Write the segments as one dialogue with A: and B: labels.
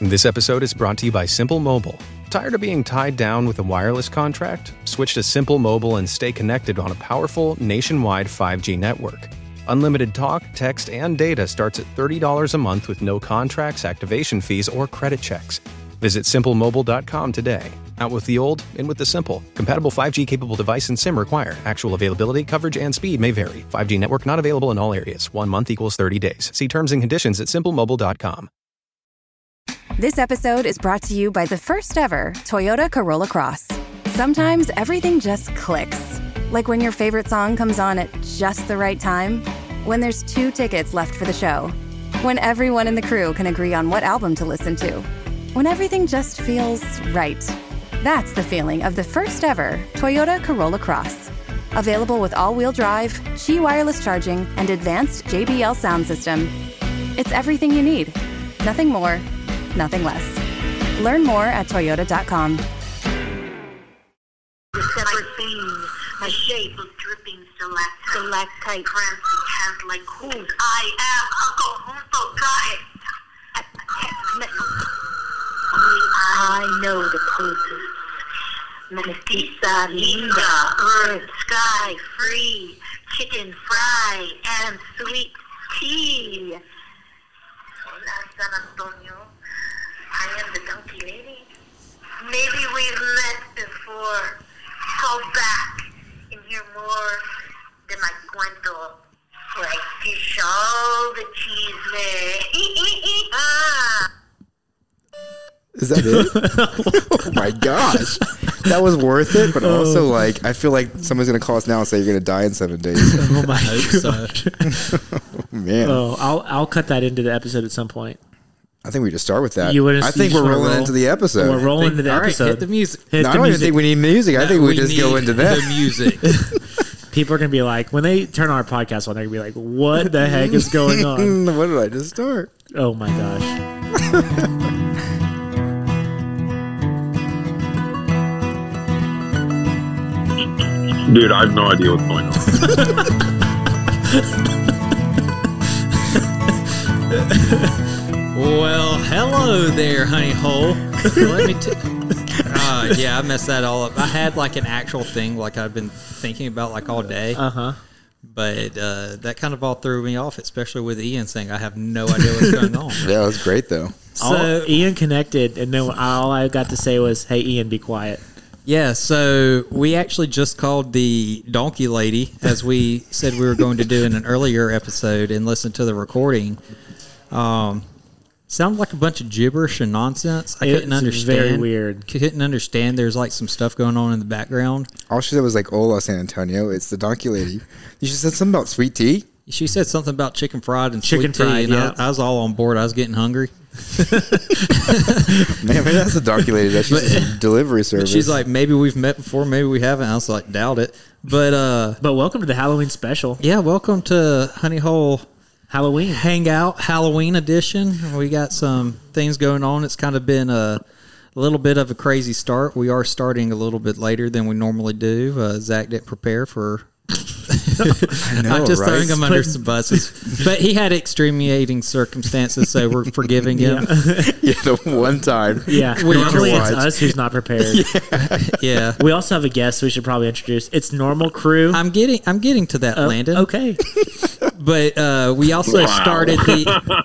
A: This episode is brought to you by Simple Mobile. Tired of being tied down with a wireless contract? Switch to Simple Mobile and stay connected on a powerful nationwide 5G network. Unlimited talk, text, and data starts at $30 a month with no contracts, activation fees, or credit checks. Visit simplemobile.com today. Out with the old, in with the simple. Compatible 5G capable device and SIM require. Actual availability, coverage, and speed may vary. 5G network not available in all areas. One month equals 30 days. See terms and conditions at simplemobile.com.
B: This episode is brought to you by the first ever Toyota Corolla Cross. Sometimes everything just clicks. Like when your favorite song comes on at just the right time, when there's two tickets left for the show, when everyone in the crew can agree on what album to listen to, when everything just feels right. That's the feeling of the first ever Toyota Corolla Cross. Available with all wheel drive, Qi wireless charging, and advanced JBL sound system. It's everything you need. Nothing more, nothing less. Learn more at Toyota.com.
C: The separate veins, the shape of dripping stalactite, stalactite cramps and handling hooves. I am Uncle Junto Gaet. Only I know the poses. Mestiza, linda, earth, sky, free, chicken fry, and sweet tea. Hola, San Antonio. I am the donkey lady. Maybe we've met before. Go back and hear more than my cuento. For I dish all the cheese. ah.
D: Is that it? oh my gosh. That was worth it, but also like I feel like someone's gonna call us now and say you're gonna die in seven days.
E: Oh my god.
D: Man.
E: Oh, I'll I'll cut that into the episode at some point.
D: I think we just start with that.
E: You wouldn't-
D: I
E: you
D: think
E: just
D: we're
E: wanna
D: rolling
E: roll?
D: into the episode.
E: We're rolling into the
F: All right,
E: episode.
F: hit the music.
E: Hit
D: No,
E: the
D: I don't even
E: music.
D: think we need music. I think we, just go
F: need
D: into that.
F: The music.
E: People are gonna be like, when they turn our podcast on, they're gonna be like, "What the heck is going on?"
D: what did I just start?
E: Oh my gosh.
G: Dude, I have no idea what's going on.
F: well, hello there, honey hole. Let me. T- uh, yeah, I messed that all up. I had like an actual thing, like I've been thinking about like all day,
E: Uh huh.
F: but uh, that kind of all threw me off, especially with Ian saying I have no idea what's going on.
D: Yeah, that was great though.
E: So
F: So-
E: Ian connected, and then all I got to say was, "Hey, Ian, be quiet."
F: Yeah, so we actually just called the donkey lady as we said we were going to do in an earlier episode and listened to the recording. Um, sounded like a bunch of gibberish and nonsense. I
E: It's
F: couldn't understand.
E: very weird.
F: Couldn't understand. There's like some stuff going on in the background.
D: All she said was like Ola San Antonio, it's the donkey lady. You just said something about sweet tea?
F: She said something about chicken fried and
E: Chicken
F: sweet tea,
E: fried,
F: and I-
E: yeah.
F: I, was all on board. I was getting hungry.
D: Man, maybe that's the donkey lady. That's just a delivery service.
F: She's like, maybe we've met before, maybe we haven't. I was like, doubt it. But uh,
E: But welcome to the Halloween special,
F: yeah, welcome to Honey Hole
E: Halloween.
F: hangout Halloween edition. We got some things going on. It's kind of been a little bit of a crazy start. We are starting a little bit later than we normally do. Uh, Zach didn't prepare for.
D: I know,
F: I'm just
D: right?
F: throwing him under some buses, but he had extenuating circumstances, so we're forgiving him.
D: Yeah, the one time.
E: Yeah,
F: We
E: normally it's
D: interrupt.
E: us who's not prepared.
F: Yeah.
E: We also have a guest we should probably introduce. It's normal crew.
F: I'm getting I'm getting to that,
E: Oh,
F: Landon.
E: Okay.
F: But uh, we also started the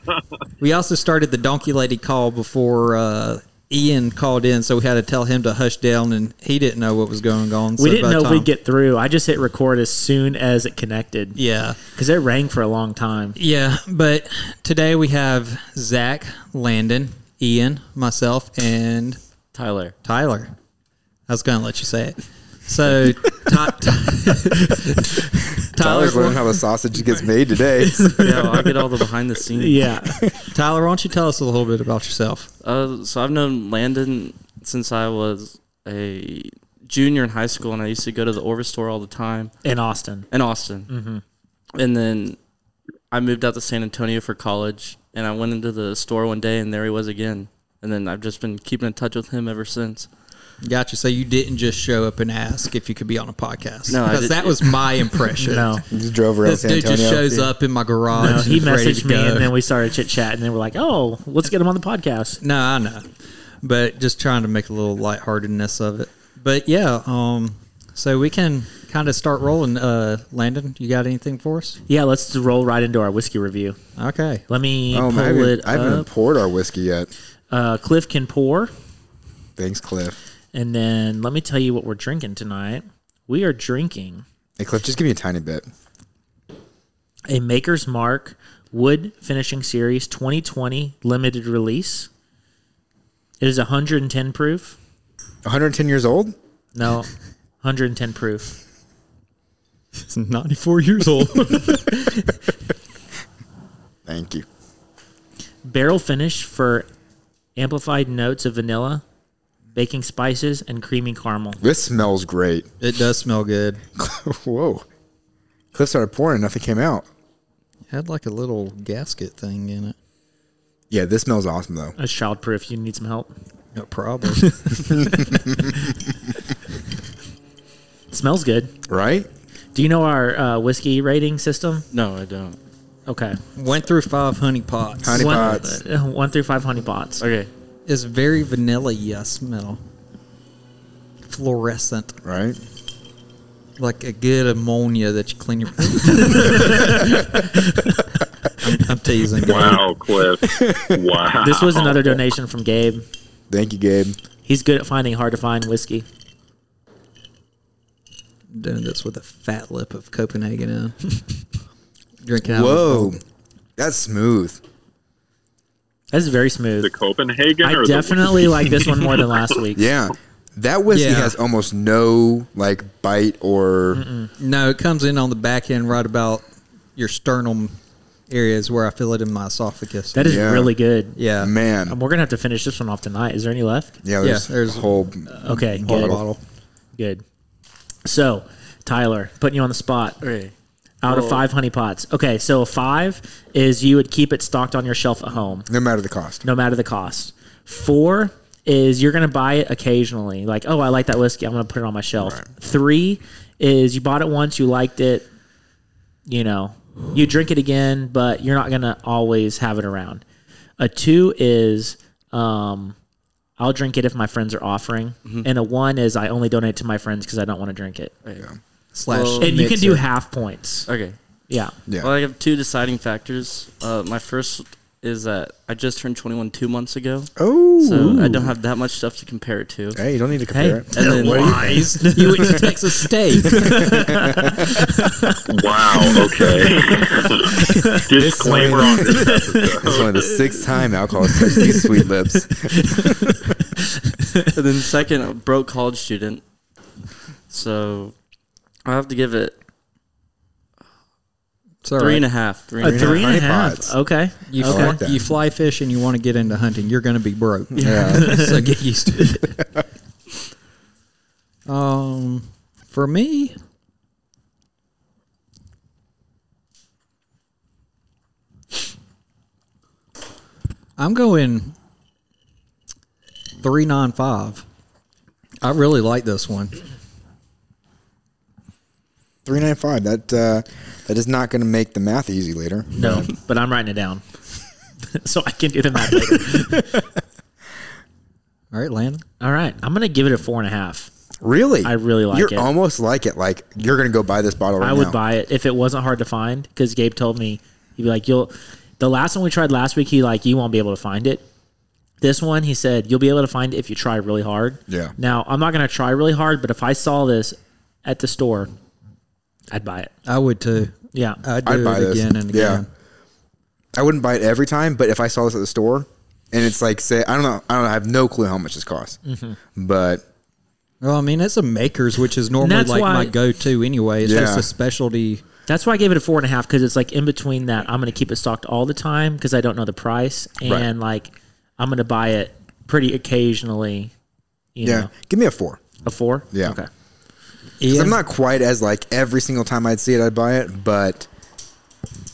F: we also started the donkey lady call before uh, Ian called in, so we had to tell him to hush down, and he didn't know what was going on. so
E: We didn't
F: by the
E: know if we'd
F: time-
E: get through. I just hit record as soon as it connected.
F: Yeah,
E: Because it rang for a long time.
F: yeah. But today we have Zach, Landon, Ian, myself, and
H: Tyler.
F: Tyler. I was going to let you say it. So, Ty-
D: I
F: Tyler,
D: was learning how the sausage gets made today.
H: Yeah, I get all the behind the scenes.
E: Yeah.
F: Tyler, why don't you tell us a little bit about yourself?
H: Uh, so I've known Landon since I was a junior in high school, and I used to go to the Orvis store all the time
E: In Austin.
H: in Austin. And then I moved out to San Antonio for college, and I went into the store one day, and there he was again. And then I've just been keeping in touch with him ever since.
F: Gotcha. So you didn't just show up and ask if you could be on a podcast.
H: No, I
F: because
H: did-
F: that was my impression.
E: No.
D: You just drove around
F: This
D: San
F: dude
D: Antonio.
F: just shows up in my garage.
E: No,
F: and
E: he
F: is ready
E: messaged
F: to
E: me,
F: go.
E: and then we started chit chat, and then we're like, "Oh, let's get him on the podcast."
F: No, I know. But just trying to make a little lightheartedness of it. But yeah, um, so we can kind of start rolling. Uh, Landon, you got anything for us?
E: Yeah, let's roll right into our whiskey review.
F: Okay.
E: Let me
D: Oh,
E: pull
D: man, I haven't,
E: it
D: I haven't
E: up.
D: poured our whiskey yet.
E: Uh, Cliff can pour,
D: Thanks, Cliff.
E: and then let me tell you what we're drinking tonight. We are drinking
D: Hey, Cliff, just give me a tiny bit.
E: a Maker's Mark Wood Finishing Series 2020 limited release. It is 110 proof.
D: 110 years old?
E: No, 110 proof.
F: He's 94 years old.
D: Thank you.
E: Barrel finish for amplified notes of vanilla, baking spices, and creamy caramel.
D: This smells great.
F: it does smell good.
D: Whoa. Cliff started pouring, nothing came out.
F: had like a little gasket thing in it.
D: Yeah, this smells awesome though.
E: That's childproof. You need some help.
F: No problem.
E: It smells good.
D: Right?
E: Do you know our uh, whiskey rating system?
H: No, I don't.
E: Okay.
F: Went through five honey pots.
D: Honey
E: one,
D: pots.
E: uh, one through five honey pots.
H: Okay.
F: It's very vanilla y smell. Fluorescent.
D: Right?
F: Like a good ammonia that you clean your. I'm, I'm teasing.
G: Wow, Cliff. Wow.
E: This was
D: Oh,
E: another donation from Gabe.
D: Thank you, Gabe.
E: He's good at finding hard to find whiskey.
F: doing this with a fat lip of Copenhagen in. Drinking out.
D: Whoa. That's smooth.
E: That's very smooth.
G: The Copenhagen?
E: I
G: or
E: definitely like this one more than last week.
D: Yeah. That whiskey
F: Yeah.
D: has almost no like bite or
F: No, it comes in on the back end right about your sternum area is where I feel it in my esophagus.
E: That is
D: Yeah.
E: really good.
F: yeah.
D: man.
E: Um, we're gonna have to finish this one off tonight. Is there any left?
D: yeah,
F: Yeah,
D: there's,
F: there's-
D: a whole
E: Okay,
F: Whole
E: good.
F: bottle.
E: Good. So, Tyler, putting you on the spot.
H: Okay.
E: Out of
H: Well-
E: five honey pots. Okay, so a five is you would keep it stocked on your shelf at home,
D: no matter the cost.
E: no matter the cost. Four is you're gonna buy it occasionally, like oh I like that whiskey, I'm gonna put it on my shelf. Three is you bought it once, you liked it, you know, you drink it again, but you're not gonna always have it around. A two is um, I'll drink it if my friends are offering,
F: Mm-hmm.
E: and a one is I only donate to my friends because I don't want to drink it.
F: Slash.
E: And you can
F: mix
E: do
F: it.
E: half points.
H: Okay.
E: Yeah.
D: Yeah.
H: Well, I have two deciding factors. Uh, my first is that I just turned 21 two months ago,
D: oh.
H: so I don't have that much stuff to compare it to.
D: hey, you don't need to compare it.
H: And then,
F: you went to Texas State.
G: Wow, okay. Disclaimer on this
D: It's
G: episode.
D: only the sixth time alcohol has touched these sweet lips.
H: and then second, a broke college student. So I have to give it
F: It's all
H: three and
F: right.
H: a half. Three
E: A
H: and a half.
E: three and
D: honey
E: a half.
D: pots.
E: Okay.
F: You,
D: I
F: fly,
D: like that.
F: you fly fish and you want to get into hunting, you're going to be broke.
D: Yeah.
F: so get used to it. Um, for me, I'm going three nine five. I really like this one.
D: Three nine five. That uh, that is not going to make the math easy later.
E: No, but I'm writing it down. so I can do the math later.
F: All right, Landon.
E: All right. I'm going to give it a four and a half.
D: Really,
E: I really like
D: you're
E: it.
D: almost like it. Like you're going to go buy this bottle. Right
E: I would
D: now.
E: buy it if it wasn't hard to find because Gabe told me, he'd be like, you'll, the last one we tried last week, he like, you won't be able to find it. This one, he said, you'll be able to find it if you try really hard.
D: Yeah.
E: Now, I'm not going to try really hard, but if I saw this at the store, I'd buy it.
F: I would too.
E: Yeah.
F: I'd do
D: I'd
F: it
D: buy this.
F: again and
D: Yeah.
F: again.
D: I wouldn't buy it every time, but if I saw this at the store, and it's like say I don't know, I don't know, I have no clue how much this costs,
E: Mm-hmm.
D: but
F: Well, I mean, it's a makers, which is normally
E: that's
F: like
E: why-
F: my go-to anyway. It's
D: Yeah.
F: just a specialty.
E: That's why I gave it a four and a half because it's like in between that. I'm going to keep it stocked all the time because I don't know the price, and
D: Right.
E: like I'm going to buy it pretty occasionally. You
D: yeah,
E: know,
D: give me a four.
E: a four.
D: Yeah.
E: Okay.
D: 'Cause
F: Ian?
D: I'm not quite as like every single time I'd see it, I'd buy it, but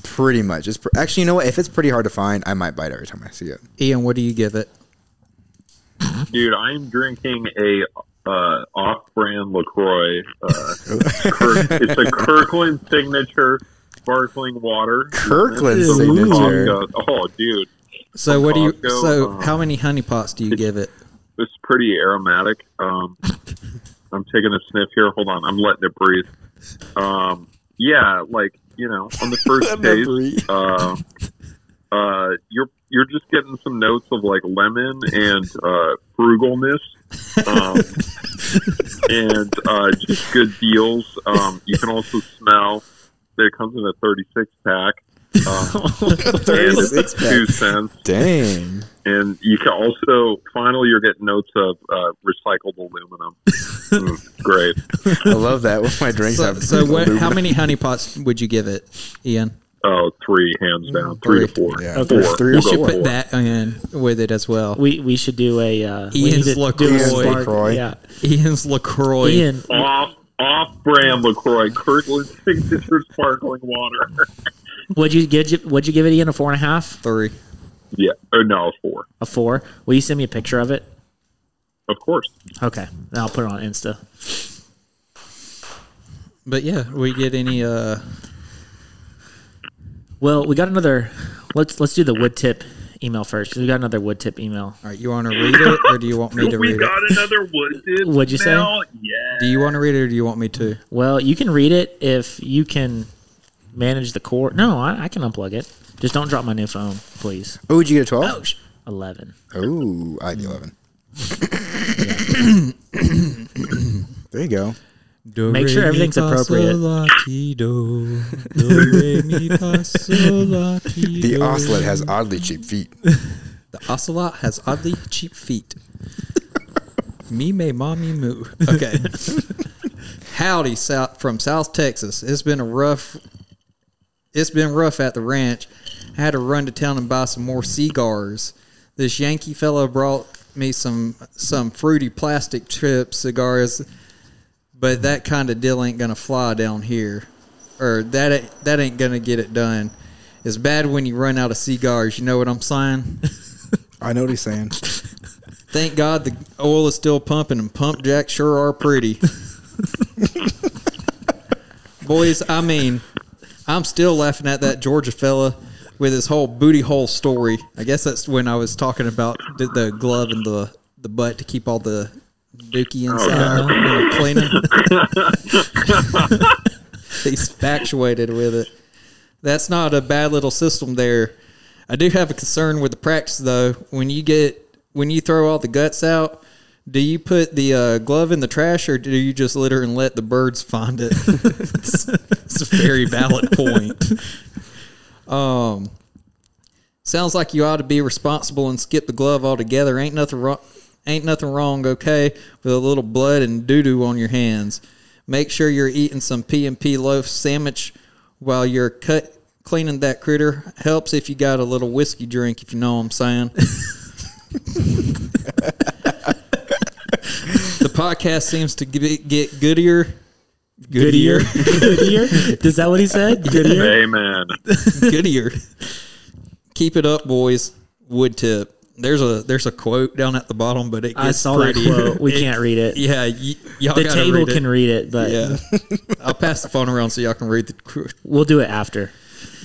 D: pretty much. It's pr- actually you know what? If it's pretty hard to find, I might buy it every time I see it.
F: Ian, what do you give it?
G: Dude, I'm drinking a uh, off-brand Lacroix. Uh, Kirk, it's a Kirkland signature sparkling water.
D: Kirkland
G: It's from
D: signature.
G: Costco. Oh, dude,
F: So what do you?
G: Costco,
F: So
G: um,
F: how many honeypots do you give it?
G: it's pretty aromatic. Um, I'm taking a sniff here. Hold on, I'm letting it breathe. Um, yeah, like you know, on the first
D: Letting it
G: taste, uh, uh, you're you're just getting some notes of like lemon and uh, frugalness, um, and uh, just good deals. Um, you can also smell that it comes in a 36 pack. Um, and it's
D: 36 pack.
G: two cents.
D: Dang.
G: And you can also, finally, you're getting notes of uh, recycled aluminum. Mm, great.
D: I love that. What my drinks
F: So,
D: have.
F: so what, how many honeypots would you give it, Ian?
G: Oh, three, hands down. Three to four.
D: Mm, Yeah,
E: Okay.
G: Four.
D: Three
F: We
D: or
G: We'll
F: should
G: go
F: put
G: four.
F: that in with it as well.
E: We we should do a uh, we
F: Ian's
E: need to do a
F: LaCroix.
E: spark-
D: LaCroix.
E: Yeah,
F: Ian's Lacroix.
E: Ian.
G: Off, off brand LaCroix, Kirkland Signature Sparkling Water.
E: Would you get? you- Would you give it Ian a four and a half?
F: Three.
G: yeah. Or no, four.
E: A four? Will you send me a picture of it?
G: Of course.
E: Okay, then I'll put it on Insta.
F: But yeah, we get any? uh
E: Well, we got another. Let's let's do the wood tip email first. 'cause We got another wood tip email.
F: All right, you want to read it, or do you want me to
G: We
F: read it?
G: got another wood dip.
E: What'd you say?
G: now? Yeah.
F: Do you want to read it, or do you want me to?
E: Well, you can read it if you can manage the cord. No, I, I can unplug it. Just don't drop my new phone, please.
D: Oh, would you get a twelve?
E: Eleven.
D: Oh, I had the eleven. there you go.
F: Do
E: Make sure
F: re, mi,
E: everything's
F: fa,
E: appropriate.
F: sol, la, ti, do. Do, re, mi, fa, sol, la, ti,
D: The
F: do.
D: ocelot has oddly cheap feet.
F: The ocelot has oddly cheap feet. me may mommy moo. Okay. Howdy, South from South Texas. It's been a rough. It's been rough at the ranch. I had to run to town and buy some more cigars. This Yankee fellow brought me some some fruity plastic chip cigars, but that kind of deal ain't gonna fly down here, or that ain't- that ain't gonna get it done. It's bad when you run out of cigars. You know what I'm saying?
D: I know what he's saying.
F: Thank God the oil is still pumping, and pump jacks sure are pretty. Boys, I mean, I'm still laughing at that Georgia fella with his whole booty hole story. I guess that's when I was talking about the, the glove and the, the butt to keep all the dookie inside when you're cleaning. He's infatuated with it. That's not a bad little system there. I do have a concern with the practice though. When you get when you throw all the guts out, do you put the uh, glove in the trash or do you just litter and let the birds find it? it's, it's a very valid point. Um, sounds like you ought to be responsible and skip the glove altogether. Ain't nothing wrong. Ain't nothing wrong, okay, with a little blood and doo doo on your hands. Make sure you're eating some P and P loaf sandwich while you're cut cleaning that critter. Helps if you got a little whiskey drink, if you know what I'm saying. the podcast seems to g- get goodier.
E: Goodier. Goodier. Is that what he said? Goodier.
G: Amen.
F: Goodier. Keep it up, boys. Wood tip. There's a there's a quote down at the bottom, but it gets
E: I saw
F: pretty.
E: that quote. We can't read it.
F: Yeah, y- y'all
E: the
F: gotta
E: table
F: read it.
E: can read it, but
F: Yeah, I'll pass the phone around so y'all can read the. qu-
E: we'll do it after.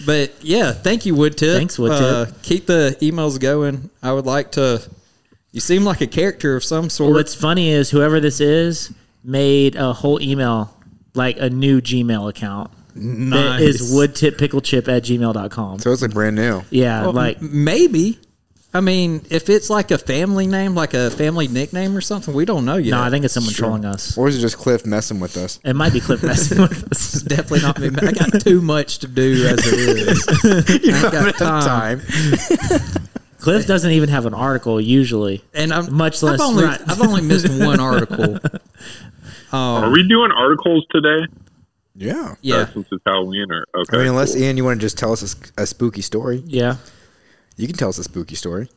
F: But yeah, thank you, Wood Tip. Uh,
E: Thanks, Wood Tip.
F: keep the emails going. I would like to. You seem like a character of some sort.
E: What's funny is whoever this is made a whole email, like a new Gmail account. That is woodtippicklechip at gmail.com.
D: So it's like brand new.
E: Yeah, like
F: maybe. I mean, if it's like a family name, like a family nickname or something, we don't know yet.
E: no, I think it's someone trolling us.
D: Or is it just Cliff messing with us?
E: It might be Cliff messing with us.
F: definitely not me. I got too much to do as it is. I ain't got time.
D: Time.
E: Cliff doesn't even have an article usually.
F: and I'm
E: Much less
F: I've only,
E: right.
F: I've only missed one article.
E: Oh.
G: Are we doing articles today?
D: Yeah.
F: Yeah,
G: Or since it's Halloween or okay.
D: I mean, unless
G: cool.
D: Ian, you want to just tell us a, s- a spooky story,
E: Yeah.
D: you can tell us a spooky story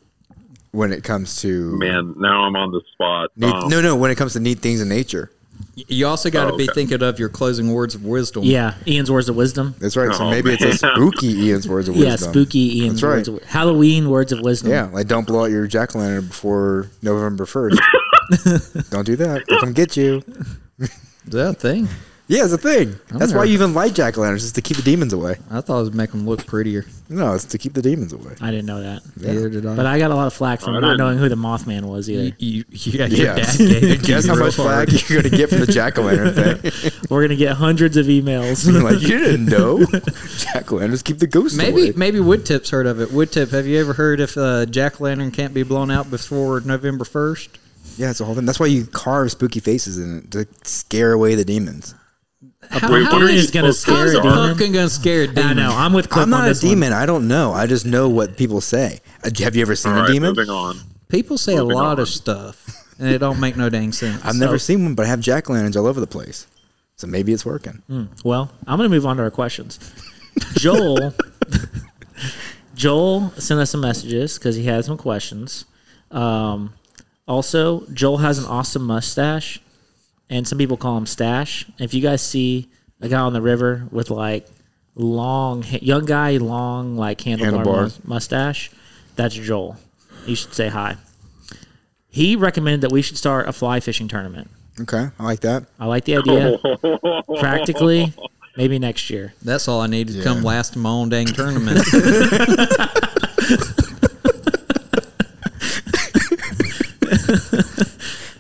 D: when it comes to
G: Man, now I'm on the spot.
D: neat-
G: Um,
D: no, no, when it comes to neat things in nature.
F: you also got to
G: Oh,
F: be
G: okay.
F: thinking of your closing words of wisdom.
E: Yeah. Ian's words of wisdom.
D: That's right. so
G: Oh,
D: maybe it's a
G: man.
D: spooky Ian's words of wisdom.
E: Yeah, spooky Ian's
D: That's right.
E: words of, Halloween words of wisdom.
D: Yeah, like don't blow out your jack o' lantern before November first. Don't do that. They'll Come get you.
F: Is that a thing?
D: Yeah, it's a thing. That's why
F: nervous.
D: you even light jack o' lanterns is to keep the demons away.
F: I thought it would make them look prettier.
D: No, it's to keep the demons away.
E: I didn't know that.
F: Neither did I.
E: But I got a lot of flack from
G: I
E: not
G: didn't.
E: knowing who the Mothman was either.
F: you, you, you got your
D: Yeah.
F: dad gave it to
D: Guess
F: you
D: how
F: real
D: much
F: hard.
D: flag you're going to get from the jack o' lantern thing?
E: We're gonna get hundreds of emails.
D: You're like, you didn't know. Jack o' lanterns keep the ghosts
F: Maybe
D: away.
F: maybe Wood Tip's heard of it. Wood Tip, have you ever heard if uh, jack lantern can't be blown out before November first?
D: Yeah, it's a whole thing. That's why you carve spooky faces in it to scare away the demons.
F: How,
G: Wait,
F: how
G: what are
F: is
G: you
E: it's gonna
G: supposed to
E: scare
G: do?
E: a
G: Dark?
E: demon.
F: pumpkin gonna scare a demon?
E: I know. I'm with Cliff
D: I'm
E: on
D: not a
E: this one.
D: demon. I don't know. I just know what people say. Uh, Have you ever seen
G: All
D: a
G: right,
D: demon?
G: moving on.
F: People say a
G: Moving
F: lot
G: on.
F: of stuff, and it don't make no dang sense.
D: I've never seen one, but I have jack o' lanterns all over the place. So maybe it's working.
G: Mm.
E: Well, I'm going to move on to our questions. Joel, Joel sent us some messages because he had some questions. Um, also, Joel has an awesome mustache, and some people call him Stash. If you guys see a guy on the river with like long, ha- young guy, long like handlebar
D: Handlebars.
E: mu- mustache, that's Joel. You should say hi. He recommended that we should start a fly fishing tournament.
D: Okay, I like that.
E: I like the idea. Practically, maybe next year.
F: That's all I needed to come last in my own dang tournament.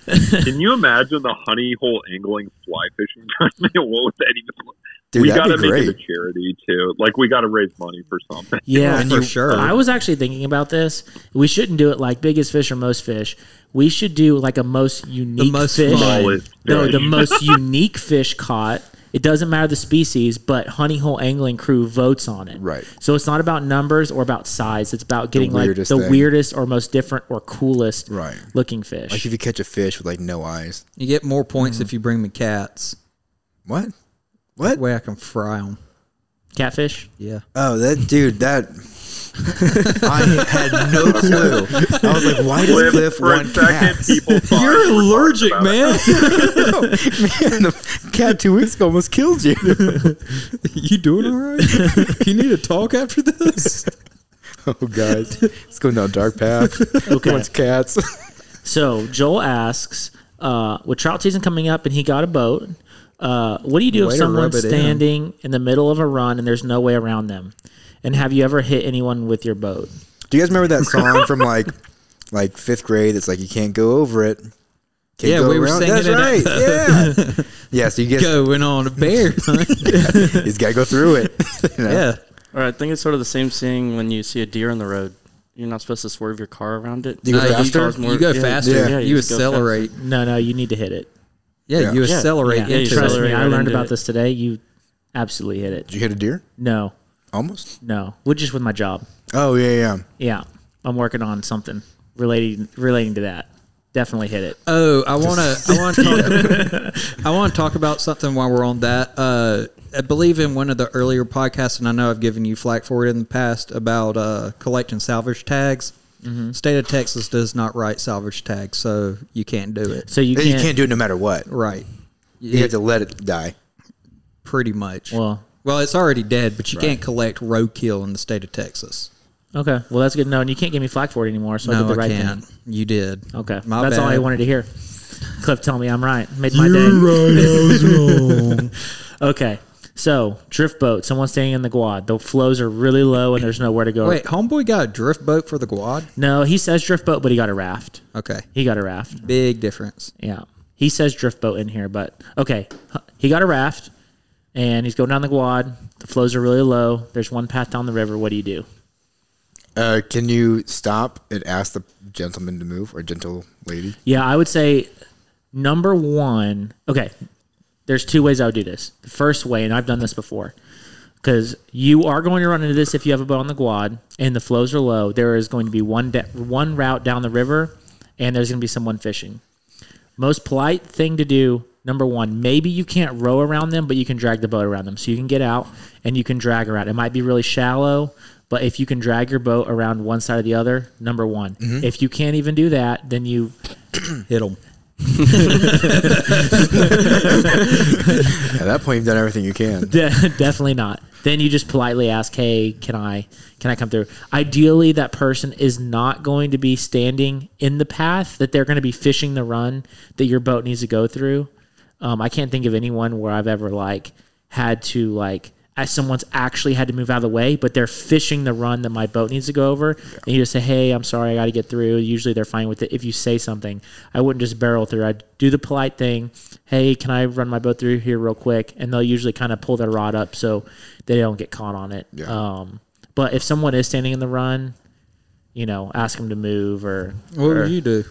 G: Can you imagine the honey hole angling fly fishing tournament? what would that even look?
D: Dude,
G: we
D: that'd
G: gotta
D: be
G: make it a
D: great.
G: charity too. Like we gotta raise money for something.
E: Yeah,
F: for sure.
E: I was actually thinking about this. We shouldn't do it like biggest fish or most fish. We should do like a most unique
F: most
E: fish.
G: smallest
E: No, the
G: fish.
E: most unique fish caught. It doesn't matter the species, but Honey Hole Angling Crew votes on it.
D: Right.
E: So it's not about numbers or about size. It's about getting like the
D: weirdest thing.
E: weirdest or most different or coolest
D: Right.
E: looking fish.
D: Like if you catch a fish with like no eyes.
F: you get more points if you bring me cats.
D: What? What?
F: That way I can fry them.
E: Catfish.
F: Yeah.
D: Oh, that dude, that. I had no clue. I was like, why does Cliff,
G: for a
D: want
G: second,
D: cats?
G: people thought we were talking about it.
D: Man, the cat two weeks ago almost killed you.
F: you doing all right? you need to talk after this?
D: Oh, guys, it's going down a dark path.
E: Okay.
D: Wants cats.
E: So Joel asks, uh, with trout season coming up and he got a boat, uh, what do you do
F: Way
E: if
F: to rub
E: someone's
F: it in.
E: standing in. the middle of a run and there's no way around them? And have you ever hit anyone with your boat?
D: Do you guys remember that song from like like fifth grade? That's like you can't go over it. Can't
F: Yeah,
D: go
F: we were singing
D: That's
F: it
D: right. Yeah. yeah. So you guys,
F: Going on a bear hunt.
D: you just gotta go through it. You know?
F: Yeah.
H: Or I think it's sort of the same thing when you see a deer on the road. You're not supposed to swerve your car around it.
D: You go
F: No,
D: faster?
F: You, go
H: yeah,
F: faster.
D: Yeah.
H: yeah,
F: you,
H: just go
F: accelerate.
E: No, no, you need to hit it.
F: Yeah,
D: Yeah.
F: you
H: Yeah.
F: accelerate
E: Yeah, trust
F: into it.
E: me,
H: Accelerate
E: I
H: right
E: learned
H: into
E: about
H: it.
E: this today. You absolutely hit it.
D: Did you hit a deer?
E: No,
D: Almost.
E: no, well, just with my job.
D: Oh yeah, yeah.
E: Yeah, I'm working on something relating relating to that. Definitely hit it.
F: Oh, I want to. I want to. Talk, I want to talk about something while we're on that. Uh, I believe in one of the earlier podcasts, and I know I've given you flack for it in the past about uh, collecting salvage tags.
E: Mm-hmm.
F: State of Texas does not write salvage tags, so you can't do it.
E: So you
D: You
E: can't.
D: can't, do it no matter what.
F: Right,
D: You have to let it die.
F: pretty much.
E: Well,
F: Well, it's already dead, but you can't collect roadkill in the state of Texas.
E: okay. Well, that's good. to know. and you can't give me flack for it anymore. So I did
F: No,
E: the
F: I
E: right thing.
F: can't. You did.
E: Okay,
F: My
E: that's all I
F: bad.
E: wanted to hear. Cliff, tell me I'm right. Made my day. okay, so drift boat. Someone staying in the quad. The flows are really low, and there's nowhere to go.
F: Wait, homeboy got a drift boat for the quad.
E: no, he says drift boat, but he got a raft.
F: Okay,
E: He got a raft.
F: big difference.
E: Yeah. He says drift boat in here, but okay. He got a raft and he's going down the quad. The flows are really low. There's one path down the river. What do you do?
D: Uh, can you stop and ask the gentleman to move or gentle lady?
E: Yeah, I would say number one. Okay, there's two ways I would do this. The first way, and I've done this before, because you are going to run into this if you have a boat on the quad and the flows are low. There is going to be one de- one route down the river, and there's going to be someone fishing. Most polite thing to do. Number one, maybe you can't row around them, but you can drag the boat around them. So you can get out and you can drag around. It might be really shallow, but if you can drag your boat around one side or the other, number one. If you can't even do that, then you
F: Hit him.
D: At that point, you've done everything you can.
E: De- definitely not. Then you just politely ask, "Hey, can I can I come through?" Ideally, that person is not going to be standing in the path that they're going to be fishing the run that your boat needs to go through. Um, I can't think of anyone where I've ever like had to like as someone's actually had to move out of the way, but they're fishing the run that my boat needs to go over. And you just say, "Hey, I'm sorry, I got to get through." Usually they're fine with it. If you say something, I wouldn't just barrel through. I'd do the polite thing. Hey, can I run my boat through here real quick? And they'll usually kind of pull their rod up so they don't get caught on it. Um, but if someone is standing in the run, you know, ask them to move or
F: What would you do?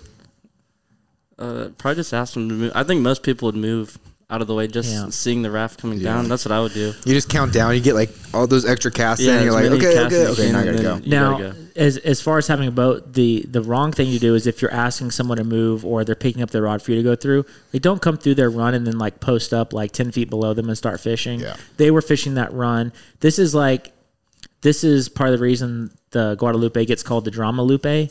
H: Uh, probably just ask them to move. I think most people would move out of the way just
E: Yeah.
H: seeing the raft coming down. That's what I would do.
D: You just count down. You get like all those extra casts in. You're
H: as
D: like,
H: many
D: okay,
H: casts
D: okay,
H: as you
D: okay.
H: can,
D: Now I
H: and
D: gotta
H: then
D: go.
H: you
E: Now,
H: gotta go.
E: as as far as having a boat, the the wrong thing to do is if you're asking someone to move or they're picking up their rod for you to go through, they don't come through their run and then like post up like ten feet below them and start fishing.
D: Yeah.
E: They were fishing that run. This is like this is part of the reason the Guadalupe gets called the drama Lupe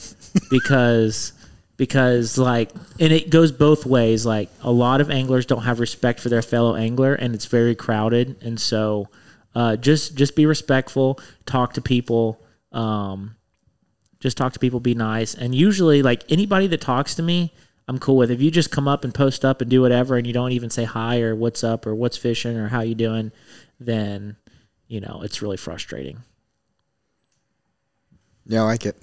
E: because because like and it goes both ways like a lot of anglers don't have respect for their fellow angler and it's very crowded and so uh, just just be respectful talk to people um, just talk to people be nice and usually like anybody that talks to me i'm cool with if you just come up and post up and do whatever and you don't even say hi or what's up or what's fishing or how you doing then you know it's really frustrating
D: Yeah, I like it.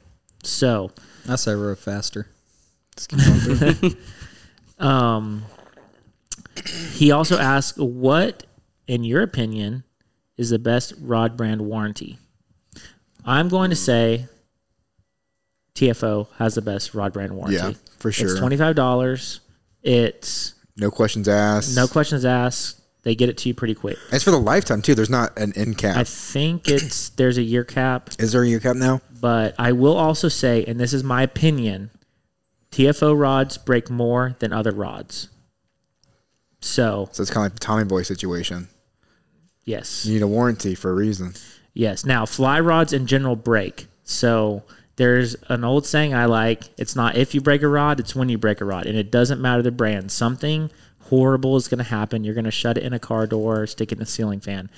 E: so
F: I say row faster.
E: He also asked, "What, in your opinion, is the best rod brand warranty?" I'm going to say TFO has the best rod brand warranty.
D: Yeah, for sure.
E: It's twenty five dollars. It's
D: No questions asked.
E: no questions asked. They get it to you pretty quick.
D: It's for the lifetime too. There's not an end cap.
E: I think it's there's a year cap,
D: Is there a year cap now?
E: but I will also say, and this is my opinion, TFO rods break more than other rods. So
D: So it's kind of like the Tommy Boy situation.
E: yes,
D: You need a warranty for a reason.
E: Yes. Now, fly rods in general break. So there's an old saying I like it's not if you break a rod, it's when you break a rod. And it doesn't matter the brand. Something horrible is going to happen. You're going to shut it in a car door, stick it in a ceiling fan.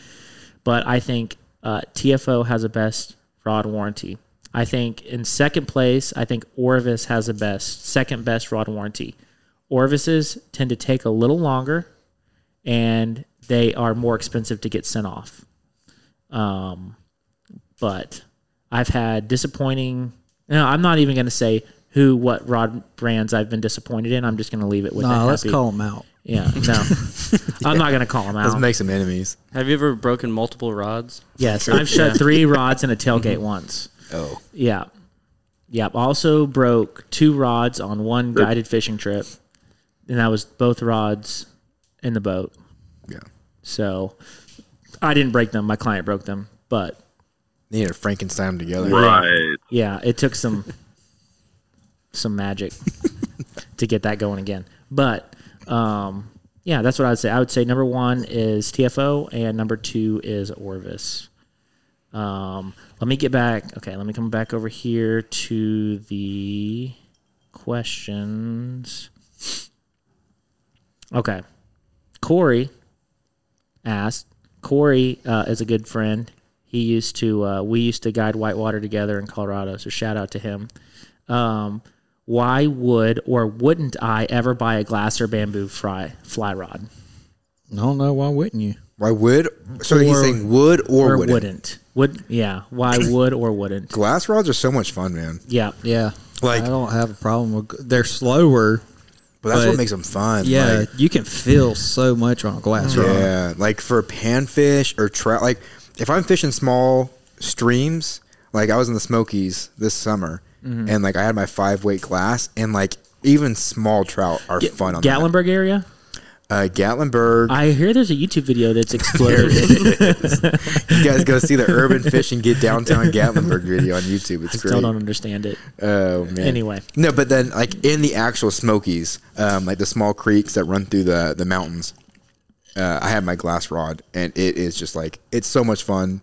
E: But I think uh, TFO has the best rod warranty. I think in second place, I think Orvis has the best, second best rod warranty. Orvises tend to take a little longer and they are more expensive to get sent off Um, but I've had disappointing. No, I'm not even going to say who, what rod brands I've been disappointed in. I'm just going to leave it with.
F: Nah,
E: that
F: let's
E: happy-
F: call them out.
E: Yeah, no, I'm not going to call them
D: Let's
E: out.
D: make some enemies.
H: Have you ever broken multiple rods?
E: yes, I've shut three rods in a tailgate once.
D: Oh,
E: Yeah, yeah. Also broke two rods on one guided fishing trip, and that was both rods in the boat.
D: yeah.
E: So I didn't break them. My client broke them, but
D: You need to Frankenstein them together.
G: Right.
E: Yeah, it took some some magic to get that going again. But um, yeah, that's what I would say. I would say number one is TFO, and number two is Orvis. Um, let me get back. Okay, let me come back over here to the questions. Okay, Corey asked. Corey uh, is a good friend. He used to uh, we used to guide whitewater together in Colorado. So shout out to him. Um, why would or wouldn't I ever buy a glass or bamboo fry fly rod
F: I don't know. Why wouldn't you?
D: Why would? So he's
E: Or-
D: saying would or,
E: or
D: wouldn't.
E: wouldn't? Would yeah? Why would or wouldn't?
D: Glass rods are so much fun, man.
E: Yeah,
F: Yeah.
D: Like-
F: I don't have a problem with. They're slower.
D: But that's what
F: But-
D: makes them fun.
F: Yeah,
D: like-
F: you can feel so much on a glass rod.
D: yeah. Like for panfish or trout. Like if I'm fishing small streams, like I was in the Smokies this summer, and like I had my five weight glass, and like even small trout are fun on that.
E: Gatlinburg area.
D: Uh, Gatlinburg.
E: I hear there's a YouTube video that's exploded.
D: you guys go see the urban fish and get downtown Gatlinburg video on YouTube. It's
E: Still
D: great.
E: don't understand it.
D: Oh man.
E: Anyway.
D: No, but then like in the actual Smokies, um, like the small creeks that run through the the mountains, uh, I have my glass rod, and it is just like it's so much fun.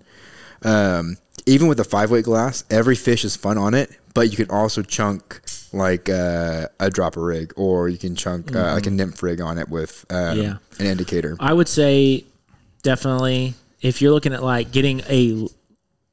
D: Um, even with the five weight glass, every fish is fun on it, but you can also chunk like uh, a dropper rig, or you can chunk uh, like a nymph rig on it with um,
E: Mm-hmm. Yeah.
D: an indicator.
E: I would say definitely if you're looking at like getting a l-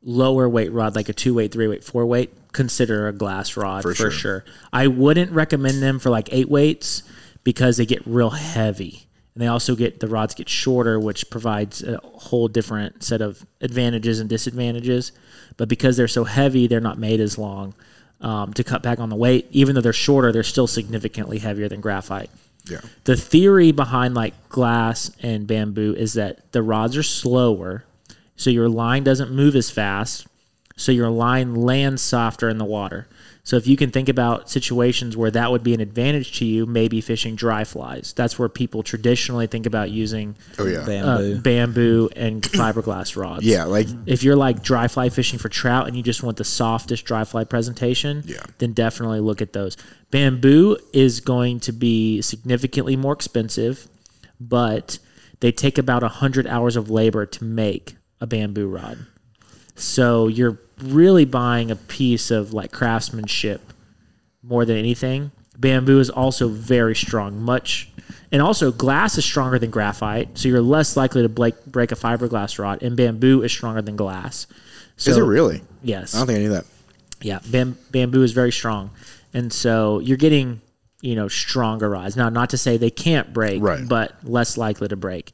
E: lower weight rod, like a two weight, three weight, four weight, consider a glass rod for,
D: sure.
E: sure. I wouldn't recommend them for like eight weights because they get real heavy. And they also get the rods get shorter, which provides a whole different set of advantages and disadvantages. But because they're so heavy, they're not made as long um, to cut back on the weight. Even though they're shorter, they're still significantly heavier than graphite
D: Yeah.
E: the theory behind like glass and bamboo is that the rods are slower, so your line doesn't move as fast, so your line lands softer in the water. So if you can think about situations where that would be an advantage to you, maybe fishing dry flies. That's where people traditionally think about using
D: Oh yeah.
E: uh,
F: Bamboo.
E: bamboo and fiberglass rods.
D: Yeah, like
E: If you're like dry fly fishing for trout and you just want the softest dry fly presentation,
D: Yeah.
E: then definitely look at those. Bamboo is going to be significantly more expensive, but they take about 100 hours of labor to make a bamboo rod. So you're really buying a piece of like craftsmanship more than anything. Bamboo is also very strong, much, and also glass is stronger than graphite, so you're less likely to break, break a fiberglass rod. And bamboo is stronger than glass. So,
D: is it really?
E: Yes.
D: I don't think I knew that.
E: yeah. Bam, bamboo is very strong, and so you're getting you know stronger rods. Now, not to say they can't break,
D: Right.
E: but less likely to break.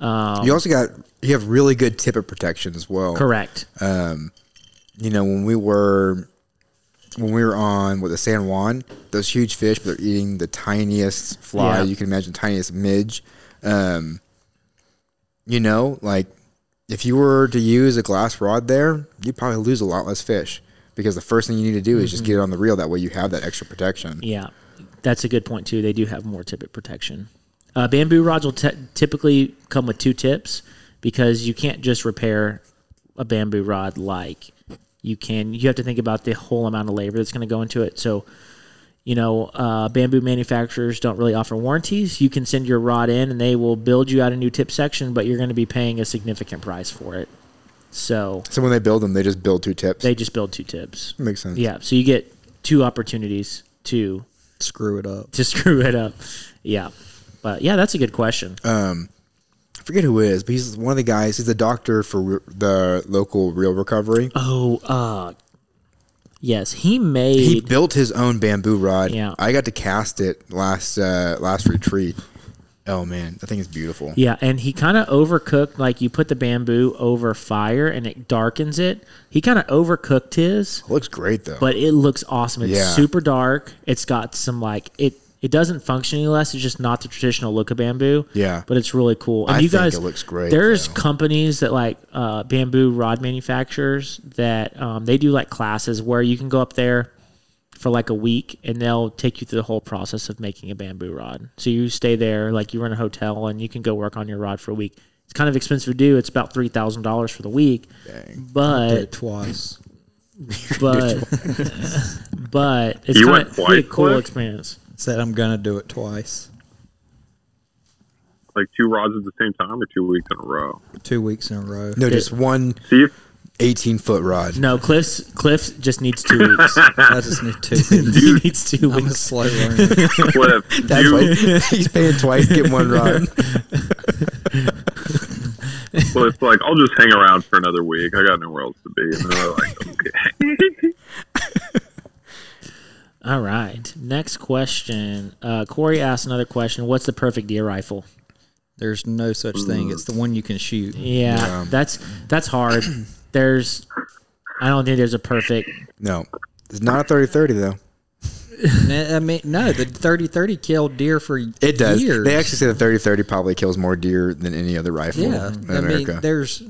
D: you also got you have really good tippet protection as well.
E: Correct.
D: You know when we were when we were on with the San Juan, those huge fish, but they're eating the tiniest fly
E: Yeah.
D: you can imagine, tiniest midge. Um, you know, like if you were to use a glass rod there, you'd probably lose a lot less fish because the first thing you need to do is just get it on the reel. That way, you have that extra protection.
E: Mm-hmm. Yeah, that's a good point too. They do have more tippet protection. Uh, bamboo rods will te- typically come with two tips because you can't just repair a bamboo rod like you can. You have to think about the whole amount of labor that's going to go into it. So, you know, uh, bamboo manufacturers don't really offer warranties. You can send your rod in and they will build you out a new tip section, but you're going to be paying a significant price for it. So
D: So when they build them, they just build two tips.
E: they just build two tips.
D: Makes sense.
E: Yeah, so you get two opportunities to
F: Screw it up.
E: to screw it up. Yeah. But yeah, that's a good question.
D: I forget who it is, but he's one of the guys. He's the doctor for re- the local reel recovery.
E: oh, uh yes, he made
D: he built his own bamboo rod.
E: Yeah.
D: I got to cast it last uh, last retreat. Oh man, I think it's beautiful.
E: Yeah, and he kind of overcooked like you put the bamboo over fire and it darkens it. He kind of overcooked his,
D: It looks great though.
E: but it looks awesome. It's
D: Yeah.
E: super dark. It's got some like it it doesn't function any less. It's just not the traditional look of bamboo.
D: Yeah.
E: But it's really cool. And
D: I
E: you
D: think
E: guys
D: it looks great,
E: There's
D: though.
E: companies that like uh, bamboo rod manufacturers that um, they do like classes where you can go up there for like a week and they'll take you through the whole process of making a bamboo rod. So you stay there, like you're in a hotel and you can go work on your rod for a week. It's kind of expensive to do. It's about three thousand dollars for the week.
F: Did it
E: But
F: twice.
E: but but it's
G: You
E: kind
G: went
E: of pretty
G: twice,
E: cool
G: Cliff?
E: experience.
F: Said I'm gonna do it twice.
G: Like two rods at the same time or two weeks in a row.
F: Two weeks in a row.
D: no, just one
G: See if
D: 18 foot rod.
E: No, Cliff's Cliff just needs two weeks.
F: I just need two weeks.
E: he needs two
F: I'm a
E: weeks.
F: slow learner.
G: Cliff,
D: That's
G: you,
D: why he's paying twice, getting one rod.
G: Cliff's like, I'll just hang around for another week. I got nowhere else to be. And they're like, okay.
E: All right. Next question. Uh, Corey asked another question. What's the perfect deer rifle?
F: There's no such thing. It's the one you can shoot.
E: Yeah, that's that's hard. there's, I don't think there's a perfect.
D: No, it's not a 30 30 though.
F: N- uh, I mean, no, the 30-30 killed deer for
D: It does.
F: years.
D: They actually say the 30 30 probably kills more deer than any other rifle
F: yeah.
D: in
F: I
D: America.
F: mean, there's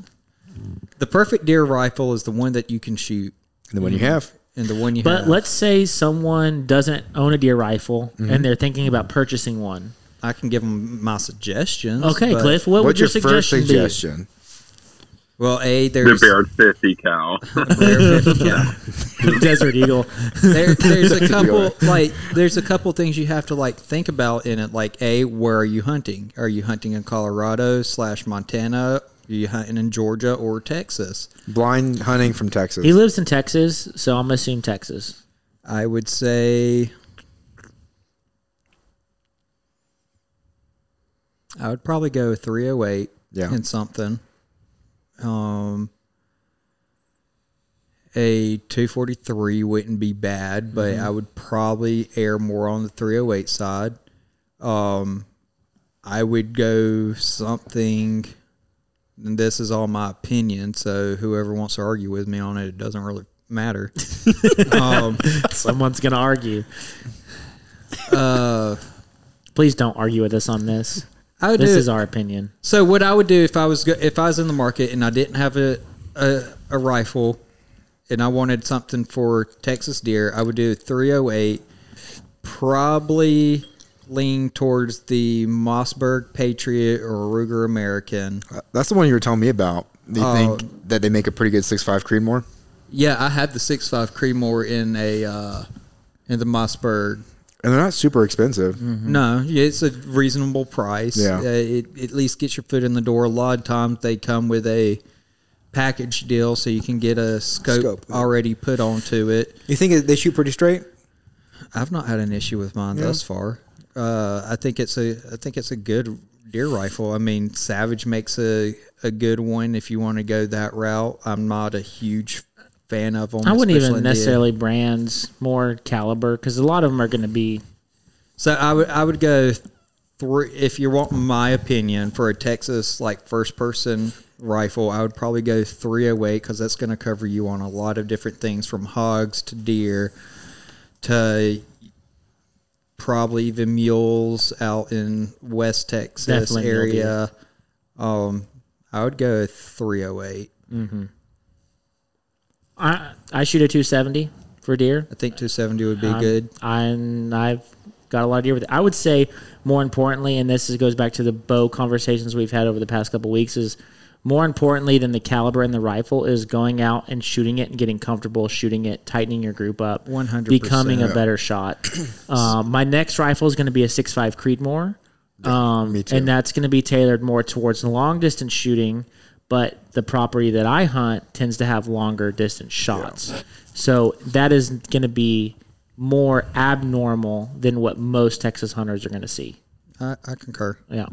F: the perfect deer rifle is the one that you can shoot,
D: the one you have.
F: and the one you
E: But
F: have.
E: let's say someone doesn't own a deer rifle
D: Mm-hmm.
E: and they're thinking about purchasing one.
F: I can give them my suggestions.
E: Okay,
F: but-
E: Cliff, what would
D: What's
E: your,
D: your
E: suggestion,
D: first suggestion?
F: Well, a
G: the
F: there's
G: Baird 50 cow.
F: there-
E: be? Desert Eagle.
F: there- there's a couple
D: are.
F: like there's a couple things you have to like think about in it. Like a where are you hunting? Are you hunting in Colorado slash Montana? Are you hunting in Georgia or Texas?
D: Blind hunting from Texas.
E: He lives in Texas, so I'm gonna assume Texas.
F: I would say I would probably go 308
D: Yeah.
F: and something. Um, a 243 wouldn't be bad, but
E: Mm-hmm.
F: I would probably err more on the 308 side. Um, I would go something, and this is all my opinion, so whoever wants to argue with me on it, it doesn't really matter. um,
E: Someone's gonna argue. Uh, Please don't argue with us on this.
F: I would
E: This
F: do
E: is our opinion.
F: So what I would do if I was go- if I was in the market and I didn't have a, a a rifle and I wanted something for Texas deer, I would do 308 probably lean towards the Mossberg Patriot or Ruger American.
D: Uh, That's the one you were telling me about. Do you
F: Oh.
D: think that they make a pretty good 6.5 Creedmoor?
F: Yeah, I have the 65 Creedmoor in a uh in the Mossberg.
D: And they're not super expensive.
E: Mm.
F: No, yeah, it's a reasonable price.
D: Mm. Yeah.
F: Uh, it at least gets your foot in the door. A lot of times they come with a package deal, so you can get a scope,
D: Scope, yeah.
F: already put onto it.
I: You think they shoot pretty straight?
F: I've not had an issue with mine thus far. Uh, I think it's a I think it's a good deer rifle. I mean, Savage makes a, a good one if you want to go that route. I'm not a huge fan of them.
E: I wouldn't
F: especially
E: even
F: in the-
E: necessarily brands more caliber because a lot of them are going to be
F: So I would I would go three if you want my opinion for a Texas like first person rifle. I would probably go 308 because that's going to cover you on a lot of different things from hogs to deer to probably even mules out in West Texas
E: Definitely mule
F: area. Um, I would go 308.
E: I I shoot a 270 for deer.
F: I think 270 would be
E: I'm-
F: good.
E: And I've got a lot of deer with it. I would say more importantly, and this is, goes back to the bow conversations we've had over the past couple weeks, is more importantly than the caliber and the rifle is going out and shooting it and getting comfortable shooting it, tightening your group up,
F: 100%.
E: becoming a better shot. uh, my next rifle is going to be a 6.5 Creedmoor. Um, And that's going to be tailored more towards long distance shooting, but the property that I hunt tends to have longer distance shots. So that is going to be more abnormal than what most Texas hunters are going to see.
F: I, I concur.
E: Yeah.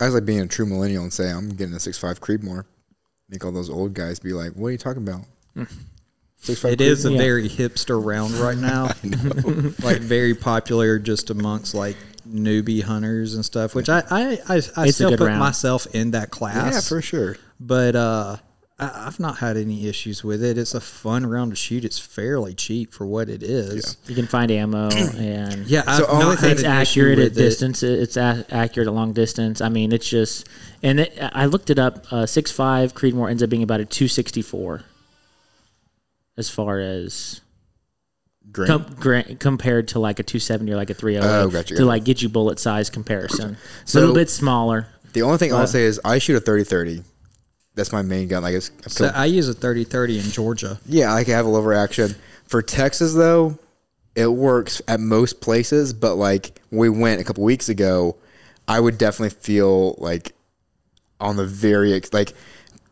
D: I was like being a true millennial and say, I'm getting a 6.5 Creedmoor. Make all those old guys be like, what are you talking about? 6.5
F: It is a
E: Yeah.
F: very hipster round right now. like very popular just amongst like newbie hunters and stuff, which I I, I, I
E: It's a
F: still
E: good
F: put
E: round.
F: myself in that
D: Creedmoor.
F: class.
D: Yeah, for sure.
F: But uh I, I've not had any issues with it. It's a fun round to shoot. It's fairly cheap for what it is.
E: You can find ammo and
F: Yeah, I've
D: So only
F: not
D: thing-
F: had
E: it's
F: an issue
E: accurate at
F: with it.
E: distance. It's a- accurate at long distance. I mean, it's just, and it, I looked it up. Uh, 6.5 Creedmoor ends up being about a 264 as far as
D: Great.
E: com- gra- compared to like a 270 or like a 308
D: Oh, gotcha,
E: to
D: gotcha.
E: like get you bullet size comparison.
D: So-
E: a little bit smaller.
D: The only thing I'll say is I shoot a 30-30. That's my main gun. Like it's, I've
F: So
D: killed-
F: I use a 30-30 in Georgia.
D: yeah, I can have a lower action. For Texas though, it works at most places, but like when we went a couple weeks ago, I would definitely feel like on the very ex- like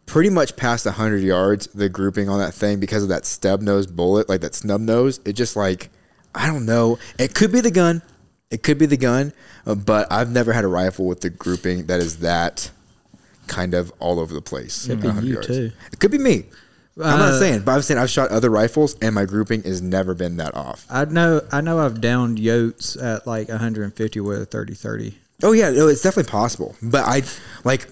D: pretty much past 100 yards the grouping on that thing because of that stub nose bullet like that snub nose it just like i don't know it could be the gun it could be the gun uh, but i've never had a rifle with the grouping that is that kind of all over the place could
F: be you, too.
D: it could be me i'm not
F: Uh,
D: saying but i'm saying i've shot other rifles and my grouping has never been that off
F: I know I know I've downed Yotes at like 150 with a 30-30.
D: Oh yeah, no, it's definitely possible. But I like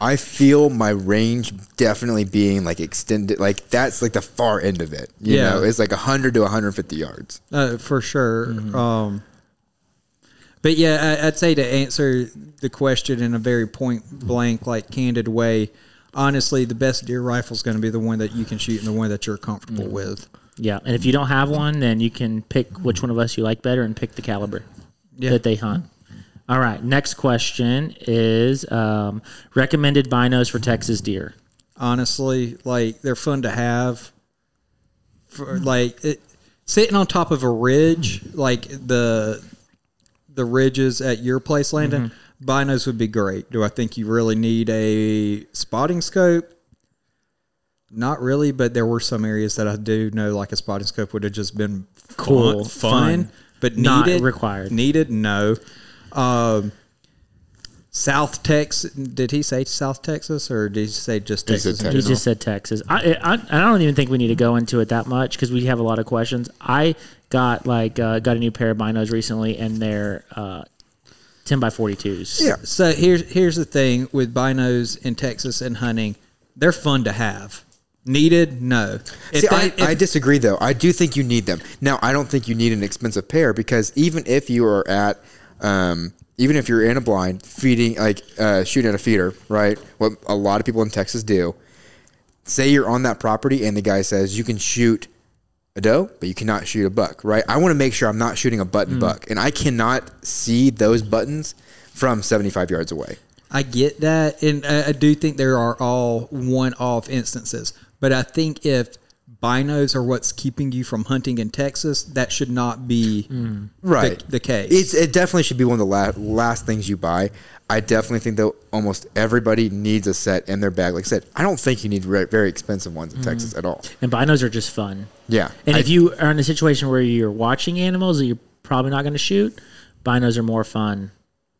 D: I feel my range definitely being like extended like that's like the far end of it. You
F: Yeah.
D: know, it's like 100 to 150 yards.
F: uh, for sure. Um, but yeah, I, I'd say to answer the question in a very point blank, like candid way, honestly, the best deer rifle is going to be the one that you can shoot and the one that you're comfortable with.
E: Yeah, and if you don't have one, then you can pick which one of us you like better and pick the caliber that they hunt. All right, next question is um, recommended binos for Texas deer.
F: Honestly, like they're fun to have. For like it, sitting on top of a ridge, like the the ridges at your place, Landon.
E: Mm-hmm.
F: Binos would be great. Do I think you really need a spotting scope? Not really, but there were some areas that I do know, like a spotting scope would have just been fun-
E: Cool,
F: fun,
E: fun.
F: but
E: Not
F: needed,
E: required.
F: Needed, no. Um, South Texas. Did he say South Texas or did he say just
D: He said
F: Texas? in
D: Texas.
E: He
D: You
F: general?
E: just said Texas. I, I I don't even think we need to go into it that much because we have a lot of questions. I got like uh, got a new pair of binos recently, and they're uh, ten by forty twos.
D: Yeah.
F: So here's here's the thing with binos in Texas and hunting, they're fun to have. Needed? No. If
D: See,
F: they-
D: I,
F: if-
D: I disagree though. I do think you need them. Now, I don't think you need an expensive pair because even if you are at, um, even if you're in a blind feeding, like uh, shooting at a feeder, right? What a lot of people in Texas do. Say you're on that property and the guy says you can shoot a doe, but you cannot shoot a buck, right? I want to make sure I'm not shooting a button
F: Mm.
D: buck, and I cannot see those buttons from 75 yards away.
F: I get that, and I, I do think there are all one-off instances. But I think if binos are what's keeping you from hunting in Texas, that should not be
D: Mm. right
F: the, the case.
D: It's, it definitely should be one of the last, last things you buy. I definitely think that almost everybody needs a set in their bag. Like I said, I don't think you need re- very expensive ones
F: Mm-hmm.
D: in Texas at all.
E: And binos are just fun.
D: Yeah,
E: And
D: I-
E: if you are in a situation where you're watching animals that you're probably not going to shoot, binos are more fun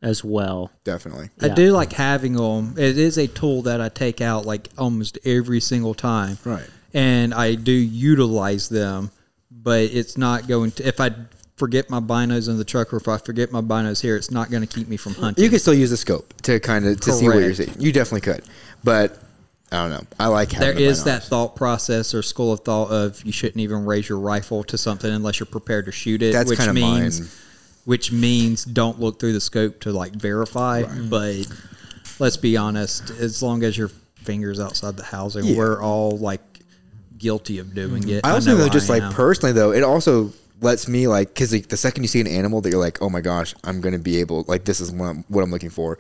E: as well.
D: definitely.
F: I do like having them. It is a tool that I take out like almost every single time.
D: Right.
F: And I do utilize them, but it's not going to, if I forget my binos in the truck or if I forget my binos here, it's not going to keep me from hunting.
D: You can still use the scope to kind of to see what you're
F: Correct.
D: seeing. You definitely could, but I don't know. I like having
F: there
D: the
F: is
D: binoculars.
F: that thought process or school of thought of you shouldn't even raise your rifle to something unless you're prepared to shoot it,
D: That's
F: which
D: kinda
F: means
D: mine.
F: which means don't look through the scope to like verify. But let's be honest, as long as your fingers outside the housing,
D: Yeah. Mm-hmm.
F: we're all like guilty of doing it.
D: I also
F: know
D: know just
F: I
D: like
F: am.
D: personally though, it also lets me like because like, the second you see an animal that you're like, oh my gosh, I'm gonna be able like this is what I'm what I'm looking for.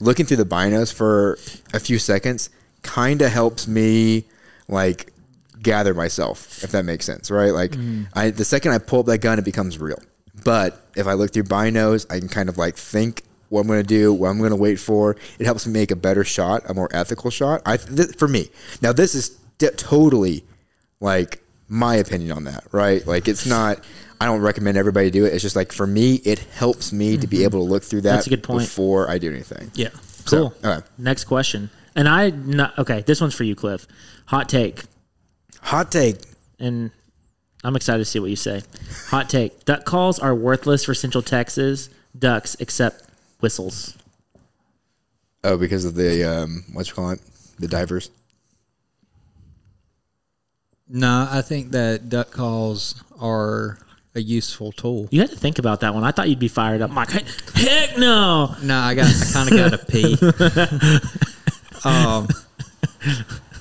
D: Looking through the binos for a few seconds kind of helps me like gather myself if that makes sense, right? Like I the second I pull up that gun, it becomes real. But if I look through binos, I can kind of like think what I'm going to do, what I'm going to wait for. It helps me make a better shot, a more ethical shot. I th- for me now, this is de- totally like my opinion on that, right? Like it's not. I don't recommend everybody do it. It's just like for me, it helps me to be able to look through that
E: Mm-hmm. That's a good point.
D: before I do anything.
F: yeah.
E: Cool.
D: all right.
E: Next question. And I no- okay, this one's for you, Cliff. Hot take.
D: Hot take.
E: and I'm excited to see what you say. Hot take: Duck calls are worthless for Central Texas ducks, except whistles.
D: Oh, because of the um, what's you call it? The divers.
F: No, I think that duck calls are a useful tool.
E: You had to think about that one. I thought you'd be fired up. I'm like, heck no!
F: No, I got. I kind of got to pee. um,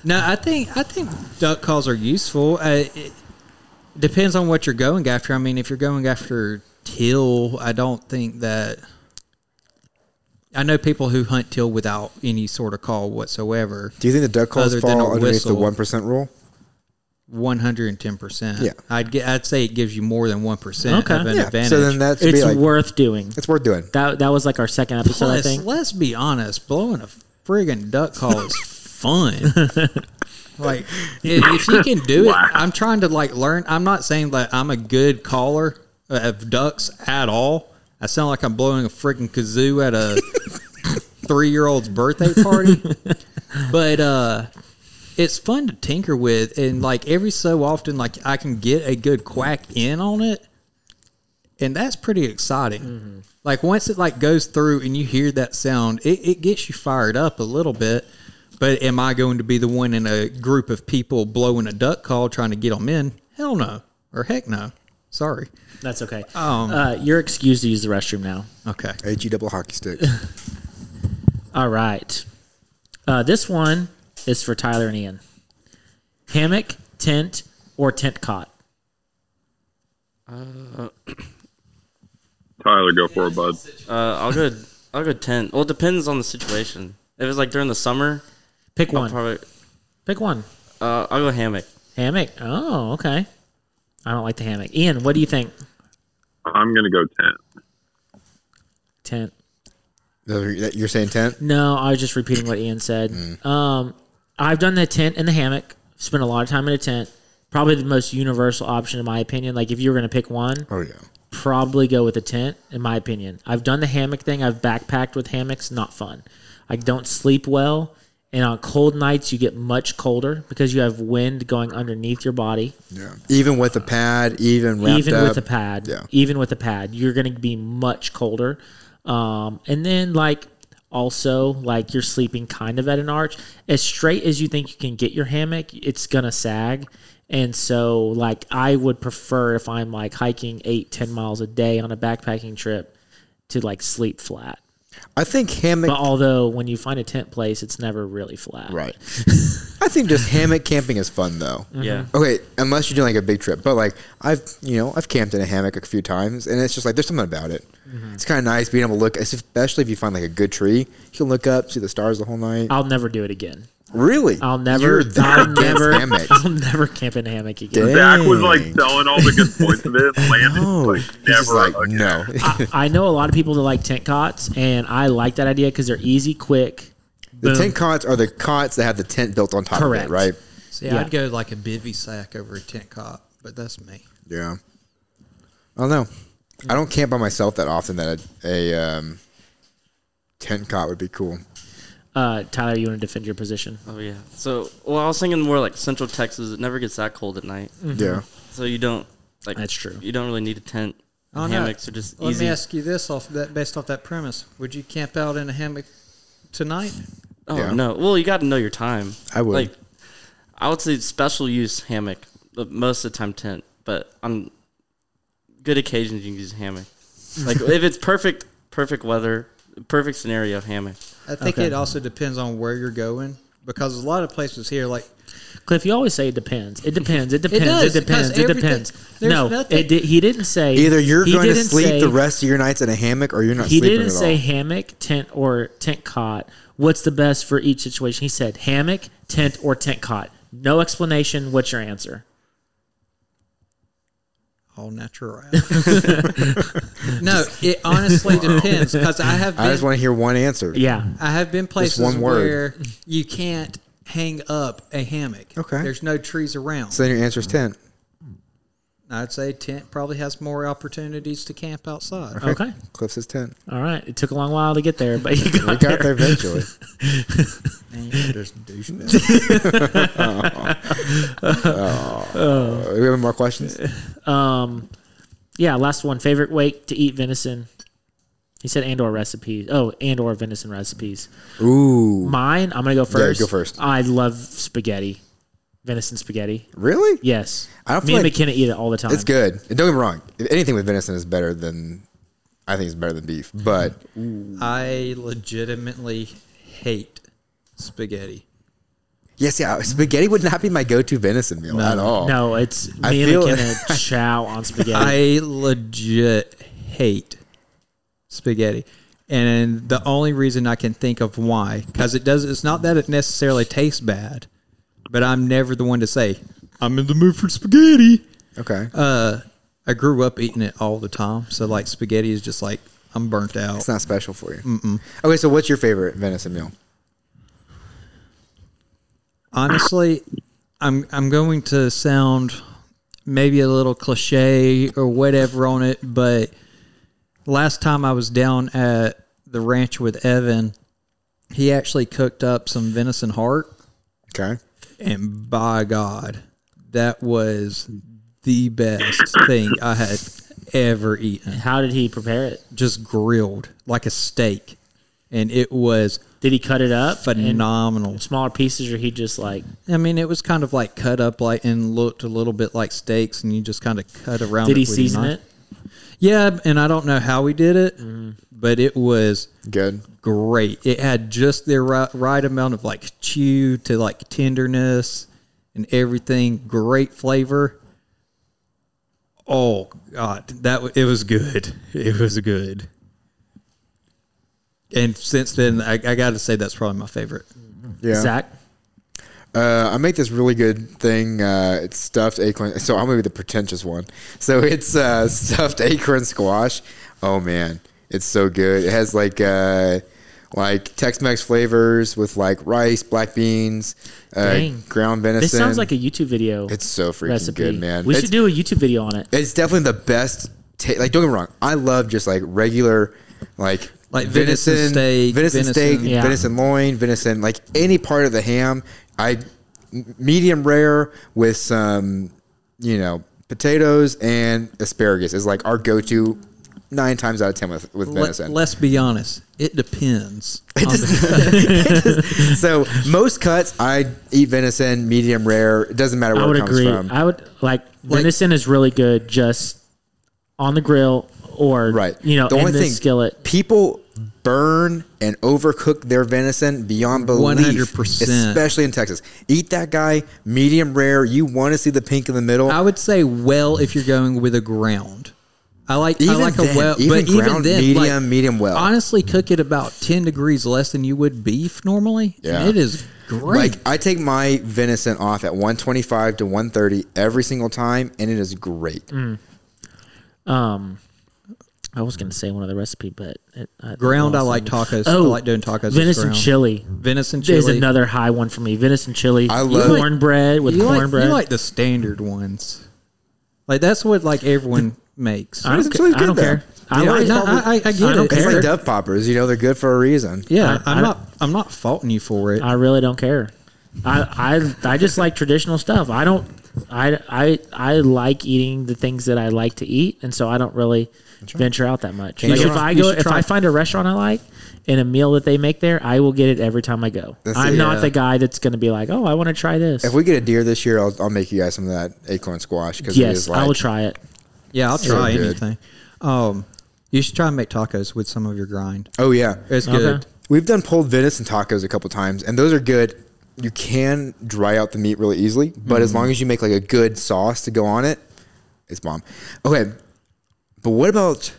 F: no, I think I think duck calls are useful. Uh, it depends on what you're going after. I mean, if you're going after teal, I don't think that. I know people who hunt teal without any sort of call whatsoever.
D: Do you think the duck
E: Oh,
D: calls
F: Other than
D: fall
F: a
D: underneath the
F: whistle.
D: one percent rule?
F: One hundred and ten percent.
D: Yeah.
F: I'd get, I'd say it gives you more than one percent
E: Okay.
F: of an
D: Yeah.
F: advantage.
D: So then that's
E: It's
D: be like,
E: worth doing.
D: it's worth doing.
E: That that was like our second episode, I
F: Plus,
E: think.
F: let's be honest, blowing a friggin' duck call is fun. like, if, if you can do it, I'm trying to like learn. I'm not saying that I'm a good caller of ducks at all. I sound like I'm blowing a friggin' kazoo at a three year old's birthday party. but uh, it's fun to tinker with, and like every so often, like I can get a good quack in on it, and that's pretty exciting.
E: Mm-hmm.
F: Like once it like goes through and you hear that sound, it, it gets you fired up a little bit. But am I going to be the one in a group of people blowing a duck call trying to get them in? Hell no, or heck no. Sorry.
E: That's okay. uh, you're excused to use the restroom now.
F: Okay.
D: H E double hockey stick.
E: All right. Uh, this one is for Tyler and Ian. Hammock, tent, or tent cot.
G: Tyler, go for it, bud.
H: Uh, I'll go. I'll go tent. Well, it depends on the situation. If it's like during the summer,
E: Pick
H: I'll
E: one.
H: Oh, probably.
E: Pick one.
H: Uh, I'll go hammock.
E: Hammock. Oh, okay. I don't like the hammock. Ian, what do you think?
G: I'm gonna go tent.
E: Tent.
D: You're saying tent?
E: No, I was just repeating what Ian said. Um, I've done the tent and the hammock. Spent a lot of time in a tent. probably the most universal option in my opinion. Like if you were going to pick one,
D: Oh yeah.
E: probably go with a tent in my opinion. I've done the hammock thing. I've backpacked with hammocks. Not fun. I don't sleep well, and on cold nights you get much colder because you have wind going underneath your body.
D: Yeah. Even with a pad, even wrapped
E: even
D: up.
E: with a pad,
D: Yeah.
E: even with a pad, you're going to be much colder. Um, and then like also like you're sleeping kind of at an arch, as straight as you think you can get your hammock, it's going to sag. And so like I would prefer if I'm like hiking eight ten miles a day on a backpacking trip to like sleep flat.
D: I think hammock
E: But although when you find a tent place, it's never really flat.
D: Right. I think just hammock camping is fun though.
E: Mm-hmm.
F: Mm-hmm.
H: Yeah.
D: Okay, unless you're doing like a big trip, but like I've you know I've camped in a hammock a few times, and it's just like there's something about it.
E: Mm-hmm.
D: It's kind of nice being able to look, especially if you find like a good tree. You can look up, see the stars the whole night.
E: I'll never do it again.
D: really?
E: I'll never.
D: You're that
E: I'll
D: against
E: never.
D: hammocks.
E: I'll never camp in a hammock again.
D: Dang.
G: Zach was like selling all the good points of it. and Landon's
D: No.
G: like
D: He's just
G: never
D: like
G: again.
D: no.
E: I know a lot of people that like tent cots, and I like that idea because they're easy, quick.
D: the
E: Boom.
D: tent cots are the cots that have the tent built on top
E: Correct.
D: of it, right?
F: See,
E: Yeah.
F: I'd go like a bivy sack over a tent cot, but that's me.
D: Yeah. I don't know. I don't camp by myself that often. That a, a um, tent cot would be cool.
E: Uh, Tyler, you want to defend your position?
H: Oh yeah. So well, I was thinking more like Central Texas. It never gets that cold at night,
F: Mm.
E: Mm-hmm.
D: Yeah.
H: so you don't like.
E: That's true.
H: You don't really need a tent.
F: Oh, no.
H: Hammocks are just
F: Let
H: easy.
F: me ask you this off that based off that premise. Would you camp out in a hammock tonight?
H: Oh
D: Yeah.
H: no! Well, you got to know your time.
D: I would.
H: Like, I would say special use hammock, but most of the time tent. But on good occasions, you can use hammock. Like if it's perfect, perfect weather, perfect scenario, hammock.
F: I think
E: Okay.
F: it also depends on where you're going because a lot of places here, like
E: Cliff, you always say it depends. It depends. It depends. It,
F: does,
E: depends.
F: because
E: It
F: everything-
E: depends.
F: there's
E: No,
F: nothing.
E: it di- he didn't say.
D: Either you're
E: he
D: going to
E: didn't
D: sleep
E: say-
D: the rest of your nights in a hammock, or you're not
E: He
D: sleeping
E: didn't
D: at
E: say
D: all.
E: hammock, tent, or tent cot. What's the best for each situation? He said hammock, tent, or tent cot. No explanation. What's your answer?
F: all natural. no, it honestly depends because I have been,
D: I
F: I,
D: just want to hear one answer.
E: Yeah.
F: have been places
D: one word.
F: where you can't hang up a hammock.
D: Okay.
F: there's no trees around.
D: So then your answer's tent.
F: I'd say tent probably has more opportunities to camp outside.
D: Uh-huh.
E: Okay.
D: Cliff's is tent.
E: All right. It took a long while to get there, but you got,
D: We got
E: there.
D: there eventually. oh. Do we have any more questions?
E: Yeah, last one. Favorite way to eat venison. He said and or recipes. Oh, and or venison recipes.
D: Ooh,
E: Mine, I'm gonna go first.
D: go first.
E: I love spaghetti. Venison spaghetti.
D: really?
E: Yes.
D: I don't
E: Me
D: feel
E: and
D: like-
E: McKenna eat it all the time.
D: It's good. And don't get me wrong. If anything with venison is better than, I think it's better than beef. But
E: Mm-hmm.
F: I legitimately hate spaghetti.
D: yes, yeah, spaghetti would not be my go-to venison meal at all.
E: No, it's
D: Oh. I
E: me
D: feel-
E: and McKenna chow on spaghetti.
F: I legit hate spaghetti. And the only reason I can think of why, because it does, it's not that it necessarily tastes bad, but I'm never the one to say, I'm in the mood for spaghetti.
D: Okay.
E: Uh,
F: I grew up eating it all the time. So, like, spaghetti is just like, I'm burnt out.
D: it's not special for you. Okay, so what's your favorite venison meal?
F: honestly i'm i'm going to sound maybe a little cliche or whatever on it but last time i was down at the ranch with evan he actually cooked up some venison heart
D: Okay.
F: and by god that was the best thing i had ever eaten
E: How did he prepare it?
F: just grilled like a steak and it was
E: Did he cut it up in
F: phenomenal
E: smaller pieces, or he just like?
F: I mean, it was kind of like cut up, like and looked a little bit like steaks, and you just kind of cut around.
E: Did he
F: with your
E: season
F: knife.
E: it? Mm-hmm.
F: Yeah, and I don't know how he did it, but it was
D: Good.
F: great. It had just the right, right amount of like chew to like tenderness and everything. Great flavor. Oh God, that w- it was good. It was good. And since then, I, I got to say that's probably my favorite.
D: Yeah.
E: Zach,
D: Uh, I make this really good thing. Uh, it's stuffed acorn. So I'm gonna be the pretentious one. So it's uh, stuffed acorn squash. Oh man, it's so good. It has like uh, like Tex-Mex flavors with like rice, black beans, uh,
E: Dang.
D: ground venison.
E: This sounds like a YouTube video.
D: it's so freaking
E: recipe.
D: good, man.
E: We
D: it's,
E: should do a YouTube video on it.
D: It's definitely the best. Ta- like, don't get me wrong. I love just like regular, like
F: Like venison steak,
D: venison, steak,
F: venison-
E: Yeah.
D: venison loin, venison, like any part of the ham. I m- medium rare with some, you know, potatoes and asparagus is like our go-to nine times out of ten with with
F: Let,
D: venison.
F: us be honest. It depends. on the-
D: so most cuts, I eat venison medium rare. It doesn't matter where
E: I would
D: it comes
E: agree.
D: from.
E: I would like, venison is really good just on the grill or
D: Right.
E: You know,
D: the
E: in the skillet.
D: people burn and overcook their venison beyond belief,
F: 100%.
D: especially in Texas. Eat that guy medium rare. You want to see the pink in the middle.
F: I would say well if you're going with a ground. I like I
D: Even
F: like
D: then,
F: a well,
D: even
F: but even
D: ground,
F: then,
D: medium,
F: like,
D: medium well. Mm.
F: Honestly, cook it about ten degrees less than you would beef normally. and
D: Yeah.
F: it is great.
D: like I take my venison off at 125 to 130 every single time, and it is great.
E: Mm. I was going to say one of the recipe, but it, I,
F: ground, I
E: lost it.
F: like tacos. I
E: Oh,
F: like doing tacos. with
E: venison
F: ground.
E: chili.
F: venison chili.
E: There's another high one for me. Venison chili.
D: I love-
E: cornbread with
F: you like,
E: cornbread.
F: You like the standard ones. Like that's what like everyone makes.
E: I don't,
D: Venison
E: ca-
D: chili's
E: I
D: good,
E: don't
D: though.
E: care. I
F: Yeah,
E: like
F: no, I- I- I get
E: don't
F: it.
D: It's
E: care.
D: like Dove Poppers, you know, they're good for a reason.
F: yeah,
E: I-
F: I, am
E: I-
F: not. I'm not faulting you for it.
E: I really don't care. I, I I just like traditional stuff. I don't. I, I I like eating the things that I like to eat, and so I don't really venture out that much. Like
F: should
E: if
F: try-
E: I
F: you
E: go,
F: should
E: if
F: try-
E: I find a restaurant I like and a meal that they make there, I will get it every time I go.
D: That's
E: I'm
D: it,
E: not
F: yeah.
E: the guy that's going to be like, oh, I want to try this.
D: If we get a deer this year, I'll, I'll make you guys some of that acorn squash because it
E: yes,
D: is like
E: I will try it.
F: yeah, I'll try
D: good.
F: anything. Um, you should try and make tacos with some of your grind.
D: Oh yeah,
F: It's
E: Okay.
F: good.
D: We've done pulled venison tacos a couple times, and those are good. You can dry out the meat really easily, but as
F: Mm-hmm.
D: long as you make like a good sauce to go on it, it's bomb. Okay, but what about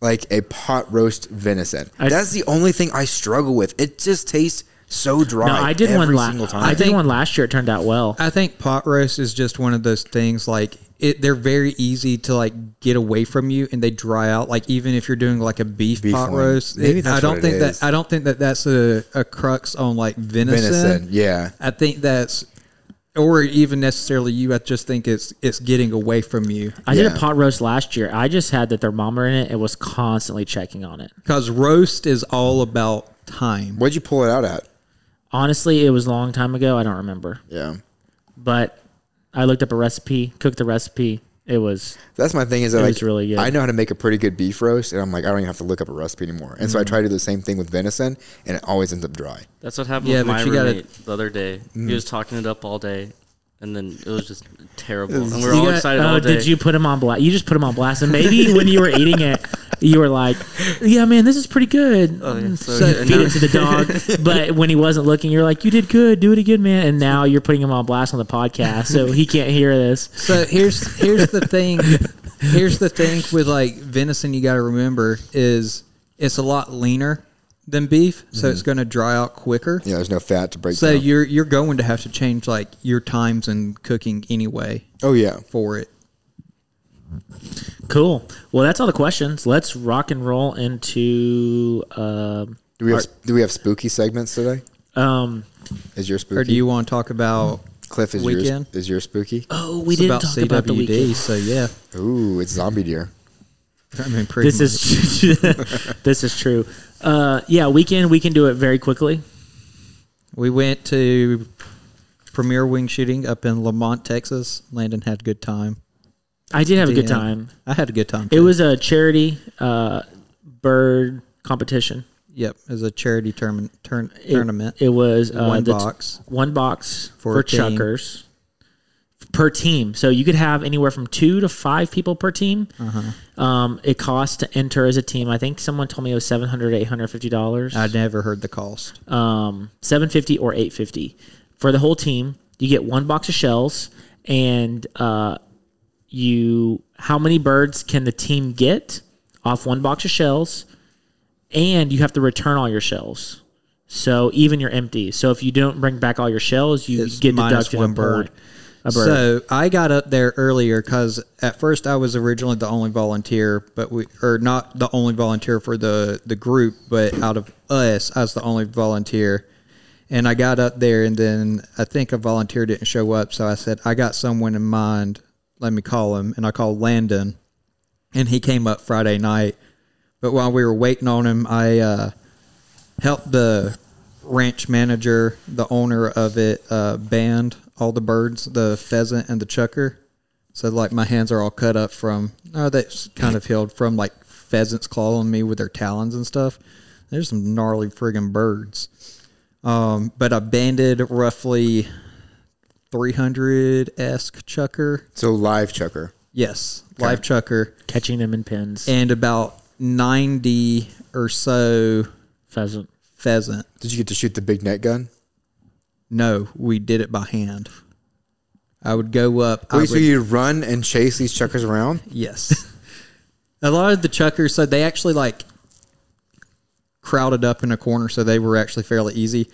D: like a pot roast venison?
E: I-
D: That's the only thing I struggle with. It just tastes so dry.
E: No, I did
D: every
E: one
D: single
E: last.
D: time.
E: I did
F: think-
E: one last year. It turned out well.
F: I think pot roast is just one of those things like it they're very easy to like get away from you and they dry out like even if you're doing like a beef,
D: Beef
F: pot
D: one.
F: roast
D: Maybe
F: it-
D: that's
F: I don't
D: what it
F: think
D: is.
F: that I don't think that that's a, a crux on like venison.
D: venison, yeah.
F: I think that's or even necessarily you I just think it's it's getting away from you
E: I did
D: Yeah.
E: a pot roast last year. I just had the thermometer in it. It was constantly checking on it.
F: cuz roast is all about time.
D: What'd you pull it out at?
E: Honestly, it was a long time ago. I don't remember.
D: Yeah,
E: But I looked up a recipe, cooked the recipe. It was
D: that's my thing. Is that
E: It
D: like
E: was really good.
D: I know how to make a pretty good beef roast, and I'm like I don't even have to look up a recipe anymore. And so
E: Mm-hmm.
D: I try to do the same thing with venison, and it always ends up dry.
H: That's what happened
F: Yeah,
H: with
F: but
H: my
F: you gotta-
H: roommate the other day. He was talking it up all day, and then it was just terrible. And we were
E: You
H: all
E: got-
H: excited
E: oh,
H: all day.
E: did you put him on blast? You just put him on blast, and maybe when you were eating it, you were like, "Yeah, man, this is pretty good."
H: Oh, yeah, so-
E: Mm,
H: and
E: feed
H: now-
E: it to the dog. but when he wasn't looking, you're like, "You did good. Do it again, man." And now you're putting him on blast on the podcast, so he can't hear this.
F: So here's here's the thing. Here's the thing with like venison. You got to remember is it's a lot leaner than beef, so
E: Mm-hmm.
F: it's going to dry out quicker.
D: You know, there's no fat to break.
F: So
D: down.
F: you're you're going to have to change like your times in cooking anyway
D: oh yeah.
F: for it.
E: Cool. Well, that's all the questions. Let's rock and roll into. Um,
D: Do we have do we have spooky segments today?
E: um,
D: Is your spooky?
F: Or do you want to talk about?
D: Cliff is
F: weekend?
D: yours is your spooky?
E: oh, we
F: it's
E: didn't
F: about
E: talk
F: CWD.
E: about the weekend.
F: So yeah,
D: Ooh, it's zombie deer.
F: I mean, pretty
E: This is this is true. Uh, yeah, weekend we can do it very quickly.
F: We went to premier wing shooting up in Lamont, Texas. Landon had a good time.
E: I did have a good
F: Yeah.
E: time.
F: I had a good time.
E: It
F: too.
E: was a charity uh, bird competition.
F: yep, it was a charity tournament. Turn,
E: It-
F: tournament.
E: It was uh,
F: one
E: the t-
F: box.
E: one box
F: For
E: for,
F: a team.
E: chuckers per team. So you could have anywhere from two to five people per team.
F: Uh-huh.
E: Um, it costs to enter as a team. I think someone told me it was seven hundred, eight hundred fifty dollars.
F: I never heard the cost.
E: um, 750 or 850 for the whole team you get one box of shells and uh, you how many birds can the team get off one box of shells and you have to return all your shells so even your empty so if you don't bring back all your shells you
F: It's
E: get
F: minus
E: deducted
F: one
E: a point.
F: bird.
E: a bird.
F: So I got up there earlier because at first I was originally the only volunteer, but we or not the only volunteer for the the group, but out of us, I was the only volunteer. And I got up there, and then I think a volunteer didn't show up, so I said I got someone in mind. Let me call him, and I called Landon, and he came up Friday night. But while we were waiting on him, I uh, helped the ranch manager, the owner of it, uh, banned all the birds, the pheasant and the chucker. So like my hands are all cut up from, oh, that's kind of healed from like pheasants clawing me with their talons and stuff. There's some gnarly friggin' birds. Um, but I banded roughly 300 esque chucker.
D: So live chucker.
F: Yes, live chucker.
E: catching them in pins.
F: And about 90 or so
E: pheasant.
F: pheasant.
D: Did you get to shoot the big net gun?
F: No, we did it by hand. I would go up. I
D: Wait, so
F: would-
D: you run and chase these chuckers around?
F: Yes. a lot of the chuckers, so they actually like crowded up in a corner, so they were actually fairly easy.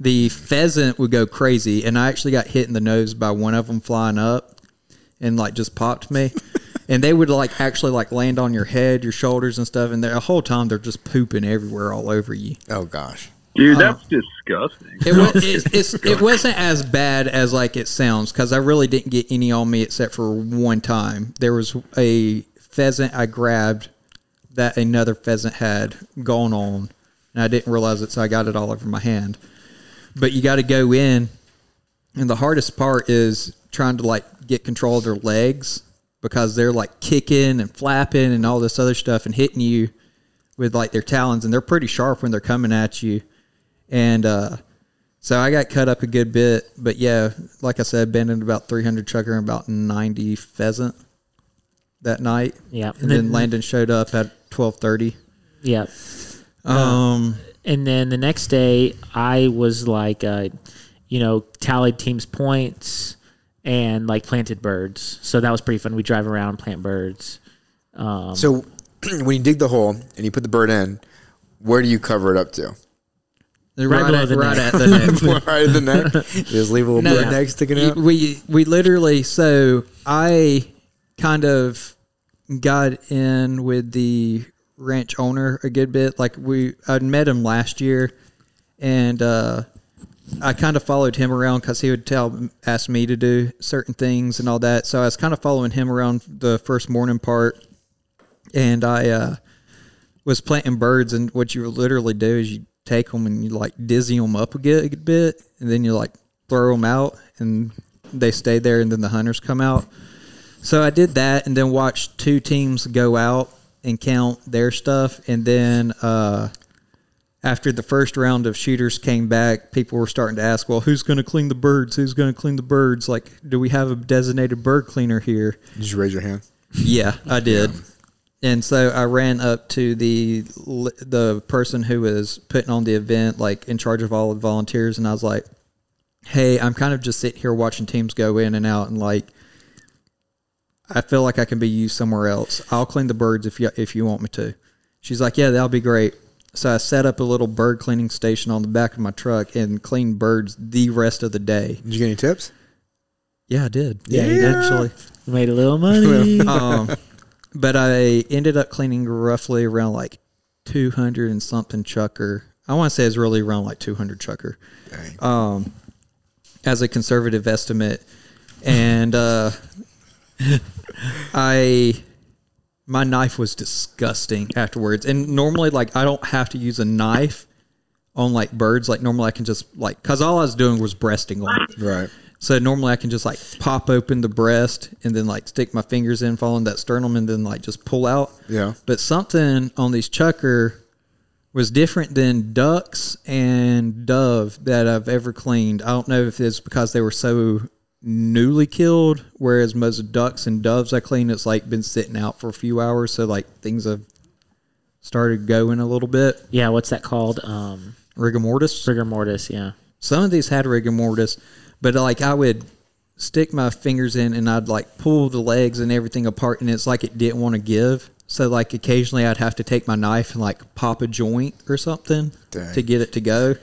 F: The pheasant would go crazy, and I actually got hit in the nose by one of them flying up and like just popped me. and they would like actually like land on your head, your shoulders, and stuff. And the whole time they're just pooping everywhere all over you.
D: Oh gosh.
G: Dude,
D: oh.
G: that's disgusting.
F: It, wa- it, it's, it wasn't as bad as like it sounds because I really didn't get any on me except for one time. There was a pheasant I grabbed that another pheasant had gone on, and I didn't realize it, so I got it all over my hand. But you got to go in, and the hardest part is trying to like get control of their legs because they're like kicking and flapping and all this other stuff and hitting you with like their talons, and they're pretty sharp when they're coming at you. And uh, so I got cut up a good bit, but yeah, like I said, been in about 300 chucker and about 90 pheasant that night.
E: Yeah.
F: and then Landon showed up at 12:30.
E: Yeah.
F: Um,
E: and then the next day I was like, uh, you know, tallied teams' points and like planted birds. So that was pretty fun. We drive around and plant birds.
F: Um,
D: So when you dig the hole and you put the bird in, where do you cover it up to?
E: Right below
F: at,
E: the
F: right
E: neck.
F: at the neck.
D: right in the neck. Just leave a little
F: No,
D: bird
F: yeah.
D: neck sticking out.
F: We we literally so I kind of got in with the ranch owner a good bit. Like we I'd met him last year and uh I kind of followed him around because he would tell, ask me to do certain things and all that. So I was kind of following him around the first morning part, and I uh, was planting birds. And what you literally do is you take them and you like dizzy them up a good a bit, and then you like throw them out, and they stay there, and then the hunters come out. So I did that, and then watched two teams go out and count their stuff, and then. Uh, after the first round of shooters came back, people were starting to ask, well, who's going to clean the birds? Who's going to clean the birds? Like, do we have a designated bird cleaner here?
D: Did you raise your hand?
F: Yeah, I did. And so I ran up to the the person who was putting on the event, like in charge of all the volunteers, and I was like, "Hey, I'm kind of just sitting here watching teams go in and out, and like, I feel like I can be used somewhere else. I'll clean the birds if you if you want me to." She's like, "Yeah, that'll be great." So I set up a little bird cleaning station on the back of my truck and cleaned birds the rest of the day.
D: Did you get any tips?
F: Yeah, I did. Yeah, actually.
E: We made a little money.
F: Um, but I ended up cleaning roughly around like 200 and something chucker. I want to say it's really around like 200 chucker Um, as a conservative estimate. And uh, I, my knife was disgusting afterwards. And normally, like, I don't have to use a knife on like birds. Like, normally, I can just like, because all I was doing was breasting on it.
D: Right.
F: So normally I can just like pop open the breast and then like stick my fingers in, following that sternum, and then like just pull out.
D: Yeah.
F: But something on these chucker was different than ducks and dove that I've ever cleaned. I don't know if it's because they were so newly killed, whereas most ducks and doves I clean, it's like been sitting out for a few hours, so like things have started going a little bit.
E: yeah, what's that called? Um,
F: Rigor mortis
E: rigor mortis. Yeah.
F: some of these had rigor mortis, but like I would stick my fingers in and I'd like pull the legs and everything apart, and it's like it didn't want to give. So like occasionally I'd have to take my knife and like pop a joint or something
D: Dang.
F: to get it to go.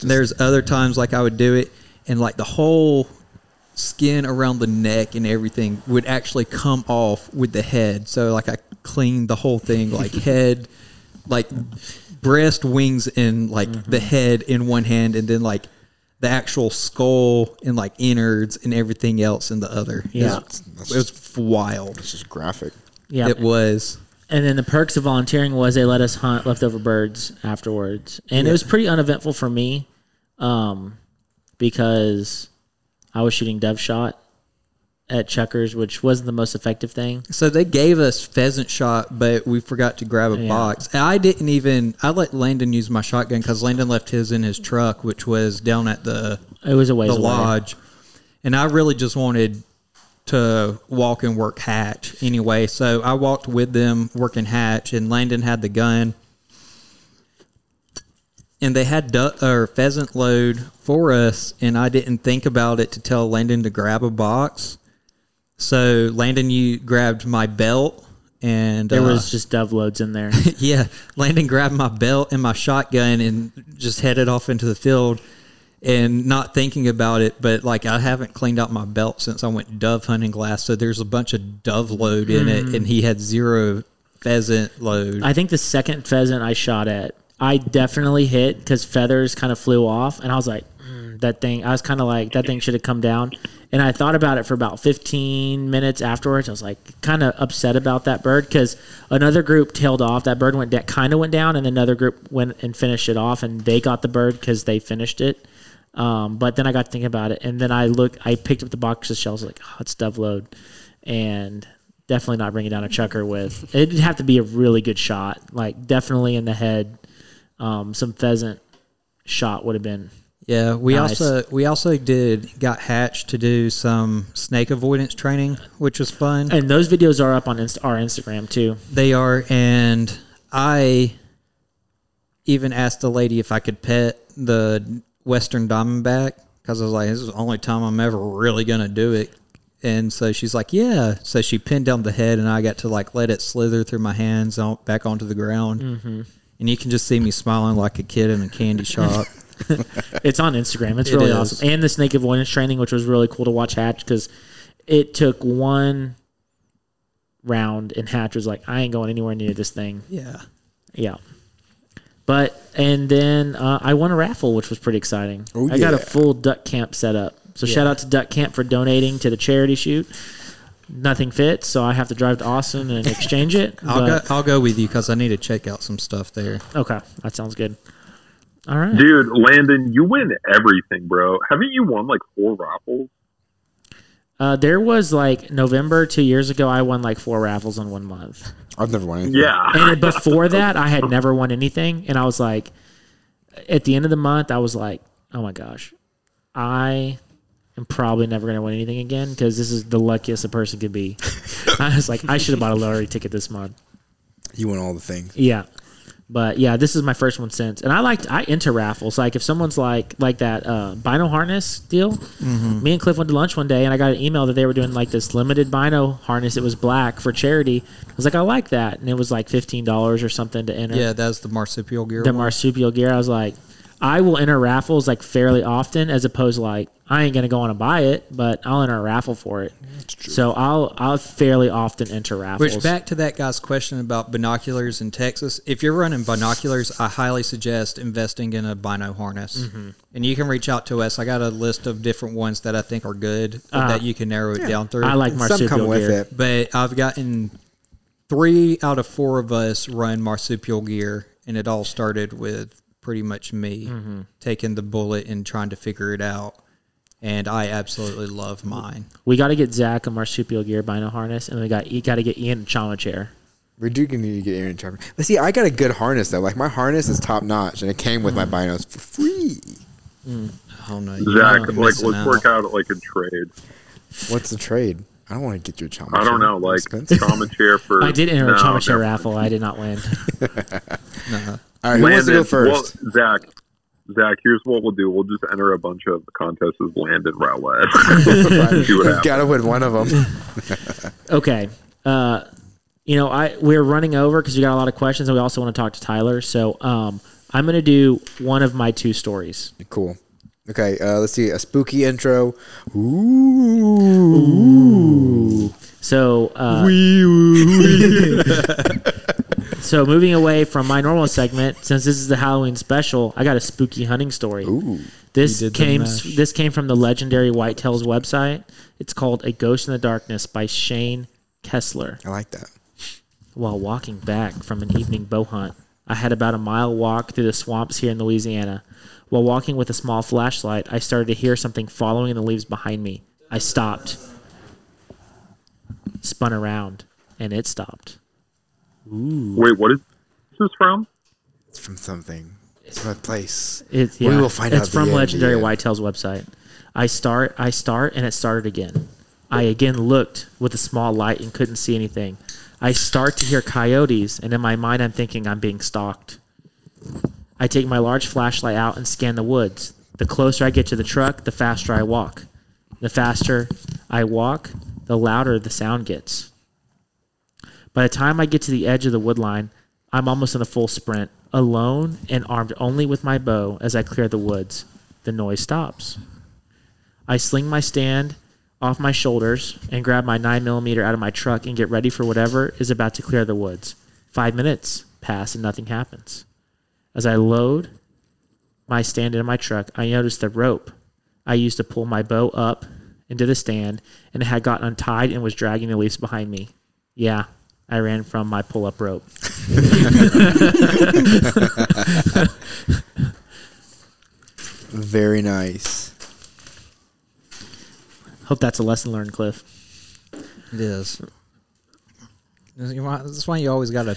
F: There's other times like I would do it, and like the whole skin around the neck and everything would actually come off with the head. So like I cleaned the whole thing, like head, like breast, wings, and like
E: Mm-hmm.
F: the head in one hand, and then like the actual skull and like innards and everything else in the other.
E: Yeah.
F: it was, it was wild.
D: This is graphic.
E: Yeah.
F: It was.
E: and then the perks of volunteering was they let us hunt leftover birds afterwards, and it was pretty uneventful for me, um, because I was shooting dove shot at checkers, which wasn't the most effective thing.
F: So they gave us pheasant shot, but we forgot to grab a box. And I didn't even. I let Landon use my shotgun because Landon left his in his truck, which was down at the
E: It was a ways
F: the
E: away.
F: lodge, and I really just wanted to walk and work hatch anyway. So I walked with them working hatch, and Landon had the gun, and they had duck or pheasant load for us, and I didn't think about it to tell Landon to grab a box. So Landon, you grabbed my belt, and
E: There
F: uh,
E: was just dove loads in there.
F: yeah, Landon grabbed my belt and my shotgun and just headed off into the field and not thinking about it. But like, I haven't cleaned out my belt since I went dove hunting last. So there's a bunch of dove load in it, and he had zero pheasant load.
E: I think the second pheasant I shot at, I definitely hit because feathers kind of flew off, and I was like, "Mm, that thing. I was kind of like, that thing should have come down. And I thought about it for about 15 minutes afterwards. I was like, kind of upset about that bird because another group tailed off. That bird went that kind of went down, and another group went and finished it off, and they got the bird because they finished it. Um, but then I got to thinking about it, and then I look, I picked up the box of shells, like, oh, it's dove load, and definitely not bringing down a chucker with. It'd have to be a really good shot, like definitely in the head. Um, some pheasant shot would have been.
F: yeah, we
E: Nice.
F: also we also did got Hatch to do some snake avoidance training, which was fun.
E: And those videos are up on Inst- our Instagram too.
F: They are, and I even asked the lady if I could pet the Western Diamondback because I was like, "This is the only time I'm ever really gonna do it." And so she's like, "Yeah." So she pinned down the head, and I got to like let it slither through my hands out back onto the ground, mm-hmm. and you can just see me smiling like a kid in a candy shop.
E: It's on Instagram. It's really
F: is.
E: awesome. And the snake avoidance training, which was really cool to watch Hatch because it took one round and Hatch was like, I ain't going anywhere near this thing.
F: yeah,
E: Yeah. But and then uh, I won a raffle, which was pretty exciting.
F: Oh,
E: I got a
D: yeah.
E: full duck camp set up. So shout out to Duck Camp for donating to the charity shoot. Nothing fits, so I have to drive to Austin and exchange it.
F: I'll
E: but-
F: go. I'll go with you because I need to check out some stuff there.
E: Okay, that sounds good. All right.
G: Dude, Landon, you win everything, bro. Haven't you won like four raffles?
E: Uh, there was like November two years ago. I won like four raffles in one month.
D: I've never won anything.
G: Yeah.
E: and then before that, I had never won anything, and I was like, at the end of the month, I was like, oh my gosh, I am probably never going to win anything again because this is the luckiest a person could be. I was like, I should have bought a lottery ticket this month.
D: You won all the things.
E: Yeah. But yeah, this is my first one since, and I liked I enter raffles. Like if someone's like like that uh, bino harness deal, me and Cliff went to lunch one day, and I got an email that they were doing like this limited bino harness. It was black for charity. I was like, I like that, and it was like fifteen dollars or something to enter
F: Yeah, that's the marsupial gear.
E: the
F: one.
E: marsupial gear. I was like, I will enter raffles like fairly often, as opposed to like I ain't gonna go on and buy it, but I'll enter a raffle for it. So I'll I'll fairly often enter raffles.
F: Which back to that guy's question about binoculars in Texas. If you're running binoculars, I highly suggest investing in a bino harness. And you can reach out to us. I got a list of different ones that I think are good that you can narrow it down through.
E: I like marsupial
D: Some come with
E: gear.
D: it.
F: but I've gotten three out of four of us run marsupial gear, and it all started with pretty much me taking the bullet and trying to figure it out. And I absolutely love mine.
E: We got to get Zach a marsupial gear bino harness, and we got you got to get Ian a chama chair.
D: We do need to get Aaron Trevor. But see, I got a good harness though. Like my harness is top notch, and it came with my binos for free.
F: I don't know.
D: Oh,
G: Zach, like, let's
F: missing out.
G: work out like a trade.
D: What's the trade? I don't want to get you a chama.
G: I don't
D: chair.
G: know, like
D: Expensive.
G: trauma chair for.
E: I did enter a
G: No,
E: chama chair
G: never-
E: raffle. I did not win.
D: All right, who wants to go
G: Landon,
D: first?
G: well, Zach, Zach, here's what we'll do. We'll just enter a bunch of contests as Landon Rowlett. See what happens.
D: Gotta win one of them.
E: Okay. Uh, you know, I we're running over because we got a lot of questions, and we also want to talk to Tyler. So um, I'm going to do one of my two stories.
D: cool. Okay, uh, let's see a spooky intro. Ooh,
E: So, uh, so moving away from my normal segment, since this is the Halloween special, I got a spooky hunting story.
D: ooh.
E: This
F: You did the
E: came
F: mash.
E: this came from the legendary Whitetails website. It's called "A Ghost in the Darkness" by Shane Kessler.
D: I like that.
E: While walking back from an evening bow hunt, I had about a mile walk through the swamps here in Louisiana. While walking with a small flashlight, I started to hear something following in the leaves behind me. I stopped, spun around, and it stopped.
G: Wait, what is this from?
D: It's from something. It's my place.
E: It,
D: We
E: yeah,
D: will find
E: it's
D: out
E: from
D: the end,
E: Legendary
D: the end.
E: Whitetail's website. I start, I start, and it started again. I again looked with a small light and couldn't see anything. I start to hear coyotes, and in my mind, I'm thinking I'm being stalked. I take my large flashlight out and scan the woods. The closer I get to the truck, the faster I walk. The faster I walk, the louder the sound gets. By the time I get to the edge of the wood line, I'm almost in a full sprint, alone and armed only with my bow as I clear the woods. The noise stops. I sling my stand off my shoulders and grab my 9mm out of my truck and get ready for whatever is about to clear the woods. Five minutes pass and nothing happens. As I load my stand into my truck, I notice the rope I used to pull my bow up into the stand and it had gotten untied and was dragging the leaves behind me. Yeah, I ran from my pull up rope.
D: Very nice.
E: Hope that's a lesson learned, Cliff.
F: It is. That's why you always got to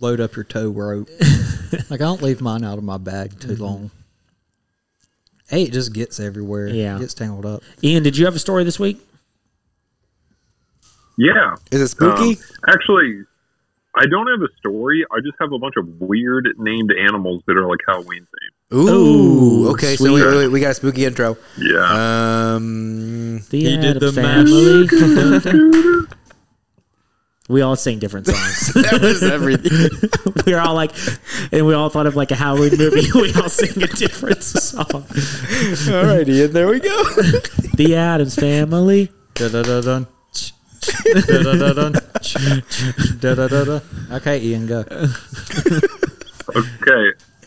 F: load up your tow rope. like I don't leave mine out of my bag too long. Hey, it just gets everywhere.
E: Yeah.
F: it gets tangled up.
E: Ian, did you have a story this week?
G: Yeah.
D: Is it spooky?
G: Um, actually, I don't have a story. I just have a bunch of weird named animals that are like Halloween themed.
D: ooh. Okay, so wait,
G: sweet.
D: wait, wait, we got a spooky intro.
G: Yeah.
D: Um,
E: The
F: He did the
E: we all sing different songs.
D: that was everything.
E: we were all like, and we all thought of like a Halloween movie. we all sing a different song.
D: All right, Ian. There we go.
E: The Adams Family.
F: Da-da-da-dun. Da-da-da-dun. Da-da-da-dun. Okay, Ian, go.
G: okay.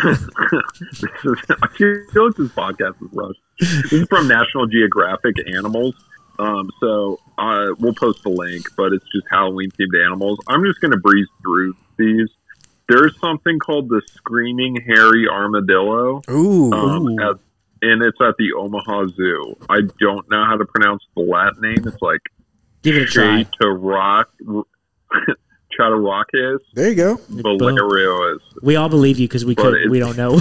G: this is, I feel like this podcast is rushed. This is from National Geographic Animals. Um, so uh, we'll post the link, but it's just Halloween themed animals. I'm just going to breeze through these. There's something called the Screaming Hairy Armadillo.
D: Ooh.
G: um, at, and it's at the Omaha Zoo. I don't know how to pronounce the Latin name. It's like
E: Give it a try.
G: Chatteroc- Chatterocus
D: there you go.
G: Valerius.
E: We all believe you because we
G: But
E: could. We don't know.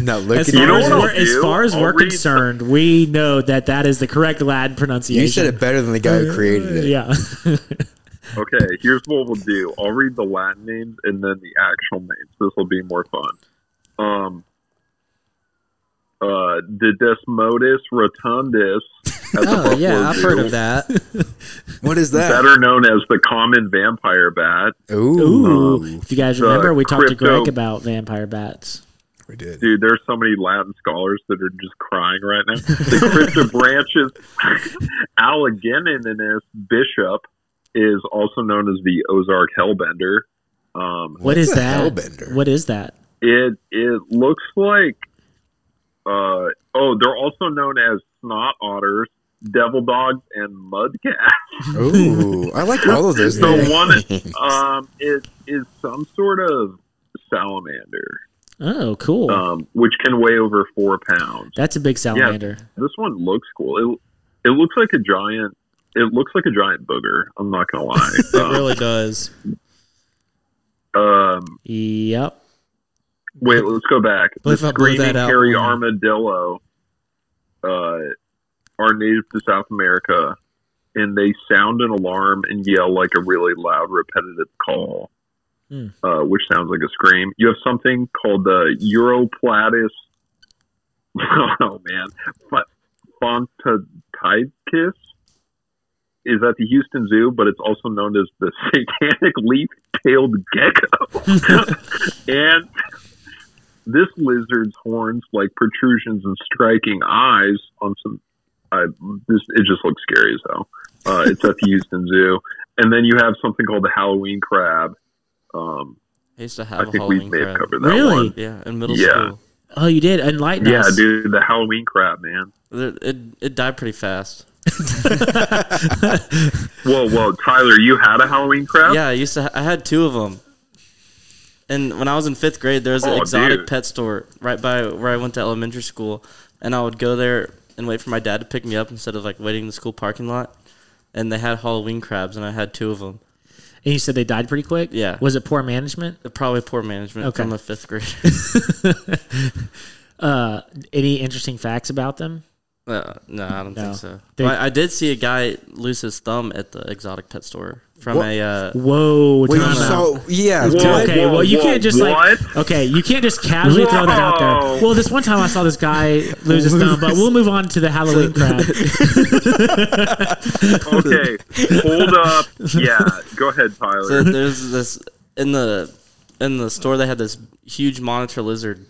D: Now look
E: As
D: at you.
E: far
G: know
E: as
G: what I'll
E: we're, as
G: do?
E: far as
G: I'll
E: we're
G: read-
E: concerned, we know that that is the correct Latin pronunciation.
D: You said it better than the guy who created it.
E: Yeah.
G: Okay, here's what we'll do. I'll read the Latin names and then the actual names. This will be more fun. Um, uh, the Desmodus rotundus at the
F: Oh,
G: Buffalo
F: yeah, I've
G: Zoo,
F: heard of that.
D: What is that?
G: Better known as the common vampire bat.
D: Ooh.
E: Ooh. If you guys
G: Um, The
E: remember, we talked to
G: crypto-
E: Greg about vampire bats.
D: We did.
G: Dude, there's so many Latin scholars that are just crying right now. The cryptobranchus Alleghenianus bishop is also known as the Ozark Hellbender. Um,
E: What
D: What's
E: is
D: a
E: that?
D: hellbender?
E: What is that?
G: it it looks like uh oh, they're also known as snot otters, devil dogs, and mudcats.
D: Ooh. I like all of those.
G: The
D: names.
G: one um it is some sort of salamander,
E: Oh, cool.
G: um, which can weigh over four pounds.
E: That's a big salamander.
G: This one looks cool. It it looks like a giant. It looks like a giant booger. I'm not gonna lie.
F: It really does.
G: um,
E: Yep.
G: wait, let's go back. The
F: What if I blew
G: screaming
F: that out
G: hairy
F: more?
G: armadillo uh, are native to South America, and they sound an alarm and yell like a really loud, repetitive call,
E: Hmm.
G: uh, which sounds like a scream. You have something called the Europlatus. oh man, Fa- Fontatitis is at the Houston Zoo, but it's also known as the Satanic Leaf Tailed Gecko. and this lizard's horns like protrusions and striking eyes on some. Uh, this it just looks scary as hell. Uh, it's at the Houston Zoo, and then you have something called the Halloween crab. Um,
H: I used to have
G: I
H: a
G: think we
H: Halloween
G: may have
H: crab.
G: covered that
E: Really?
G: one.
H: Yeah, in middle
G: Yeah.
H: school.
E: Oh, you did enlighten
G: Yeah,
E: us.
G: dude, the Halloween crab, man.
H: It, it, it died pretty fast.
G: Whoa, whoa, Tyler, you had a Halloween crab?
H: Yeah, I used to. Ha- I had two of them. And when I was in fifth grade, there was an
G: Oh,
H: exotic
G: dude.
H: pet store right by where I went to elementary school, and I would go there and wait for my dad to pick me up instead of like waiting in the school parking lot. And they had Halloween crabs, and I had two of them.
E: And you said they died pretty quick?
H: Yeah.
E: Was it poor management?
H: Probably poor management
E: Okay.
H: from a fifth grader.
E: Uh, Any interesting facts about them?
H: Uh, no, I don't
E: No.
H: think so.
E: They-
H: Well, I, I did see a guy lose his thumb at the exotic pet store from a. Uh,
E: Whoa.
D: Well,
E: time
D: you
E: out.
D: saw, yeah.
G: Whoa,
D: what?
E: okay,
G: whoa,
E: well, you
G: whoa,
E: can't just like
G: what?
E: okay, you can't just casually throw that out there.
G: Whoa.
E: Well, this one time I saw this guy lose his thumb, but we'll move on to the Halloween crab.
G: Okay, hold up. Yeah, go ahead, Tyler.
H: so there's this in the in the store they had this huge monitor lizard,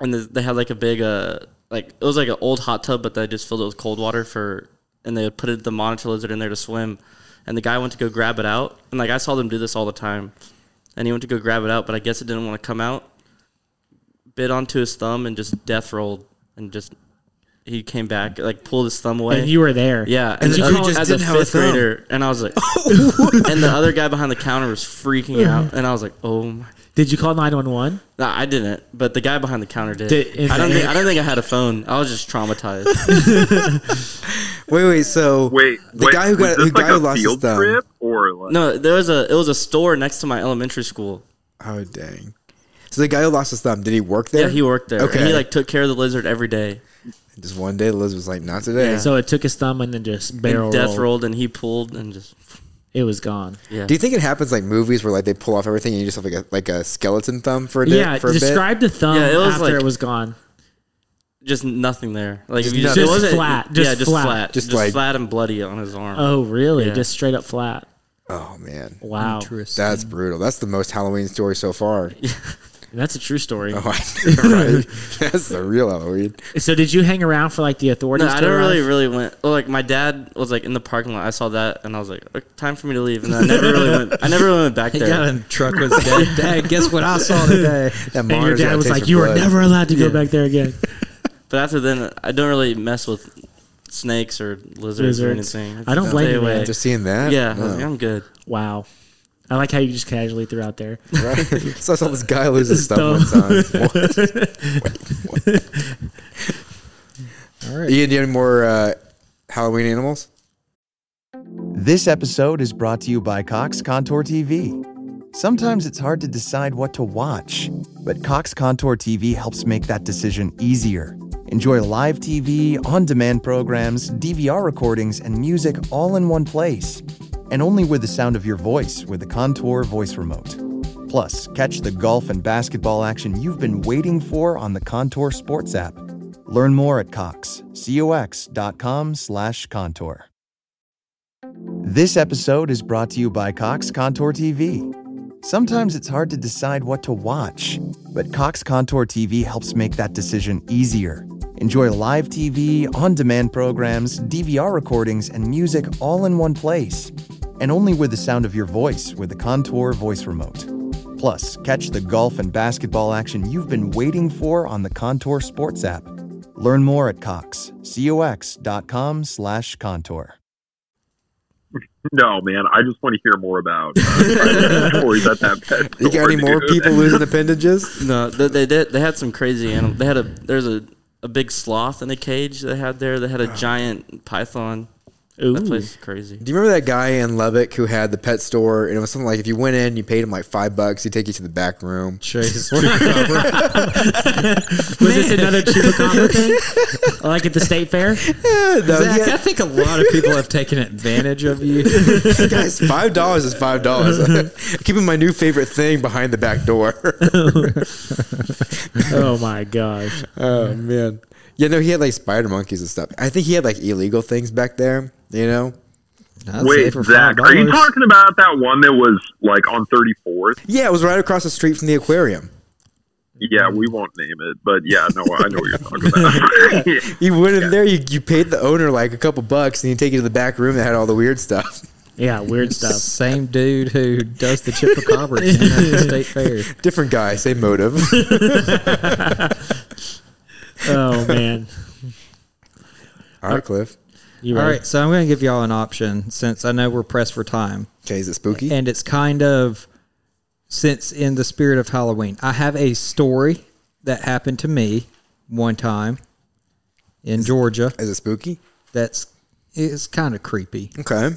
H: and th- they had like a big uh like it was like an old hot tub, but they just filled it with cold water for, and they would put it, the monitor lizard in there to swim, and the guy went to go grab it out, and like I saw them do this all the time, and he went to go grab it out, but I guess it didn't want to come out, bit onto his thumb and just death rolled and just. He came back, like pulled his thumb away.
E: And you were there.
H: Yeah,
D: And
H: the
D: you
H: other-
D: just
H: as a
D: didn't have a
H: fifth
D: thumb.
H: grader, and I was like, and the other guy behind the counter was freaking out, and I was like, oh my.
E: Did you call nine one one?
H: No, I didn't, but the guy behind the counter did.
E: Did- is
H: I don't
E: that-
H: think I don't think I had a phone. I was just traumatized.
D: Wait, wait. So
G: wait,
D: the
G: wait,
D: guy who
G: was
D: got
G: this
D: the guy
G: like
D: who
G: a
D: lost his
G: field
D: thumb.
G: trip or like,
H: no, there was a it was a store next to my elementary school.
D: Oh dang. So the guy who lost his thumb, did he work there?
H: Yeah, he worked there,
D: Okay.
H: and he like took care of the lizard every day.
D: Just one day, Liz was like, "Not today."
E: So it took his thumb and then just barrel
H: and death
E: rolled.
H: rolled, and he pulled, and just
E: It was gone.
H: yeah.
D: Do you think it happens like movies where like they pull off everything and you just have like a like a skeleton thumb for a day,
E: Yeah,
D: for a
E: describe the thumb
H: Yeah, it was
E: after
H: like-
E: it was gone.
H: just nothing there. Like if
D: Just
H: you
D: nothing.
H: it
D: Just
H: wasn't-
E: flat,
H: yeah,
E: just
H: just
E: flat.
H: flat,
D: Just
H: just,
D: like-
H: flat and bloody on his arm.
E: Oh, really?
H: Yeah.
E: Just straight up flat.
D: bit? Oh man,
E: Wow,
F: Interesting.
D: that's brutal. That's the most Halloween story so far.
E: that's a true story.
D: Oh, I know, right? That's the real Halloween.
E: So did you hang around for like the authorities?
H: No, I
E: to
H: don't really,
E: arrive?
H: really went. Well, like my dad was like in the parking lot. I saw that, and I was like, "Okay, "Time for me to leave." And I never really went. I never really went back
F: He got
H: there.
F: in the truck with his dad. dad, guess what I saw today?
D: That
E: And your
D: monitor's got
E: dad
D: a
E: was
D: taste
E: like,
D: of
E: "You are
D: blood.
E: never allowed to go back there again."
H: But after then, I don't really mess with snakes or lizards, or
E: Lizards.
H: anything.
E: I don't
H: Stay
E: blame you, man.
D: After seeing that,
H: Yeah, I
D: No.
H: was like, I'm good.
E: Wow, I like how you just casually threw out there.
D: Right? so I saw this guy lose
E: His
D: his thumb one
E: thumb.
D: time. What? Wait, what? All right. Ian, do you have any more uh, Halloween animals?
I: This episode is brought to you by Cox Contour TV. Sometimes it's hard to decide what to watch, but Cox Contour TV helps make that decision easier. Enjoy live TV, on demand programs, DVR recordings, and music all in one place. And only with the sound of your voice with the Contour voice remote. Plus, catch the golf and basketball action you've been waiting for on the Contour Sports app. Learn more at Cox, cox.com slash contour. This episode is brought to you by Cox Contour TV. Sometimes it's hard to decide what to watch, but Cox Contour TV helps make that decision easier. Enjoy live TV, on demand programs, DVR recordings, and music all in one place. And only with the sound of your voice with the Contour voice remote. Plus, catch the golf and basketball action you've been waiting for on the Contour Sports app. Learn more at Cox, cox.com slash contour.
G: No, man, I just want to hear more about uh, stories at that pet
D: You got
G: store,
D: any more
G: dude.
D: people losing appendages?
H: No, they, they did. They had some crazy animal. They had a there's a a big sloth in a cage they had there. They had a giant python. That
E: Ooh.
H: place is crazy.
D: Do you remember that guy in Lubbock who had the pet store? And it was something like if you went in, you paid him like five bucks, he'd take you to the back room.
F: Jesus. Chupacabra.
E: Was this another chupacabra thing? like at the state fair?
F: Zach, I think a lot of people have taken advantage of you.
D: Guys, five dollars is five dollars. Keeping my new favorite thing behind the back door.
E: Oh my gosh.
D: oh man. Yeah, no, he had like spider monkeys and stuff. I think he had like illegal things back there. You know?
F: I'd say
G: Wait,
F: for
G: Zach, are you
F: $5.
G: talking about that one that was like on 34th?
D: Yeah, it was right across the street from the aquarium.
G: Yeah, we won't name it, but yeah, no, I know what you're talking about.
D: You went in there, you, you paid the owner like a couple bucks, and you take you to the back room that had all the weird stuff.
E: Yeah, weird stuff.
F: Same dude who does the chupacabra at the United State Fair.
D: Different guy, same motive.
E: Oh man,
D: all right, Cliff.
E: you
F: All
E: ready?
F: right, so I'm going to give y'all an option since I know we're pressed for time.
D: Okay, is it spooky?
F: And it's kind of since in the spirit of Halloween. I have a story that happened to me one time in Georgia
D: Is it spooky?
F: that's it's kind of creepy.
D: Okay.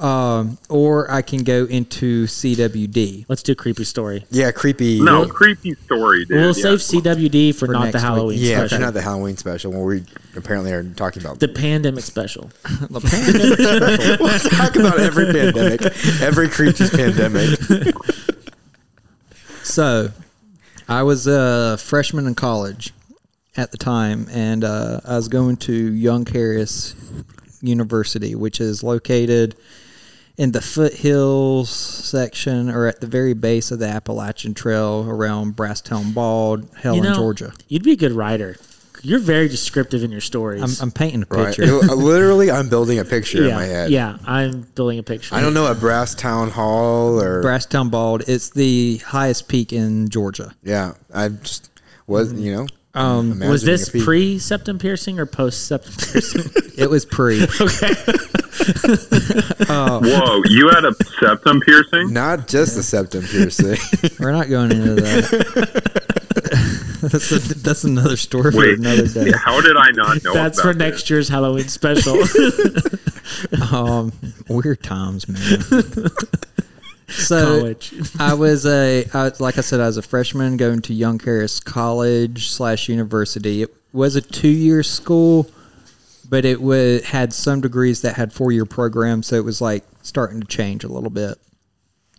F: Um, or I can go into CWD.
E: Let's do creepy story.
D: Yeah, creepy.
G: no, creepy story, dude.
E: We'll
G: yeah.
E: save CWD for, not
F: next
E: the
F: week.
E: Halloween
D: Yeah, if
E: special.
D: you're not the Halloween special, where we apparently are talking about.
E: the pandemic special.
D: We'll talk about every pandemic, every creature's pandemic.
F: So, I was a freshman in college at the time, and uh, I was going to Young Harris University, which is located in the foothills section or at the very base of the Appalachian Trail around Brasstown Bald, Hell
E: You
F: in
E: know,
F: Georgia.
E: you'd be a good writer. You're very descriptive in your stories.
F: I'm, I'm painting a
D: Right. uh,
F: picture.
D: Literally, I'm building a picture
E: yeah,
D: in my head.
E: yeah, I'm building a picture.
D: I don't know a brass town hall or
F: Brasstown Bald, it's the highest peak in Georgia.
D: yeah. I just was you know.
F: Um,
E: Was
D: imagining
E: this
D: a peak.
E: pre septum piercing or post septum piercing?
F: It was pre.
G: Whoa, you had a septum piercing?
D: Not just the septum piercing.
F: We're not going into that. that's, a, that's another story for
G: Wait.
F: another day.
G: How did I not know?
E: That's for
G: about
E: next
G: this?
E: year's Halloween special.
F: Um, weird times, man. so
E: College.
F: I was a I, was- like I said, I was a freshman going to Young Harris College slash University. It was a two year school, but it was had some degrees that had four year programs, so it was like starting to change a little bit,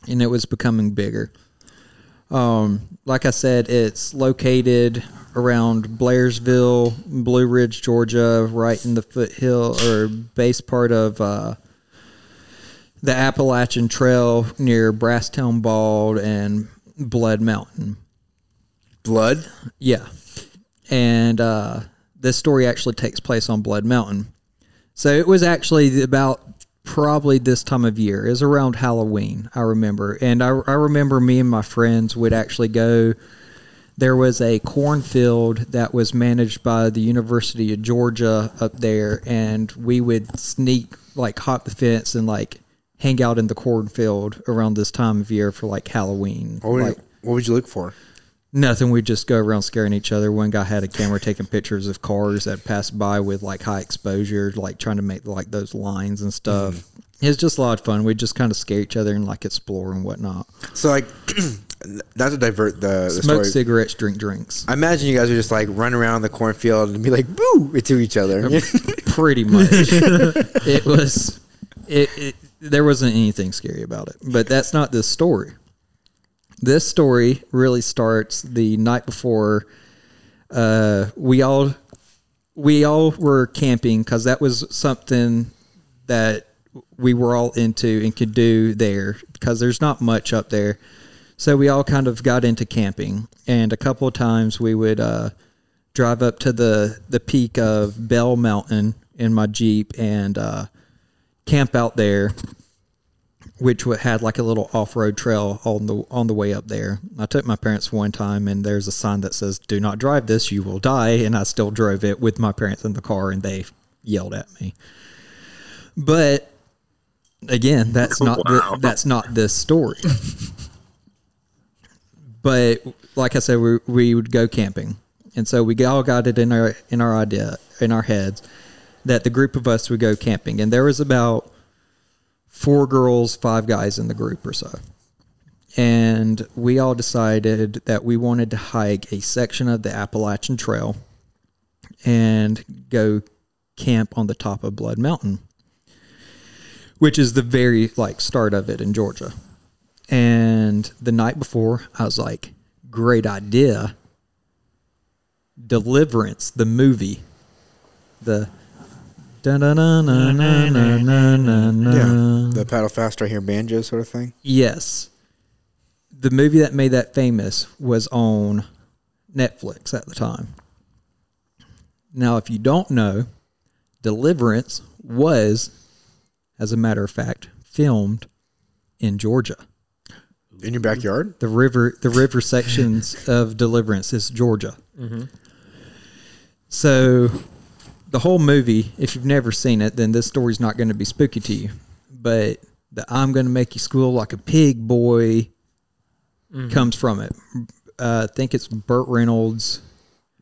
F: and it was becoming bigger. Um, like I said, it's located around Blairsville, Blue Ridge, Georgia, right in the foothill or base part of uh, the Appalachian Trail near Brasstown Bald and Blood Mountain.
D: Blood.
F: Yeah. And uh, this story actually takes place on Blood Mountain. So it was actually about probably this time of year. It was around Halloween, I remember. And I, I remember me and my friends would actually go. There was a cornfield that was managed by the University of Georgia up there, and we would sneak, like, hop the fence and, like, hang out in the cornfield around this time of year for, like, Halloween.
D: What would,
F: like,
D: you, what would you look for?
F: Nothing. We'd just go around scaring each other. One guy had a camera taking pictures of cars that passed by with like high exposure, like trying to make like those lines and stuff. It was just a lot of fun. We'd just kind of scare each other and like explore and whatnot.
D: So like, not to divert the, the
F: Smoke
D: story.
F: cigarettes, drink drinks.
D: I imagine you guys would just like run around the cornfield and be like boo to each other.
F: Pretty much. it was, it, it, there wasn't anything scary about it. But that's not this story. This story really starts the night before uh, we all we all were camping because that was something that we were all into and could do there because there's not much up there. So we all kind of got into camping, and a couple of times we would uh, drive up to the the peak of Bell Mountain in my Jeep and uh, camp out there, which wa- had like a little off road trail on the on the way up there. I took my parents one time, and there's a sign that says "Do not drive this; you will die." And I still drove it with my parents in the car, and they yelled at me. But again, that's not thi-
G: Wow.
F: that's not this story. but like I said, we, we would go camping, and so we all got it in our in our idea in our heads that the group of us would go camping, and there was about four girls, five guys in the group or so, and we all decided that we wanted to hike a section of the Appalachian Trail and go camp on the top of Blood Mountain, which is the very like start of it in Georgia. And the night before, I was like, great idea. Deliverance, the movie. The. dun dun dun dun dun dun dun dun
D: Yeah,
F: dun.
D: the paddle fast right here banjo sort of thing.
F: Yes. The movie that made that famous was on Netflix at the time. Now, if you don't know, Deliverance was, as a matter of fact, filmed in Georgia.
D: In your backyard?
F: The river, the river sections of Deliverance is Georgia. So, the whole movie, if you've never seen it, then this story's not going to be spooky to you. But the "I'm going to make you squeal like a pig, boy" comes from it. Uh, I think it's Burt Reynolds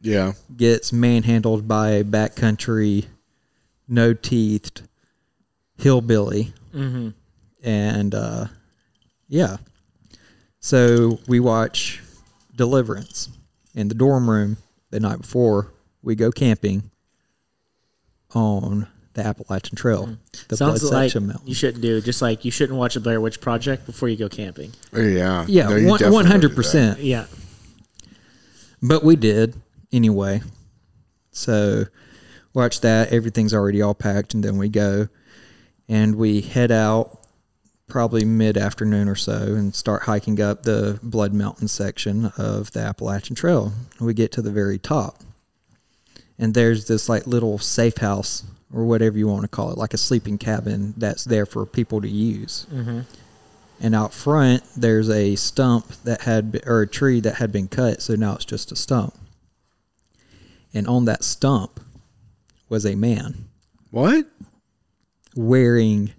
D: Yeah.
F: gets manhandled by a backcountry, no teethed hillbilly. Mm-hmm. And uh, yeah. So we watch Deliverance in the dorm room the night before we go camping on the Appalachian Trail. The
E: Sounds
F: Blood
E: like
F: Section Mountain.
E: you shouldn't do. Just like you shouldn't watch a Blair Witch Project before you go camping.
D: Yeah. No, you
F: yeah,
D: definitely
F: one hundred
D: did
F: percent.
E: Yeah.
F: But we did anyway. So watch that. Everything's already all packed, and then we go and we head out probably mid afternoon or so and start hiking up the Blood Mountain section of the Appalachian Trail. We get to the very top, and there's this like little safe house or whatever you want to call it, like a sleeping cabin that's there for people to use and out front there's a stump that had be- or a tree that had been cut so now it's just a stump and on that stump was a man
D: that. What?
F: wearing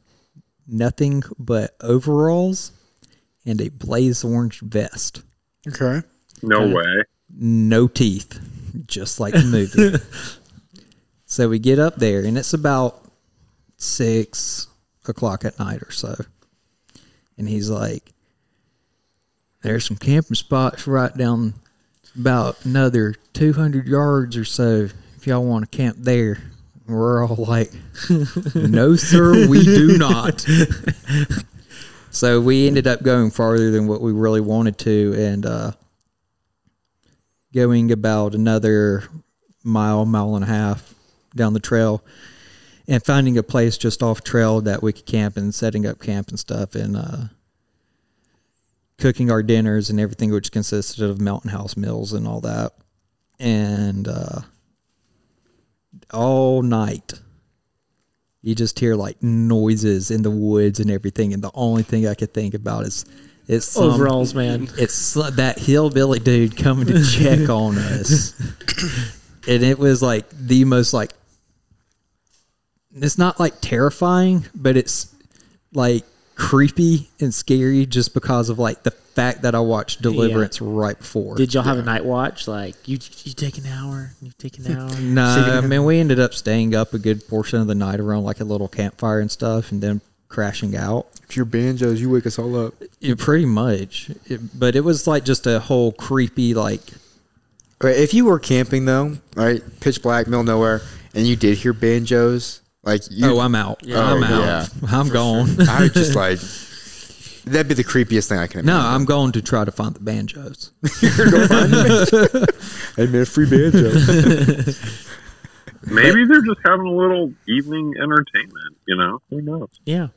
F: nothing but overalls and a blaze orange vest
D: Okay.
G: No way.
F: no teeth just like the movie so we get up there and it's about six o'clock at night or so and he's like, "There's some camping spots right down about another 200 yards or so. If y'all want to camp there." And We're all like, "No, sir, we do not." so we ended up going farther than what we really wanted to, and uh, going about another mile, mile and a half down the trail and finding a place just off trail that we could camp and setting up camp and stuff and uh, cooking our dinners and everything, which consisted of mountain house meals and all that. And uh, all night, you just hear like noises in the woods and everything. And the only thing I could think about is it's some-
E: Overalls, man.
F: it's that hillbilly dude coming to check on us. and it was like the most like it's not like terrifying, but it's like creepy and scary just because of like the fact that I watched Deliverance right before.
E: Did y'all have a night watch? Like you, you take an hour. You take an hour.
F: Nah, I mean, we ended up staying up a good portion of the night around like a little campfire and stuff, and then crashing out.
D: If you're banjos, you wake us all up.
F: Yeah, pretty much, It- but it was like just a whole creepy like
D: All right, if you were camping though, all right, pitch black, middle of nowhere, and you did hear banjos, like you,
F: oh I'm out,
D: Yeah.
F: I'm
D: Oh,
F: out,
D: yeah.
F: I'm gone.
D: I would just like that'd be the creepiest thing I can
F: No,
D: imagine.
F: I'm going to try to find the banjos.
D: No, I mean free banjo.
G: Maybe they're just having a little evening entertainment. You know, who knows?
E: Yeah.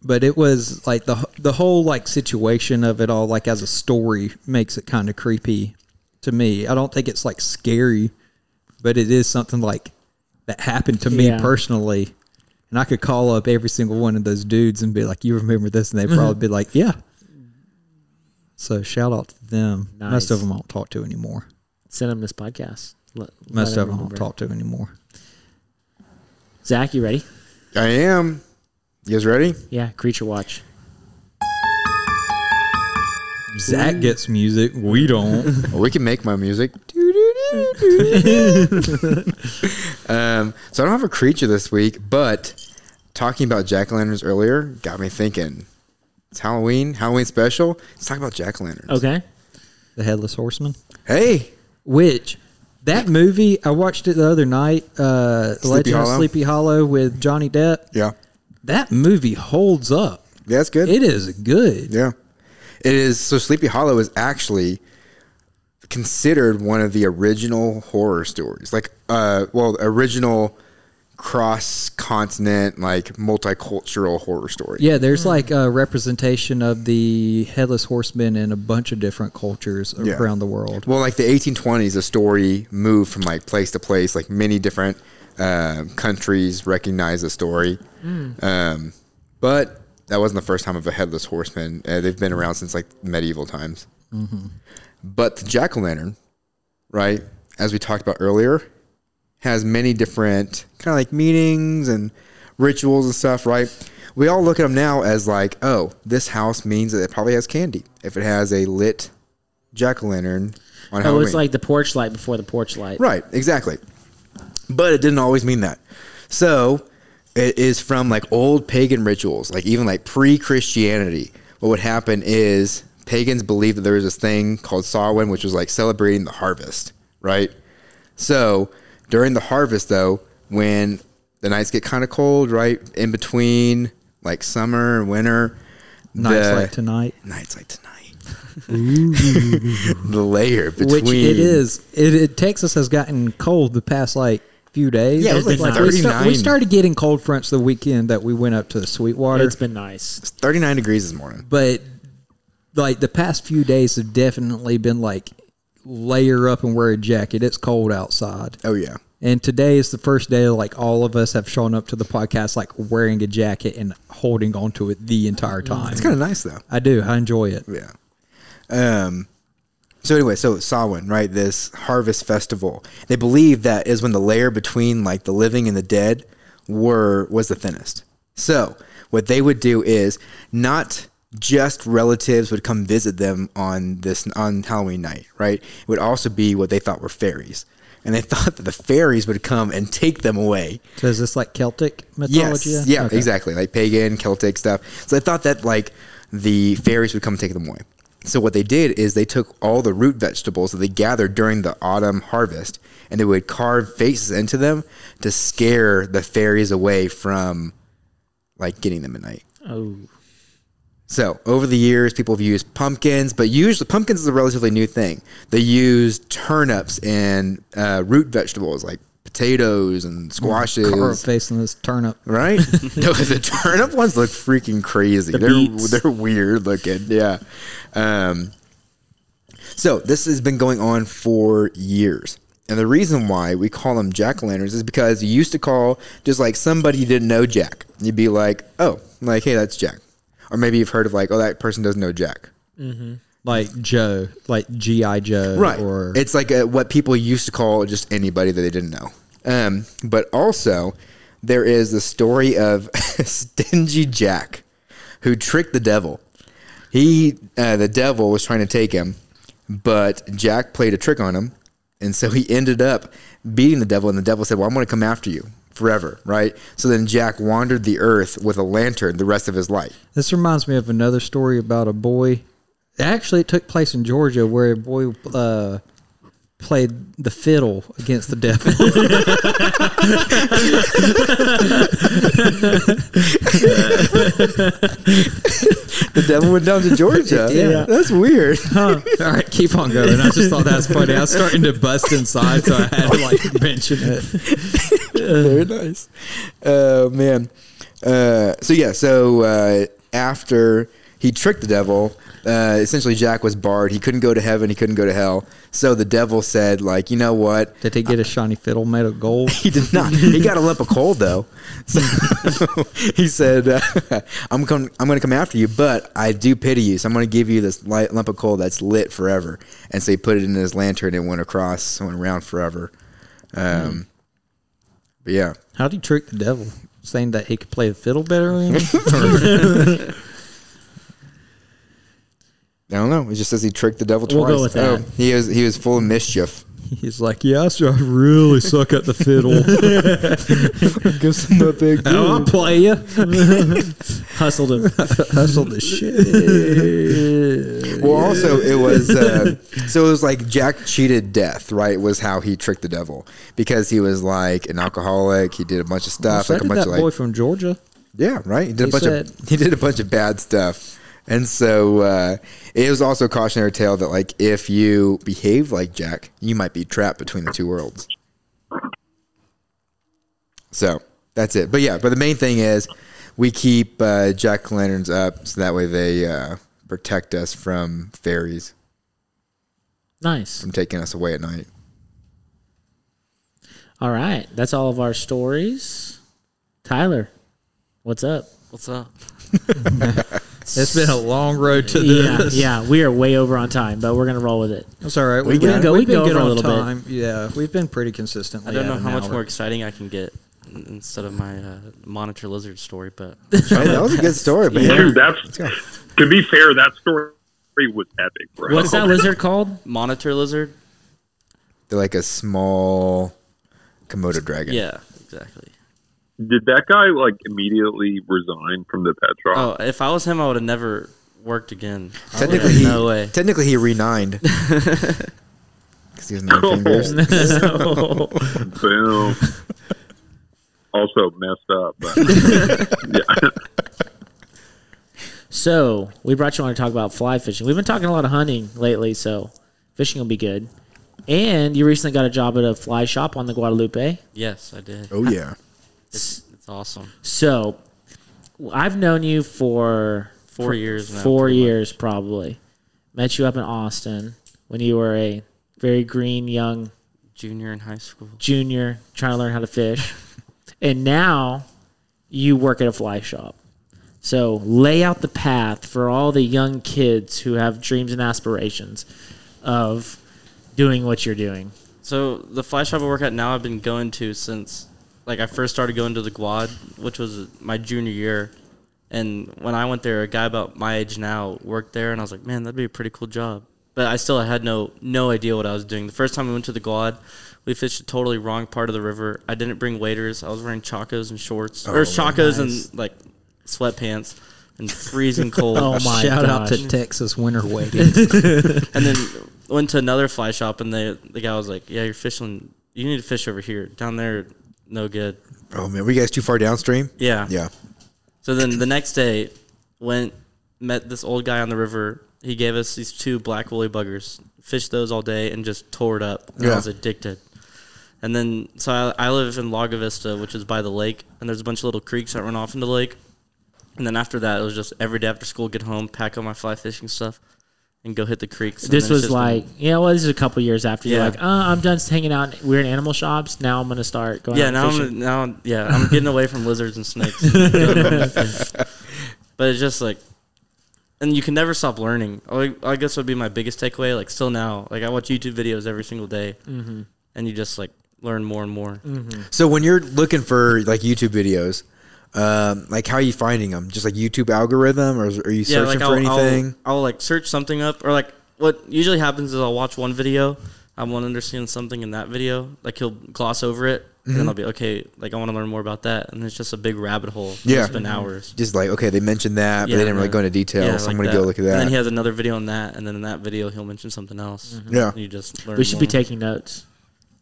F: But it was like the the whole like situation of it all, like as a story, makes it kind of creepy to me. I don't think it's like scary, but it is something like that happened to me
E: Yeah.
F: personally, and I could call up every single one of those dudes and be like, "You remember this?" and they'd probably be like, "Yeah." So shout out to them. Most of
E: Nice.
F: them I don't talk to anymore.
E: Send them this podcast. Let, let
F: Most of them I
E: remember.
F: don't talk to anymore.
E: Zach, you ready?
D: I am. You guys ready?
E: Yeah. Creature Watch.
F: Zach gets music. We don't.
D: Well, we can make my music. um, so I don't have a creature this week, but talking about jack o' lanterns earlier got me thinking. It's Halloween, Halloween special. Let's talk about jack o'
F: Oh.
D: lanterns.
E: Okay.
F: the headless horseman.
D: Hey,
F: Which that movie I watched it the other night, uh, Legend
D: Hollow?
F: of Sleepy Hollow with Johnny Depp.
D: yeah,
F: That movie holds up.
D: yeah, that's good.
F: It is good.
D: Yeah. It is so Sleepy Hollow is actually considered one of the original horror stories. Like uh well, original cross continent, like multicultural horror story.
F: Yeah, there's like a representation of the headless horsemen in a bunch of different cultures
D: Yeah.
F: around the world.
D: Well, like the 1820s, the story moved from like place to place. Like many different uh, countries recognize the story, um, but that wasn't the first time of a headless horseman. Uh, they've been around since like medieval times. But the jack o' lantern, right? As we talked about earlier, has many different kind of like meanings and rituals and stuff, right? We all look at them now as like, oh, this house means that it probably has candy if it has a lit jack o' lantern on
E: Oh,
D: Halloween.
E: it's like the porch light before the porch light.
D: right, exactly. But it didn't always mean that. So it is from like old pagan rituals, like even like pre Christianity. What would happen is pagans believed that there was this thing called Samhain, which was like celebrating the harvest, right? So during the harvest, though, when the nights get kind of cold, right? In between like summer and winter,
F: Nights
D: the-
F: like tonight,
D: nights like tonight. the layer
F: which
D: between
F: it is. It, it Texas has gotten cold the past like few days.
D: Yeah, it was
E: like
F: we, start-
D: 39.
F: we started getting cold fronts the weekend that we went up to Sweetwater.
E: It's been nice.
D: It's 39 degrees this morning.
F: but like the past few days have definitely been like layer up and wear a jacket. It's cold outside.
D: Oh yeah.
F: And today is the first day like all of us have shown up to the podcast like wearing a jacket and holding onto it the entire time.
D: Mm. It's kind of nice though.
F: I do. I enjoy it.
D: Yeah. Um so anyway, so Samhain, right? This harvest festival. They believe that is when the layer between like the living and the dead were was the thinnest. So, what they would do is not just relatives would come visit them on this on Halloween night, right? It would also be what they thought were fairies. And they thought that the fairies would come and take them away.
F: So is this like Celtic
D: Yes.
F: mythology?
D: Yeah,
F: Okay.
D: exactly. Like pagan, Celtic stuff. So I thought that like the fairies would come take them away. So what they did is they took all the root vegetables that they gathered during the autumn harvest and they would carve faces into them to scare the fairies away from like getting them at night.
E: Oh,
D: So over the years, people have used pumpkins, but usually pumpkins is a relatively new thing. They use turnips and uh, root vegetables like potatoes
F: Mm,
D: and squashes
F: Carved face in this turnip.
D: right? no, the turnip ones look freaking crazy. they're
E: beets.
D: they're weird looking. Yeah. Um, so this has been going on for years. And the reason why we call them jack o' lanterns is because you used to call just like somebody you didn't know Jack. You'd be like, oh, like, hey, that's Jack. Or maybe you've heard of like, oh, that person doesn't know Jack.
F: Like Joe. Like G.I. Joe.
D: Right.
F: Or
D: it's like uh what people used to call just anybody that they didn't know. Um, but also, there is the story of Stingy Jack, who tricked the devil. He, uh, the devil, was trying to take him, but Jack played a trick on him, and so he ended up beating the devil. And the devil said, "Well, I'm going to come after you forever." Right. So then Jack wandered the earth with a lantern the rest of his life.
F: This reminds me of another story about a boy. Actually, it took place in Georgia where a boy uh, played the fiddle against the devil.
D: The devil went down to Georgia.
F: Yeah.
D: that's weird.
F: All right, keep on going. I just thought that was funny. I was starting to bust inside, so I had to like mention it.
D: Very nice. Oh man. Uh, so yeah. So uh, after he tricked the devil, uh, essentially Jack was barred. He couldn't go to heaven. He couldn't go to hell. So the devil said, like, you know what?
F: Did he get a shiny fiddle made of gold?
D: He did not. He got a lump of coal though. So he said, uh, "I'm com- I'm going to come after you, but I do pity you. So I'm going to give you this light lump of coal that's lit forever." And so he put it in his lantern and went across, went around forever. Um, But yeah.
F: How would he trick the devil? Saying that he could play the fiddle better than him?
D: I don't know. It just says he tricked the devil
E: We'll
D: twice.
E: go with that.
D: Oh, he was he was full of mischief.
F: He's like, yeah, sir, I really suck at the fiddle. oh, I'll play you.
E: hustled him.
F: Hustle the shit.
D: Well, also it was uh, so it was like Jack cheated death, right? Was how he tricked the devil because he was like an alcoholic. He did a bunch of stuff,
F: So
D: like a
F: did
D: bunch
F: that
D: of like
F: boy from Georgia.
D: yeah, right. He did a
F: He
D: bunch of
F: said-
D: he did a bunch of bad stuff, and so uh, it was also a cautionary tale that like if you behave like Jack, you might be trapped between the two worlds. So That's it. But yeah, but the main thing is we keep uh, jack o' lanterns up so that way they uh, protect us from fairies
E: Nice.
D: from taking us away at night.
E: All right. That's all of our stories. Tyler, what's up?
H: What's up?
F: It's been a long road to
E: Yeah,
F: this.
E: yeah, we are way over on time, but we're gonna roll with it.
F: That's all right. We've
E: can
F: been,
E: go- we
F: we've
E: can
F: been
E: go
F: good
E: over a
F: on
E: little bit.
F: time. Yeah, we've been pretty consistently.
H: I don't
F: at
H: know
F: an
H: how much
F: hour.
H: more exciting I can get in- instead of my uh, monitor lizard story, but
D: Hey, Oh, that was a good story, man.
G: Dude, that's to be fair. That story was epic, bro.
E: What's that lizard called?
H: monitor lizard.
D: They're like a small Komodo dragon.
H: Yeah, exactly.
G: Did that guy like immediately resign from the pet shop?
H: Oh, if I was him, I would have never worked again.
D: Technically,
H: Yeah,
D: he,
H: no way.
D: Technically, he renined because he has
H: Oh,
D: nine fingers.
G: Boom. also messed up. But
E: So we brought you on to talk about fly fishing. We've been talking a lot of hunting lately, so fishing will be good. And you recently got a job at a fly shop on the Guadalupe.
H: Yes, I did.
D: Oh yeah,
H: It's awesome.
E: So I've known you for
H: Four years now.
E: four
H: pretty much.
E: years probably. Met you up in Austin when you were a very green young
H: Junior in high school.
E: junior trying to learn how to fish. and now you work at a fly shop. So lay out the path for all the young kids who have dreams and aspirations of doing what you're doing.
H: So the fly shop I work at now, I've been going to since like I first started going to the Quad, which was my junior year. And when I went there, a guy about my age now worked there, and I was like, man, that'd be a pretty cool job. But I still had no no idea what I was doing. The first time we went to the Quad, we fished a totally wrong part of the river. I didn't bring waders. I was wearing chacos and shorts, or chacos and like sweatpants, and freezing cold.
E: Oh my
F: Shout out
E: gosh.
F: to Texas winter waiting.
H: And then went to another fly shop, and the the guy was like, "Yeah, you're fishing. You need to fish over here. Down there, no good."
D: oh man, were you guys too far downstream?
H: Yeah.
D: Yeah,
H: So then the next day, went met this old guy on the river. He gave us these two black woolly buggers. Fished those all day and just tore it up. And
D: Yeah.
H: I was addicted. And then so I, I live in Laga Vista, which is by the lake, and there's a bunch of little creeks that run off into the lake. And then after that, it was just every day after school, get home, pack up my fly fishing stuff, and go hit the creeks. And
E: This
H: then it's just
E: was
H: been-
E: like, yeah, well, this is a couple years after you're
H: Yeah.
E: like, uh, I'm done hanging out. We're in animal shops. Now I'm going to start going
H: Yeah,
E: out
H: now
E: fishing.
H: I'm now yeah I'm getting away from lizards and snakes. but it's just like, and you can never stop learning. I I guess would be my biggest takeaway. Like still now, like I watch YouTube videos every single day,
D: Mm-hmm.
H: and you just like learn more and more.
D: So when you're looking for like YouTube videos, um, like how are you finding them? Just like YouTube algorithm, or is- are you
H: Yeah,
D: searching
H: like
D: for
H: I'll,
D: anything?
H: I'll I'll like search something up or like what usually happens is I'll watch one video, I want to understand something in that video, like he'll gloss over it, and
D: Mm-hmm.
H: then I'll be okay. Like I want to learn more about that, and it's just a big rabbit hole.
D: Yeah.
H: it's been hours.
D: Just like okay, they mentioned that, but they
H: Yeah,
D: didn't really
H: no.
D: go into detail,
H: Yeah,
D: so
H: like
D: I'm gonna go look at that.
H: And then he has another video on that, and then in that video he'll mention something else.
D: Yeah.
H: And you just learn
E: Mm-hmm. we should be
H: more.
E: taking notes.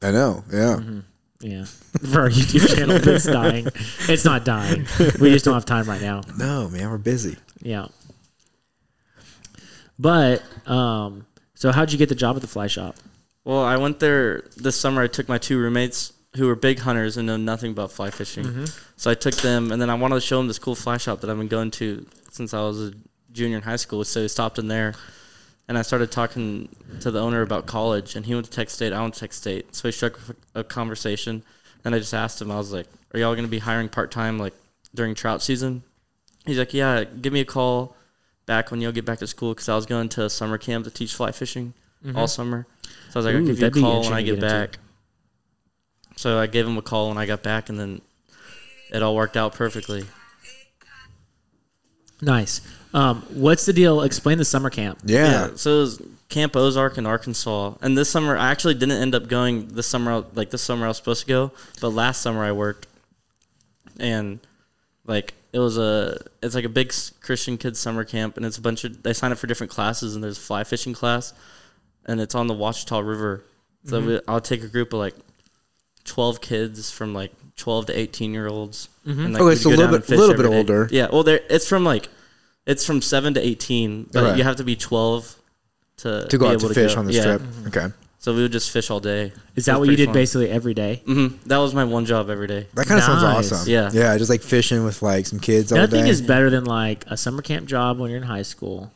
D: I know, yeah.
H: Mm-hmm.
E: Yeah. For our YouTube channel that's dying. It's not dying. We just don't have time right now.
D: No, man, we're busy.
E: Yeah. But um so how'd you get the job at the fly shop?
H: Well, I went there this summer. I took my two roommates who were big hunters and know nothing about fly fishing,
E: Mm-hmm.
H: so I took them, and then I wanted to show them this cool fly shop that I've been going to since I was a junior in high school. So we stopped in there. And I started talking to the owner about college, and he went to Tech State. I went to Tech State, so we struck a conversation. And I just asked him, I was like, "Are y'all going to be hiring part time, like during trout season?" He's like, yeah, give me a call back when you'll get back to school because I was going to summer camp to teach fly fishing all summer. So I was like,
E: Mm-hmm.
H: I'll give
E: Ooh,
H: you a
E: that'd be
H: call when I
E: interesting
H: get,
E: to get into.
H: back. So I gave him a call when I got back, and then it all worked out perfectly.
E: Nice. Um, what's the deal? Explain the summer camp.
D: Yeah.
H: So it was Camp Ozark in Arkansas, and this summer I actually didn't end up going. This summer, like this summer, I was supposed to go, but last summer I worked, and like it was a it's like a big s- Christian kids summer camp, and it's a bunch of they sign up for different classes, and there's a fly fishing class, and it's on the Wachita River. So
D: Mm-hmm.
H: we, I'll take a group of like twelve kids from like twelve to eighteen year olds. And, like,
D: Mm-hmm. Okay,
H: we'd
D: so
H: go
D: a little
H: down and
D: bit-
H: fish
D: little
H: every
D: bit
H: day.
D: older.
H: Yeah, well, there it's from like it's from seven to eighteen, but
D: Okay.
H: you have to be twelve to
D: To go
H: be
D: out to
H: able
D: fish
H: go.
D: on this
H: Yeah. Mm-hmm.
D: trip. Okay.
H: So we would just fish all day.
E: Is
H: It
E: that
H: was
E: what you
H: pretty
E: did
H: fun.
E: basically every day?
H: Mhm. That was my one job every day.
D: That kind of
E: Nice.
D: sounds awesome.
H: Yeah.
D: yeah, just like fishing with like some kids all
E: Nothing
D: day.
E: is better than like a summer camp job when you're in high school,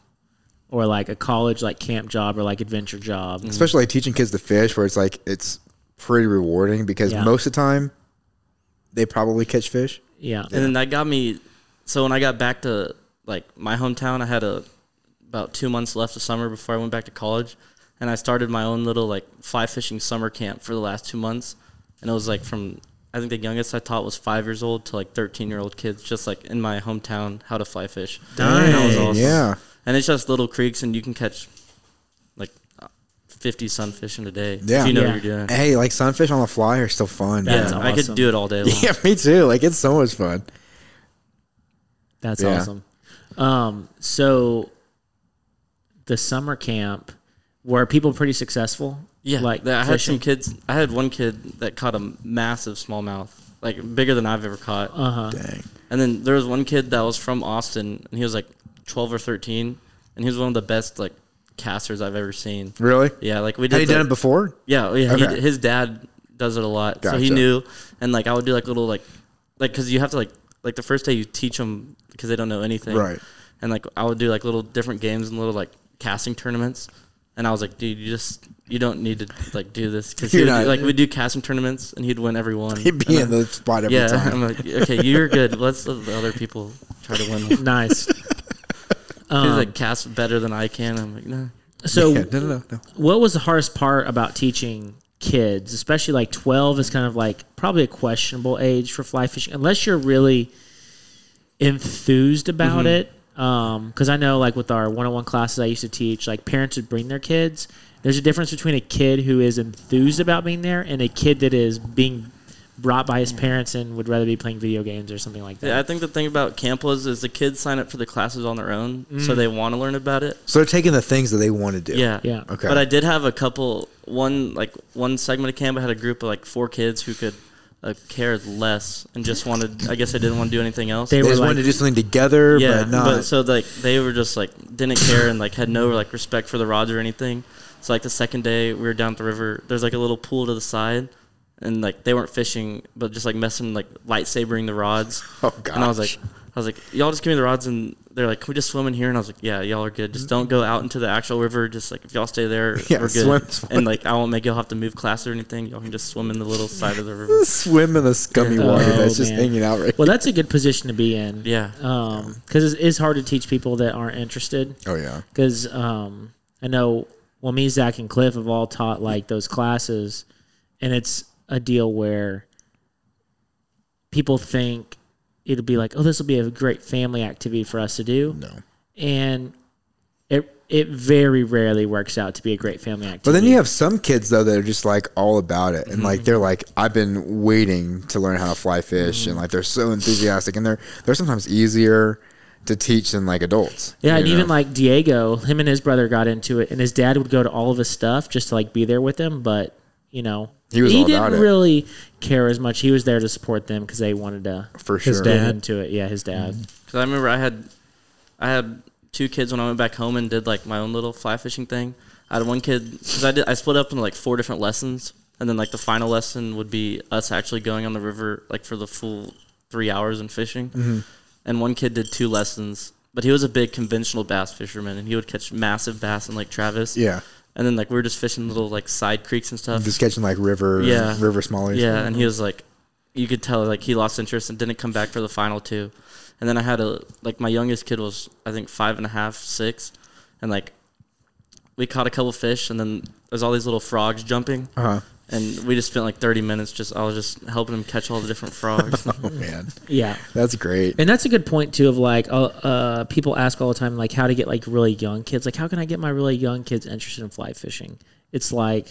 E: or like a college like camp job or like adventure job.
D: Mm. Especially like teaching kids to fish, where it's like it's pretty rewarding because
E: Yeah.
D: most of the time they probably catch fish.
E: Yeah,
H: And then that got me. So when I got back to like my hometown, I had a about two months left of summer before I went back to college, and I started my own little like fly fishing summer camp for the last two months, and it was like from I think the youngest I taught was five years old to like thirteen year old kids, just like in my hometown how to fly fish. And that was
E: Dang,
H: awesome.
D: Yeah,
H: And it's just little creeks, and you can catch like fifty sunfish in a day
D: Yeah.
H: if you know
E: Yeah.
H: what you're doing.
D: Hey, like sunfish on the fly are still fun.
H: yeah,
E: That's
D: man.
H: I
E: awesome.
H: could do it all day long.
D: yeah, me too. Like it's so much fun.
E: that's
D: Yeah.
E: awesome. Um, so the summer camp were people pretty successful?
H: Yeah,
E: like
H: like I had some
E: fishing.
H: kids. I had one kid that caught a massive smallmouth, like bigger than I've ever caught.
D: Dang.
H: and then there was one kid that was from Austin, and he was like twelve or thirteen, and he was one of the best like casters I've ever seen.
D: Really?
H: Yeah, like we did.
D: Had you
H: the-
D: done it before?
H: Yeah, oh, yeah. he-
D: Okay.
H: his dad does it a lot, so he
D: Gotcha.
H: knew. And like I would do like little like like because you have to like like the first day you teach them because they don't know anything,
D: Right.
H: And like I would do like little different games and little like casting tournaments. And I was like, dude, you just you don't need to like do this because
D: You're not-
H: like we do casting tournaments and he'd win every one.
D: He'd be
H: And
D: in
H: I-
D: the spot every
H: yeah,
D: time.
H: I'm like, okay, you're good. Let's let the other people try to win. He's
E: Nice.
D: Um,
H: like cast better than I can. I'm like, nah.
E: So
D: Yeah, no, no, no, no.
E: what was the hardest part about teaching kids especially like 12 is kind of like probably a questionable age for fly fishing unless you're really enthused about it
H: Mm-hmm.
E: because i know like with our one-on-one classes i used to teach like parents would bring their kids there's a difference between a kid who is enthused about being there and a kid that is being brought by his parents and would rather be playing video games or something like that
H: Mm. Yeah, I think the thing about camp was is the kids sign up for the classes on their own,
D: Mm.
H: so they want to learn about it.
D: So they're taking the things that they want to do.
H: Yeah,
E: Yeah.
D: Okay.
H: But I did have a couple one like one segment of camp. I had a group of like four kids who could uh, care less and just wanted. I guess they didn't want to do anything else.
E: They
D: They
E: were
D: just
E: like-
D: wanted to do something together,
H: yeah,
D: but not.
H: so like they were just like didn't care and like had no like respect for the rods or anything. So like the second day we were down at the river. There's like a little pool to the side. And like they weren't fishing, but just like messing, like lightsabering the rods.
D: Oh,
H: And I was
D: gosh.
H: like, I was like, y'all just give me the rods, and they're like, can we just swim in here? And I was like, yeah, y'all are good. Just don't go out into the actual river. Just like if y'all stay there,
D: Yeah,
H: we're good.
D: swim- swim.
H: And like I won't make y'all have to move class or anything. Y'all can just swim in the little side of the river.
D: swim in the scummy
E: Yeah.
D: water
E: Oh,
D: that's just
E: man.
D: hanging out right
E: well that's a good position to be in um,
H: Yeah,
E: because it is hard to teach people that aren't interested
D: Oh, yeah.
E: because um, I know well me, Zach, and Cliff have all taught like those classes, and it's a deal where people think it'll be like, oh, this will be a great family activity for us to do. No, and it it very rarely works out to be a great family activity.
D: But then you have some kids, though, that are just like all about it. And
E: Mm-hmm.
D: like, they're like, I've been waiting to learn how to fly fish.
E: Mm-hmm.
D: And like, they're so enthusiastic. And they're, they're sometimes easier to teach than like adults.
E: Yeah, and
D: you
E: even
D: know?
E: like Diego, him and his brother got into it, and his dad would go to all of his stuff just to like be there with him, but you know,
D: He was all
E: didn't
D: about it.
E: really care as much. He was there to support them because they wanted to
D: For
E: his
D: sure. Mm-hmm.
E: dad
D: Dad.
E: into it. Yeah, his dad.
H: because I remember I had, I had two kids when I went back home and did like my own little fly fishing thing. I had one kid because I did I split up into like four different lessons, and then like the final lesson would be us actually going on the river like for the full three hours and fishing.
D: Mm-hmm.
H: And one kid did two lessons, but he was a big conventional bass fisherman, and he would catch massive bass in Lake Travis.
D: Yeah.
H: And then like we were just fishing little like side creeks and stuff.
D: Just catching like river,
H: Yeah.
D: river smallies.
H: Yeah, and he was like, you could tell like he lost interest and didn't come back for the final two. And then I had a like my youngest kid was I think five and a half, six, and like we caught a couple fish, and then there's all these little frogs jumping.
D: Uh-huh.
H: And we just spent like 30 minutes just I was just helping him catch all the different frogs.
D: Oh, man.
E: Yeah.
D: That's great.
E: And that's a good point too of like uh, uh, people ask all the time like how to get like really young kids like how can I get my really young kids interested in fly fishing? It's like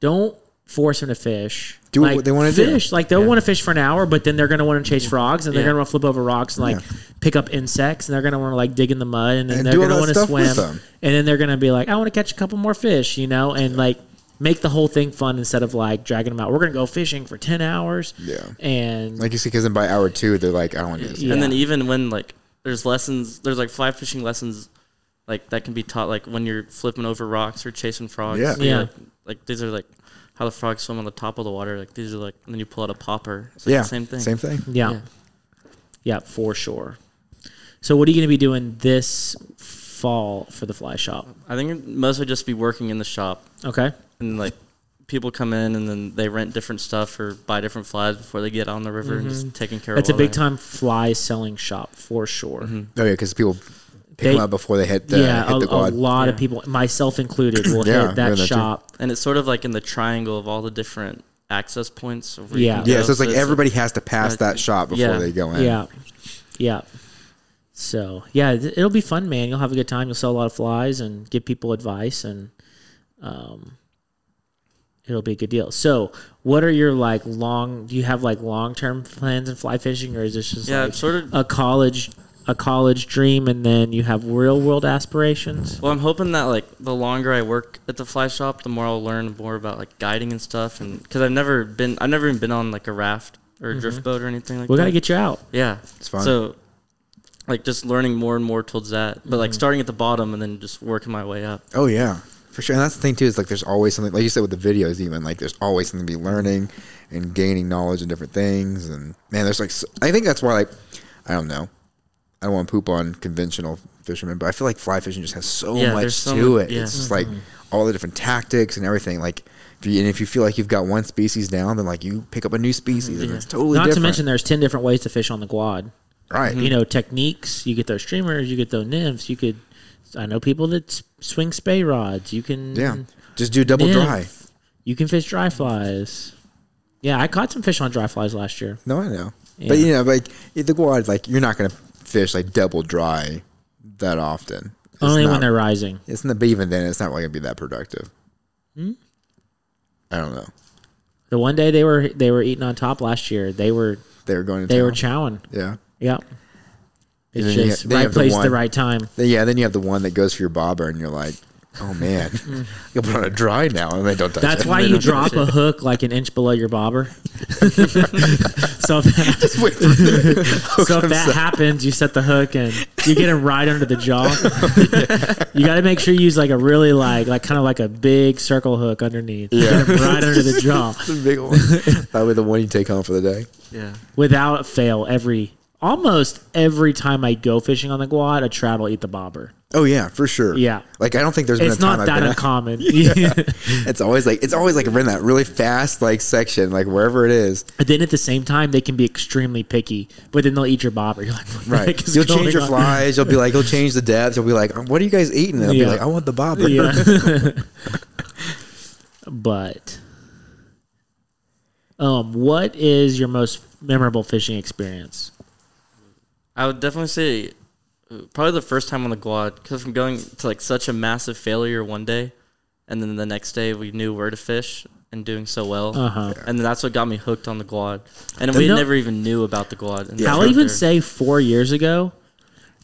E: don't force them to fish.
D: Do what
E: Like,
D: they wanna do. Mm-hmm.
E: fish. Like they'll want to fish for an hour, but then they're gonna want to chase frogs and they're
H: Yeah.
E: gonna want to flip over rocks and like pick up insects and they're gonna want to like dig in the mud and then
D: And
E: they're
D: do all
E: gonna
D: that
E: want to
D: stuff with
E: swim
D: them.
E: and then they're gonna be like I want to catch a couple more fish, you know, and like make the whole thing fun instead of like dragging them out. We're gonna go fishing for ten hours.
D: Yeah.
E: and
D: Like, you see kids, and by hour two, they're like, I don't want to do this.
E: Yeah.
H: And then even when like there's lessons, there's like fly fishing lessons, like that can be taught like when you're flipping over rocks or chasing frogs.
D: Yeah.
H: you're,
E: Yeah.
H: like, like these are like how the frogs swim on the top of the water. Like these are like, and then you pull out a popper. It's like
D: yeah,
H: the same thing.
D: Same thing.
E: Yeah. yeah.
H: Yeah.
E: for sure. So what are you going to be doing this fall for the fly shop?
H: I think it'd mostly just be working in the shop
E: Okay.
H: and like people come in and then they rent different stuff or buy different flies before they get on the river and just taking care
E: Mm-hmm. That's a
H: of all
E: big
H: that.
E: time fly selling shop for sure.
D: Oh yeah, because people pick
E: They-
D: them up before they hit the
E: yeah,
D: hit
E: a,
D: the
E: a
D: quad.
E: lot of people, myself included, will
D: Yeah,
E: hit
D: I've done
E: that
D: that too.
E: shop.
H: And it's sort of like in the triangle of all the different access points. Of where
E: Yeah.
H: you can
D: yeah,
H: go.
D: so it's like
H: a-
D: everybody has to pass that shop before
H: Yeah.
D: they go in.
E: Yeah, yeah. So yeah, th- it'll be fun, man. You'll have a good time. You'll sell a lot of flies and give people advice, and um, it'll be a good deal. So, what are your like long? Do you have like long term plans in fly fishing, or is this just
H: Yeah,
E: like,
H: sort of-
E: a college a college dream, and then you have real world aspirations?
H: Well, I'm hoping that like the longer I work at the fly shop, the more I'll learn more about like guiding and stuff. And because I've never been, I've never even been on like a raft or a drift boat or anything like
E: We
H: that.
E: gotta Mm-hmm. get you out.
H: yeah,
D: It's fine.
H: So, like, just learning more and more towards that, but
E: Mm-hmm.
H: like starting at the bottom and then just working my way up.
D: Oh yeah, for sure. And that's the thing too is like there's always something like you said with the videos even like there's always something to be learning and gaining knowledge and different things and man there's like s- I think that's why like I don't know I don't want to poop on conventional fishermen but I feel like fly fishing just has so
H: Yeah,
D: much
H: there's so
D: to
H: much-
D: it.
H: yeah.
D: It's just like all the different tactics and everything like. If you, and if you feel like you've got one species down, then like you pick up a new
H: Mm-hmm.
D: species and it's totally
E: Not
D: different. Mm-hmm.
E: to mention, there's ten different ways to fish on the quad.
D: right?
H: Mm-hmm.
E: you know techniques you get those streamers you get those nymphs you could i know people that s- swing spay rods you can
D: Yeah, just do double
E: nymph.
D: dry.
E: you can fish dry flies yeah i caught some fish on dry flies last year
D: No, I know.
E: Yeah.
D: But you know, like the quad, like you're not gonna fish like double dry that often. It's
E: only when
D: not-
E: they're rising
D: It's not, but even then, it's not really gonna be that productive.
E: Hmm?
D: I don't know.
E: the one day they were they were eating on top last year they were
D: They were going to.
E: they were
D: town.
E: chowing
D: yeah.
E: yeah
D: And
E: it's
D: then you
E: just
D: ha- then you
E: right
D: have the
E: place at the
D: one-
E: right time
D: Then- yeah. Then you have the one that goes for your bobber, and you're like, oh man, you'll put on a dry now, and they don't touch
E: Mm. that's
D: it.
E: why
D: They
E: you
D: don't
E: drop
D: touch
E: a hook like an inch below your bobber so if
D: it. Wait for-
E: So if that happens, you set the hook and you get him right under the jaw. you got to make sure you use like a really like like kind of like a big circle hook underneath. You get him right under the jaw
D: the big one. That'll be the one you take home for the day.
H: Yeah.
E: without fail. Every almost every time I go fishing on the quad, a trout will eat the bobber.
D: Oh yeah, for sure.
E: Yeah.
D: Like I don't think there's been
E: it's
D: a time
E: not
D: I've
E: that
D: been out-
E: uncommon.
D: It's always like it's always like in that really fast like section, like wherever it is.
E: But then at the same time, they can be extremely picky, but then they'll eat your bobber. You're like, what the heck is
D: You'll
E: going
D: change your
E: on?
D: flies. You'll be like, you'll change the depth. You'll be like, "Uh, what are you guys eating? And I'll
E: Yeah.
D: be like, I want the bobber.
E: Yeah. but um what is your most memorable fishing experience?
H: I would definitely say uh, probably the first time on the quad because from going to like such a massive failure one day, and then the next day we knew where to fish and doing so well,
E: Uh-huh.
H: and that's what got me hooked on the quad. And we
E: no-
H: never even knew about the quad. And
E: I'll
H: that's
E: even
H: there.
E: say 4 years ago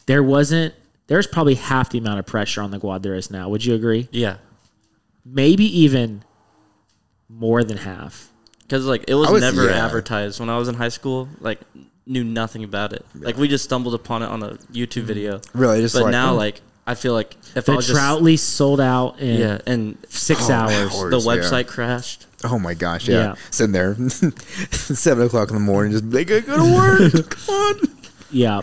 E: there wasn't there's probably half the amount of pressure on the quad there is now. Would you agree?
H: yeah,
E: Maybe even more than half.
H: because like it was,
D: I was-
H: never
D: yeah.
H: advertised when I was in high school. Like knew nothing about it. Like we just stumbled upon it on a YouTube video.
D: Really, just
H: but
D: like,
H: now
D: oh.
H: like I feel like if I
E: Mm-hmm. The
H: was just
E: trout lease sold out in
H: yeah, and
E: 6
D: Oh,
E: hours.
D: hours,
H: the
D: yeah.
H: website crashed.
D: Oh my gosh,
E: Yeah.
D: yeah. Sitting there, seven o'clock in the morning, just like, I gotta work. Come on.
E: Yeah.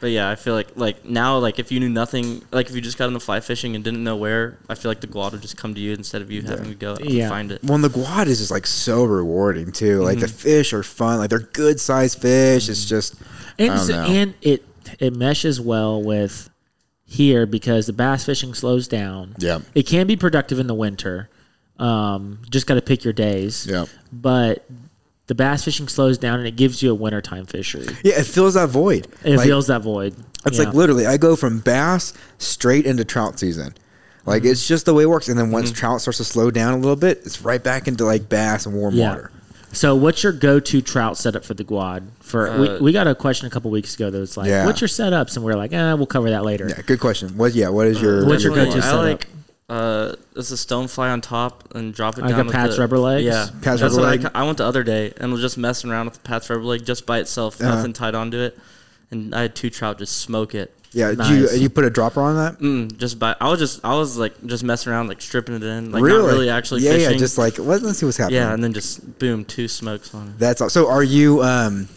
H: But yeah, I feel like like now like if you knew nothing, like if you just got into fly fishing and didn't know where, I feel like the guad would just come to you instead of you having to go out
E: Yeah.
H: and find it.
D: Well, and the quad is just like so rewarding too. Like
E: Mm-hmm.
D: the fish are fun. Like they're good sized fish. It's just I
E: and
D: don't
E: so-
D: know.
E: and it it meshes well with here because the bass fishing slows down.
D: Yeah.
E: it can be productive in the winter. Um, just got to pick your days.
D: Yeah.
E: but the bass fishing slows down and it gives you a wintertime fishery.
D: yeah, it fills that void.
E: It
D: Like,
E: fills that void.
D: It's
E: Yeah.
D: like literally, I go from bass straight into trout season. Like
E: Mm-hmm.
D: it's just the way it works. And then once trout starts to slow down a little bit, it's right back into like bass and warm
E: Yeah.
D: water.
E: So, what's your go-to trout setup for the quad? For
H: Uh,
E: we, we got a question a couple weeks ago that was like,
D: Yeah.
E: "What's your setups?" And we are like, "Ah, we'll cover that later."
D: Yeah, good question. What? Yeah, what is
H: Uh,
D: your?
E: What's your
H: Definitely,
E: go-to
H: I
E: setup?
H: like uh, it's a stone fly on top and drop it
E: Like
H: down.
E: a
H: with
E: Pat's
H: the-
E: rubber legs?
H: Yeah,
D: Pat's
H: That's
D: rubber
H: what I
D: leg?
H: ca- I, went the other day and was just
E: Uh-huh.
H: messing around with the Pat's rubber leg just by itself, nothing tied onto it, and I had two trout just smoke it.
D: Yeah,
E: Nice.
D: do you, you put a dropper on that?
H: Mm, just by I was just I was like just messing around, like stripping it in, like
D: really?
H: not really actually
D: yeah,
H: fishing.
D: yeah, just like let, us see what's happening.
H: yeah, and then just boom, two smokes on it.
D: That's all. so. Are you um,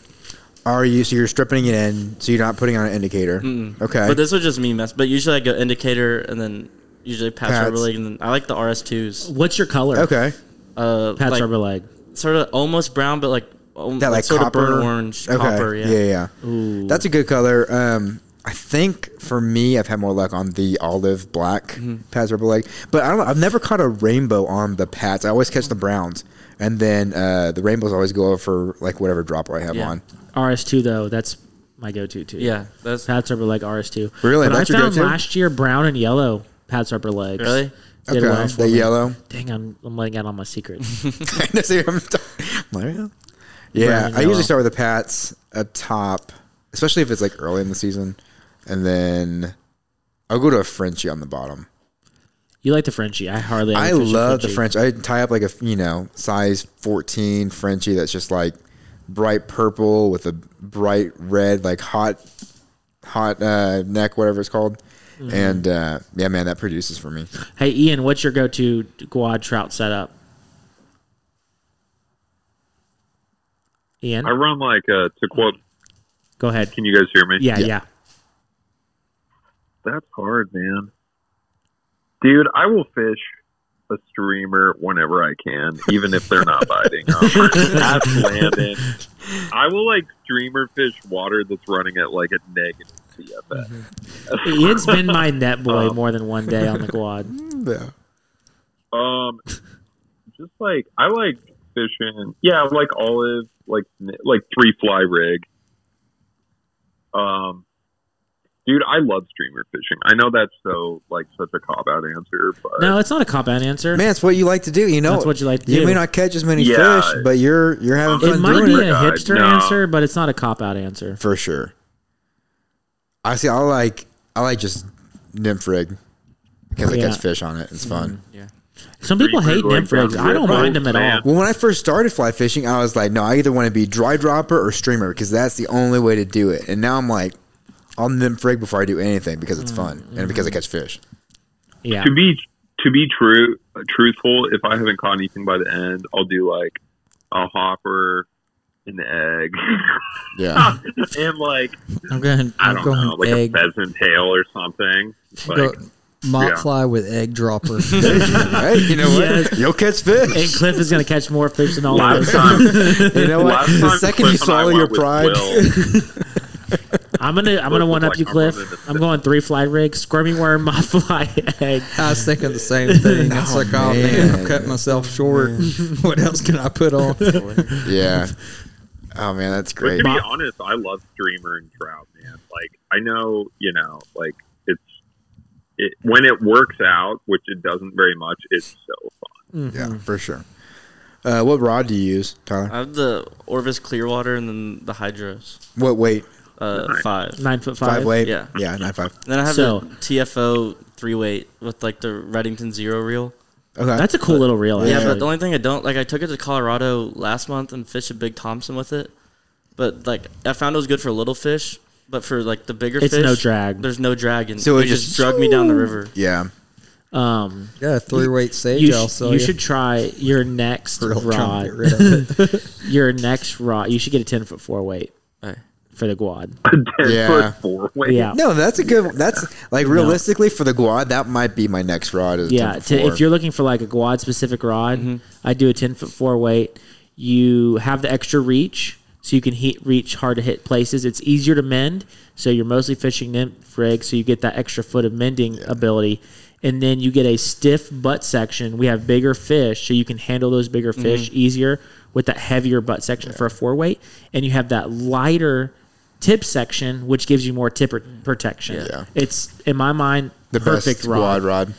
D: are you so you're stripping it in, so you're not putting on an indicator? Okay,
H: Mm. But this was just me mess. But usually I go indicator and then usually patch
D: Pats.
H: rubber leg, and then I like the RS twos.
E: What's your color?
D: okay,
H: Uh,
E: Pat's
H: like,
E: rubber leg.
H: sort of almost brown, but like um,
D: that like
H: sort
D: copper
H: of burnt orange
D: Okay.
H: copper. Yeah.
D: yeah, yeah. That's a good color. Um, I think for me, I've had more luck on the olive black
H: Mm-hmm.
D: Pats rubber leg, but I don't. know. I've never caught a rainbow on the Pats. I always catch the browns, and then uh, the rainbows always go over for like whatever dropper I have
H: Yeah.
D: on.
E: RS2 though, that's my go-to too.
H: Yeah, that's
E: Pat's rubber leg RS2.
D: Really?
E: But
D: That's
E: I
D: your
E: found
D: go-to?
E: last year brown and yellow Pat's rubber legs.
H: Really?
E: Did
D: okay,
E: well for
D: the
E: me.
D: yellow.
E: Dang, I'm, I'm letting out all my secrets.
D: I know, see, I'm t- I'm like, yeah,
E: Brown and
D: I usually
E: yellow.
D: start with the Pats up top, especially if it's like early in the season, and then I'll go to a Frenchie on the bottom.
E: you like the Frenchie? I hardly. ever
D: I
E: fish a
D: love the
E: Frenchie.
D: French. I tie up like a you know size fourteen Frenchie that's just like bright purple with a bright red, like hot, hot uh, neck, whatever it's called.
E: Mm-hmm.
D: And uh, yeah, man, that produces for me.
E: Hey, Ian, what's your go-to quad trout setup? Ian,
G: I run like uh, to quote.
E: go ahead.
G: Can you guys hear me?
E: Yeah, yeah.
G: That's hard, man. Dude, I will fish a streamer whenever I can, even if they're not biting. Um, that's landing. I will like streamer fish water that's running at like a negative CFS.
E: Ian's been my net boy more than one day on the quad.
D: Yeah.
G: Um, just like I like fishing. Yeah, I like olive, like like three fly rig. Um, dude, I love streamer fishing. I know that's so like such a cop out answer, but
E: No, it's not a cop out answer.
D: Man, it's what you like to do. You know,
E: That's what you like to
D: you
E: do.
D: may not catch as many
G: Yeah.
D: fish, but you're you're having fun
E: it might
D: doing
E: be
D: it.
E: a
G: God,
E: hipster
G: no.
E: answer, but it's not a cop out answer.
D: for sure. I see. I like I like just nymph rig because I
E: Yeah.
D: catch fish on it. It's fun.
E: Some people
G: Free
E: hate
G: Google
E: nymph rigs.
G: example.
E: I don't
G: Oh,
E: mind them at
G: man.
E: all.
D: Well, when I first started fly fishing, I was like, no, I either want to be dry dropper or streamer because that's the only way to do it. And now I'm like, I'll nymph rig before I do anything because it's fun and because I catch fish.
E: Yeah.
G: to be to be true uh, truthful, if I haven't caught anything by the end, I'll do like a hopper, an egg,
D: Yeah,
G: and like
F: I'm going.
G: I
F: I'm
G: don't
F: going
G: know, like
F: egg.
G: a pheasant tail or something.
F: Go,
G: Like,
F: mop
G: yeah.
F: fly with egg dropper.
D: right? You know what?
E: Yes.
D: You'll catch
E: And
D: fish.
E: Cliff is going to catch more fish than all of
G: last
E: us.
G: time,
D: You know what?
G: last
D: The
G: time
D: second you
G: Cliff and I
D: swallow
G: went
D: your
G: with
D: pride,
G: Will,
E: I'm gonna I'm
G: Cliff
E: gonna one
G: was
E: up
G: like,
E: you,
G: I'm running
E: Cliff.
G: this
E: I'm
G: thing.
E: going three fly rig, squirmy worm, my fly egg.
F: I was thinking the same thing. It's like, oh man, I've cut myself short. what else can I put on?
D: yeah. Oh man, that's
G: But
D: great.
G: to be honest, I love streamer and trout, man. Like I know, you know, like it's it when it works out, which it doesn't very much. It's so fun.
D: Yeah, for sure. Uh, what rod do you use, Tyler?
H: I have the Orvis Clearwater and then the Hydros
D: What weight?
H: uh, five.
E: Nine foot five.
D: Five, weight?
H: yeah.
D: Yeah, nine five.
H: Then I have
E: So-
H: the TFO three weight with like the Reddington zero reel.
D: Okay.
E: That's a cool little reel.
H: Yeah,
E: actually.
H: but the only thing I don't like, I took it to Colorado last month and fished a big Thompson with it. But like, I found it was good for little fish, but for like the bigger
E: It's
H: fish,
E: no drag.
H: There's no drag, and
D: So
H: so
D: it
H: it, just,
D: just-
H: dragged me down the river.
D: yeah.
E: um,
F: Yeah, three weight sage.
E: you, sh-
F: I'll sell
E: you should try your next
F: Real trying to
E: rod.
F: get rid of it.
E: Your next rod. You should get a ten foot four weight
H: Alright.
E: for the quad.
G: A ten
D: Yeah.
G: foot four way.
E: Yeah.
D: No, that's a good. That's like realistically for the guad, that might be my next rod. Is a
E: Yeah,
D: 10
E: to,
D: four. Mm-hmm.
E: if you're looking for like a quad specific rod, I do a ten foot four weight. You have the extra reach, so you can heat, reach hard to hit places. It's easier to mend, so you're mostly fishing nymph rig, so you get that extra foot of mending ability, and then you get a stiff butt section. We have bigger fish, so you can handle those bigger
D: Mm-hmm.
E: fish easier with that heavier butt section for a four weight, and you have that lighter tip section, which gives you more tipper protection.
D: Mm-hmm. Yeah.
E: It's in my mind
D: the
E: perfect
D: best quad rod.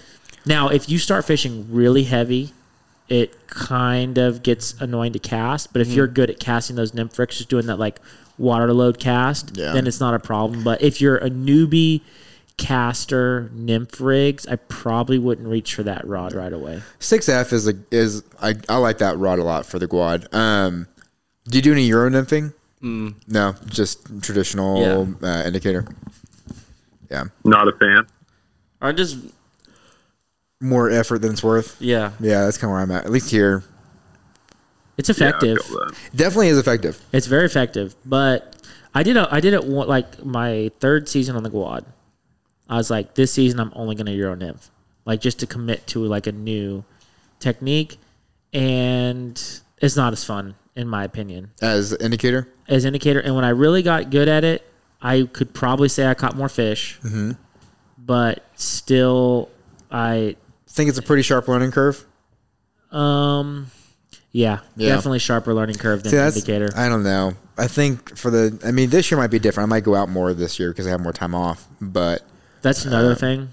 E: now, if you start fishing really heavy, it kind of gets annoying to cast. But if
G: Mm-hmm.
E: you're good at casting those nymph ricks, just doing that like water load cast,
D: Yeah.
E: then it's not a problem. But if you're a newbie caster nymph rigs, I probably wouldn't reach for that rod right away.
D: Six F is a is I, I like that rod a lot for the quad. Um, do you do
E: Hmm.
D: any euro nymphing? No, just traditional uh, indicator. Yeah.
G: Not a fan.
H: Or just
D: More effort than it's worth.
H: yeah.
D: Yeah, that's kind of where I'm at. At least here,
E: It's
G: Yeah, I
E: effective.
G: feel that.
D: definitely is effective.
E: It's very effective. But I did a, I did it one, like my third season on the Guad. I was like, this season I'm only going to Euro Nymph, like just to commit to like a new technique, and it's not as fun in my opinion
D: As indicator,
E: as indicator. And when I really got good at it, I could probably say I caught more fish,
D: Mm-hmm.
E: but still, I
D: think it's a pretty sharp learning curve.
E: um. Yeah,
D: Yeah.
E: definitely sharper learning curve than
D: See, that's
E: indicator.
D: I don't know. I think for the, I mean, this year might be different. I might go out more this year because I have more time off. But
E: that's another thing.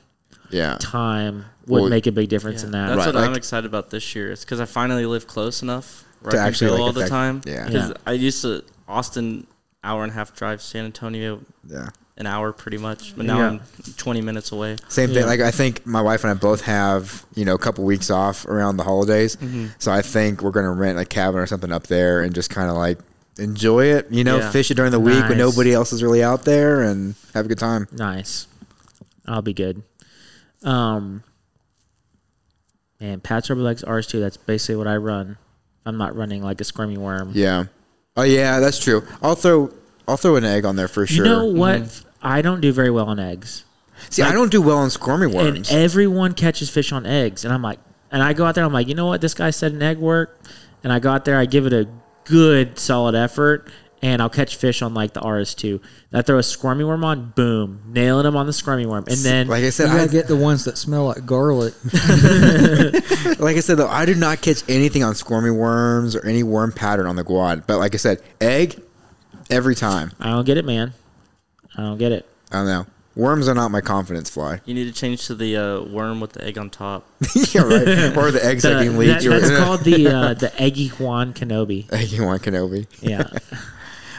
D: yeah,
E: time would
D: Well,
E: make a big difference in that.
H: That's
D: Right,
H: what
D: like-
H: I'm excited about this year. It's because I finally live close enough where
D: To
H: I can
D: actually,
H: go
D: like,
H: all the
D: affect-
H: time.
D: yeah.
H: because I used to Austin hour and a half drive, San Antonio
D: yeah.
H: an hour pretty much, but now
E: Yeah.
H: I'm 20 minutes away.
D: Same thing. Like I think my wife and I both have you know a couple weeks off around the holidays,
E: Mm-hmm.
D: so I think we're gonna rent a cabin or something up there and just kind of like enjoy it. You know,
H: Yeah.
D: fish it during the week when
E: Nice.
D: nobody else is really out there and have a good time.
E: Nice. I'll be good. Um, man, Pat's rubber legs RS2. That's basically what I run. I'm not running like a squirmy worm.
D: Yeah. Oh yeah, that's true. I'll throw I'll throw an egg on there for
E: you
D: sure.
E: know what? I don't do very well on eggs,
D: See, I don't do well on squirmy worms.
E: and everyone catches fish on eggs, and I'm like, and I go out there, I'm like, you know what? This guy said an egg work, and I go out there, I give it a good solid effort. And I'll catch fish on like the RS2. I throw a squirmy worm on, boom, nailing him on the squirmy worm, and then
D: like I
F: You
D: said,
F: gotta
D: I,
F: get the ones that smell like garlic.
D: like I said though, I do not catch anything on squirmy worms or any worm pattern on the quad. But like I said, egg every time.
E: I don't get it, man. I don't get it.
D: I don't know. Worms are not my confidence fly.
H: You need to change to the uh, worm with the egg on top.
D: yeah, right. Or the eggs
E: The-
D: that can lead
E: that-
D: to
E: that's called the uh, the Eggy Juan Kenobi.
D: Eggy One Kenobi.
E: Yeah,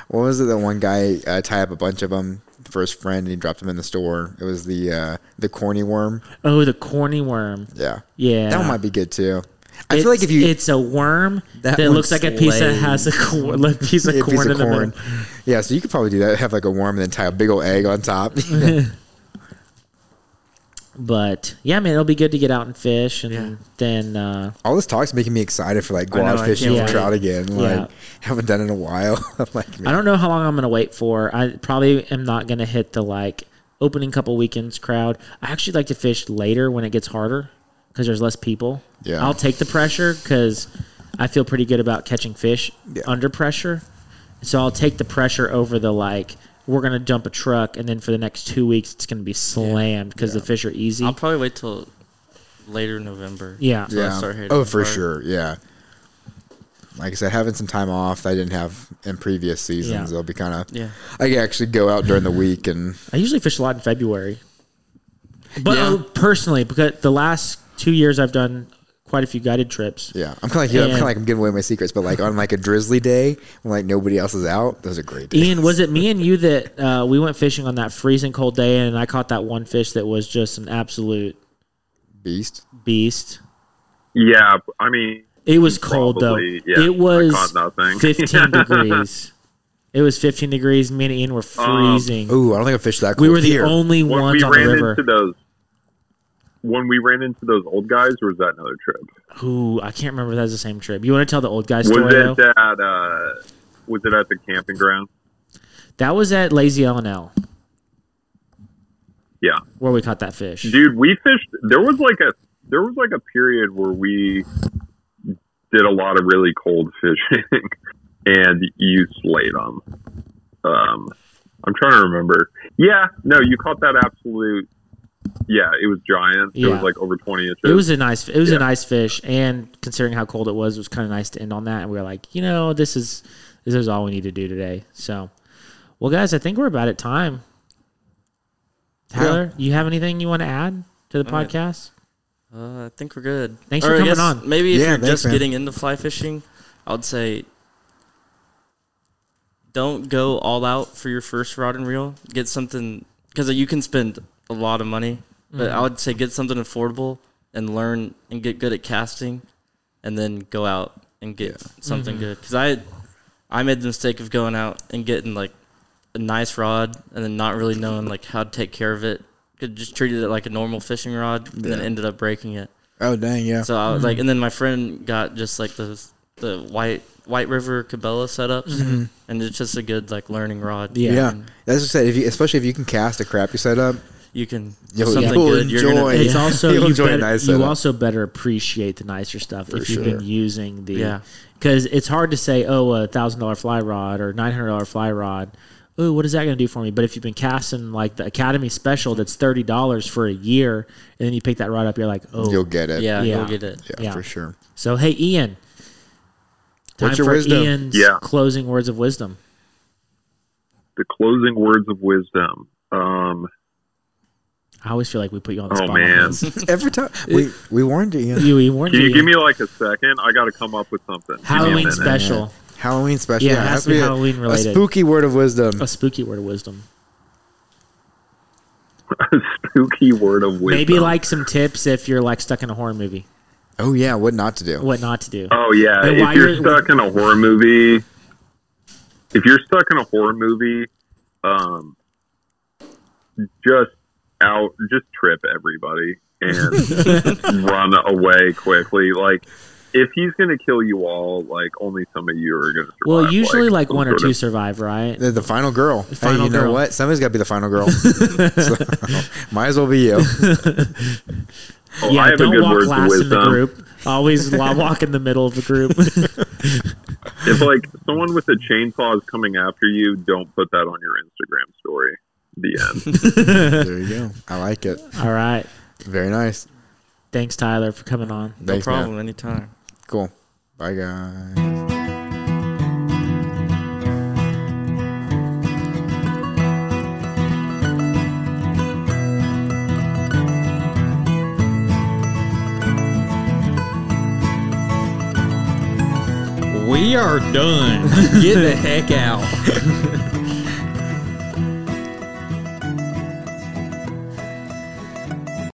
D: What was it? That one guy uh, tie up a bunch of them for his friend and he dropped them in the store. It was the uh, the corny worm.
E: oh, the corny worm.
D: Yeah,
E: Yeah,
D: that one might be good too. I
E: It's-
D: feel like if you
E: it's a worm that,
F: That one
E: looks like a piece that has a, cor- a piece of
D: a
E: corn in the middle.
D: yeah, so you could probably do that. Have like a worm and then tie a big old egg on top.
E: But yeah, man, it'll be good to get out and fish, and then uh,
D: All this talk's making me excited for like
H: know,
D: guad
H: I
D: fishing
E: can't
D: for
E: wait.
D: trout again. Like
E: Yeah.
D: haven't done it in a while. I'm like
E: I don't know how long I'm gonna wait for. I probably am not gonna hit the like opening couple weekends crowd. I actually like to fish later when it gets harder because there's less people.
D: Yeah.
E: I'll take the pressure because I feel pretty good about catching fish under pressure. So I'll take the pressure over the like we're gonna dump a truck and then for the next two weeks it's gonna be slammed because the fish are easy.
H: I'll probably wait till later November.
E: Mm. yeah.
H: Yeah. Let's start hitting
D: Oh, for
H: hard.
D: sure. Yeah. Like I said, having some time off that I didn't have in previous seasons,
E: Yeah.
D: it'll be kind of.
H: Yeah.
D: I could actually go out during the week and
E: I usually fish a lot in February. But uh, personally, because the last two years I've done quite a few guided trips.
D: yeah, I'm kind of like yeah, I'm kind
E: And-
D: of like I'm giving away my secrets, but like on like a drizzly day when like nobody else is out, those are great days.
E: Ian, was it me and you that uh, we went fishing on that freezing cold day and I caught that one fish that was just an absolute
D: Beast.
E: beast?
G: Yeah, I mean,
E: It was cold
G: Probably,
E: though.
G: yeah. I
E: it was
G: caught that thing.
E: 15 degrees. It was 15 degrees. Me and Ian were freezing.
D: Ooh, I don't think I fished that. Oh, Cold
E: we were the
D: here.
E: only
G: when
E: ones
G: Um, we
E: on
G: ran
E: the river.
G: into those, when we ran into those old guys, or was that another trip?
E: Ooh, I can't remember if that was the same trip. You want to tell the old guy story
G: Was
E: though?
G: it at uh, was it at the camping ground?
E: that was at Lazy L and L
G: Yeah,
E: where we caught that fish.
G: dude, we fished. There was like a there was like a period where we did a lot of really cold fishing, and you slayed them. Um, I'm trying to remember. Yeah, no, you caught that absolute. Yeah, it was giant. It
E: Yeah.
G: was like over 20 inches.
E: It was a nice. It was a
G: Yeah.
E: nice fish, and considering how cold it was, it was kind of nice to end on that. And we were like, you know, this is this is all we need to do today. So, well, guys, I think we're about at time. Tyler, you have anything you want to add to the podcast?
H: Uh, I think we're good.
E: Thanks
H: Or
E: for
H: I
E: coming
H: guess
E: on.
H: Maybe if
D: Yeah,
H: you're
D: thanks,
H: just
D: man.
H: getting into fly fishing, I would say don't go all out for your first rod and reel. Get something because you can spend a lot of money, but
E: Mm.
H: I would say get something affordable and learn and get good at casting, and then go out
E: Mm-hmm.
H: and get something good. Because I, I made the mistake of going out and getting like a nice rod and then not really knowing like how to take care of it. Could just treated it like a normal fishing rod and then ended up breaking it.
D: Oh dang, yeah.
H: So I was like, and then my friend got just like the the white White River Cabela setups, and it's just a good like learning rod.
E: Yeah.
D: Mm-hmm. yeah, that's what I said. If you, especially if you can cast a crap you set up,
H: you can
D: You'll-
H: something
D: you'll
H: good. You're gonna,
D: enjoy.
H: be-
E: It's
D: Yeah.
E: also
D: You'll
E: you,
D: enjoy a
E: better,
D: nice
E: you
D: setup.
E: also better appreciate the nicer stuff if you've
D: sure.
E: been using the
H: Yeah.
E: because it's hard to say oh a thousand dollar fly rod or nine hundred dollar fly rod. Ooh, what is that going to do for me? But if you've been casting like the Academy special that's thirty dollars for a year, and then you pick that rod up, you're like, oh,
D: you'll get it.
H: yeah,
E: Yeah.
H: you'll get it.
D: yeah,
E: Yeah.
D: for sure.
E: So hey, Ian, time
D: What's your
E: for
D: wisdom?
E: Ian's
G: Yeah.
E: closing words of wisdom.
G: The closing words of wisdom. Um,
E: I always feel like we put you on the
G: Oh,
E: spot. on
G: man.
E: this.
D: Every time we we warned you, Ian.
E: you we warned
G: can you
E: you,
G: give me
E: Ian.
G: like a second? I got to come up with something. Give me a
E: Halloween
G: minute.
E: special,
D: Halloween special.
E: Yeah, it has to be
D: a-
E: Halloween related.
D: A spooky word of wisdom.
E: a spooky word of wisdom.
G: A spooky word of wisdom.
E: Maybe like some tips if you're like stuck in a horror movie,
D: Oh yeah, what not to do?
E: what not to do.
G: Oh yeah,
E: And
G: if
E: while
G: you're
E: you're-
G: stuck in a horror movie, if you're stuck in a horror movie, um, just out, just trip everybody and run away quickly. Like if he's gonna kill you all, like only some of you are gonna. Survive,
E: well, usually like,
G: some
E: one or
G: sort
E: two
G: of-
E: survive, right?
D: The, the final girl. hey,
E: final
D: you know
E: girl.
D: what? Somebody's got to be the final girl. so, might as well be you.
G: Oh, I
E: yeah,
G: have a
E: don't
G: good
E: walk
G: word for
E: last in the
G: wisdom.
E: group. Always wa- walk in the middle of the group.
G: If like someone with a chainsaw is coming after you, don't put that on your Instagram story. The end.
D: There you go. I like it.
E: All right.
D: Very nice.
E: Thanks, Tyler, for coming on.
H: No
D: Thanks, man.
H: problem, anytime.
D: Cool. Bye, guys.
F: We are done. Get the heck out.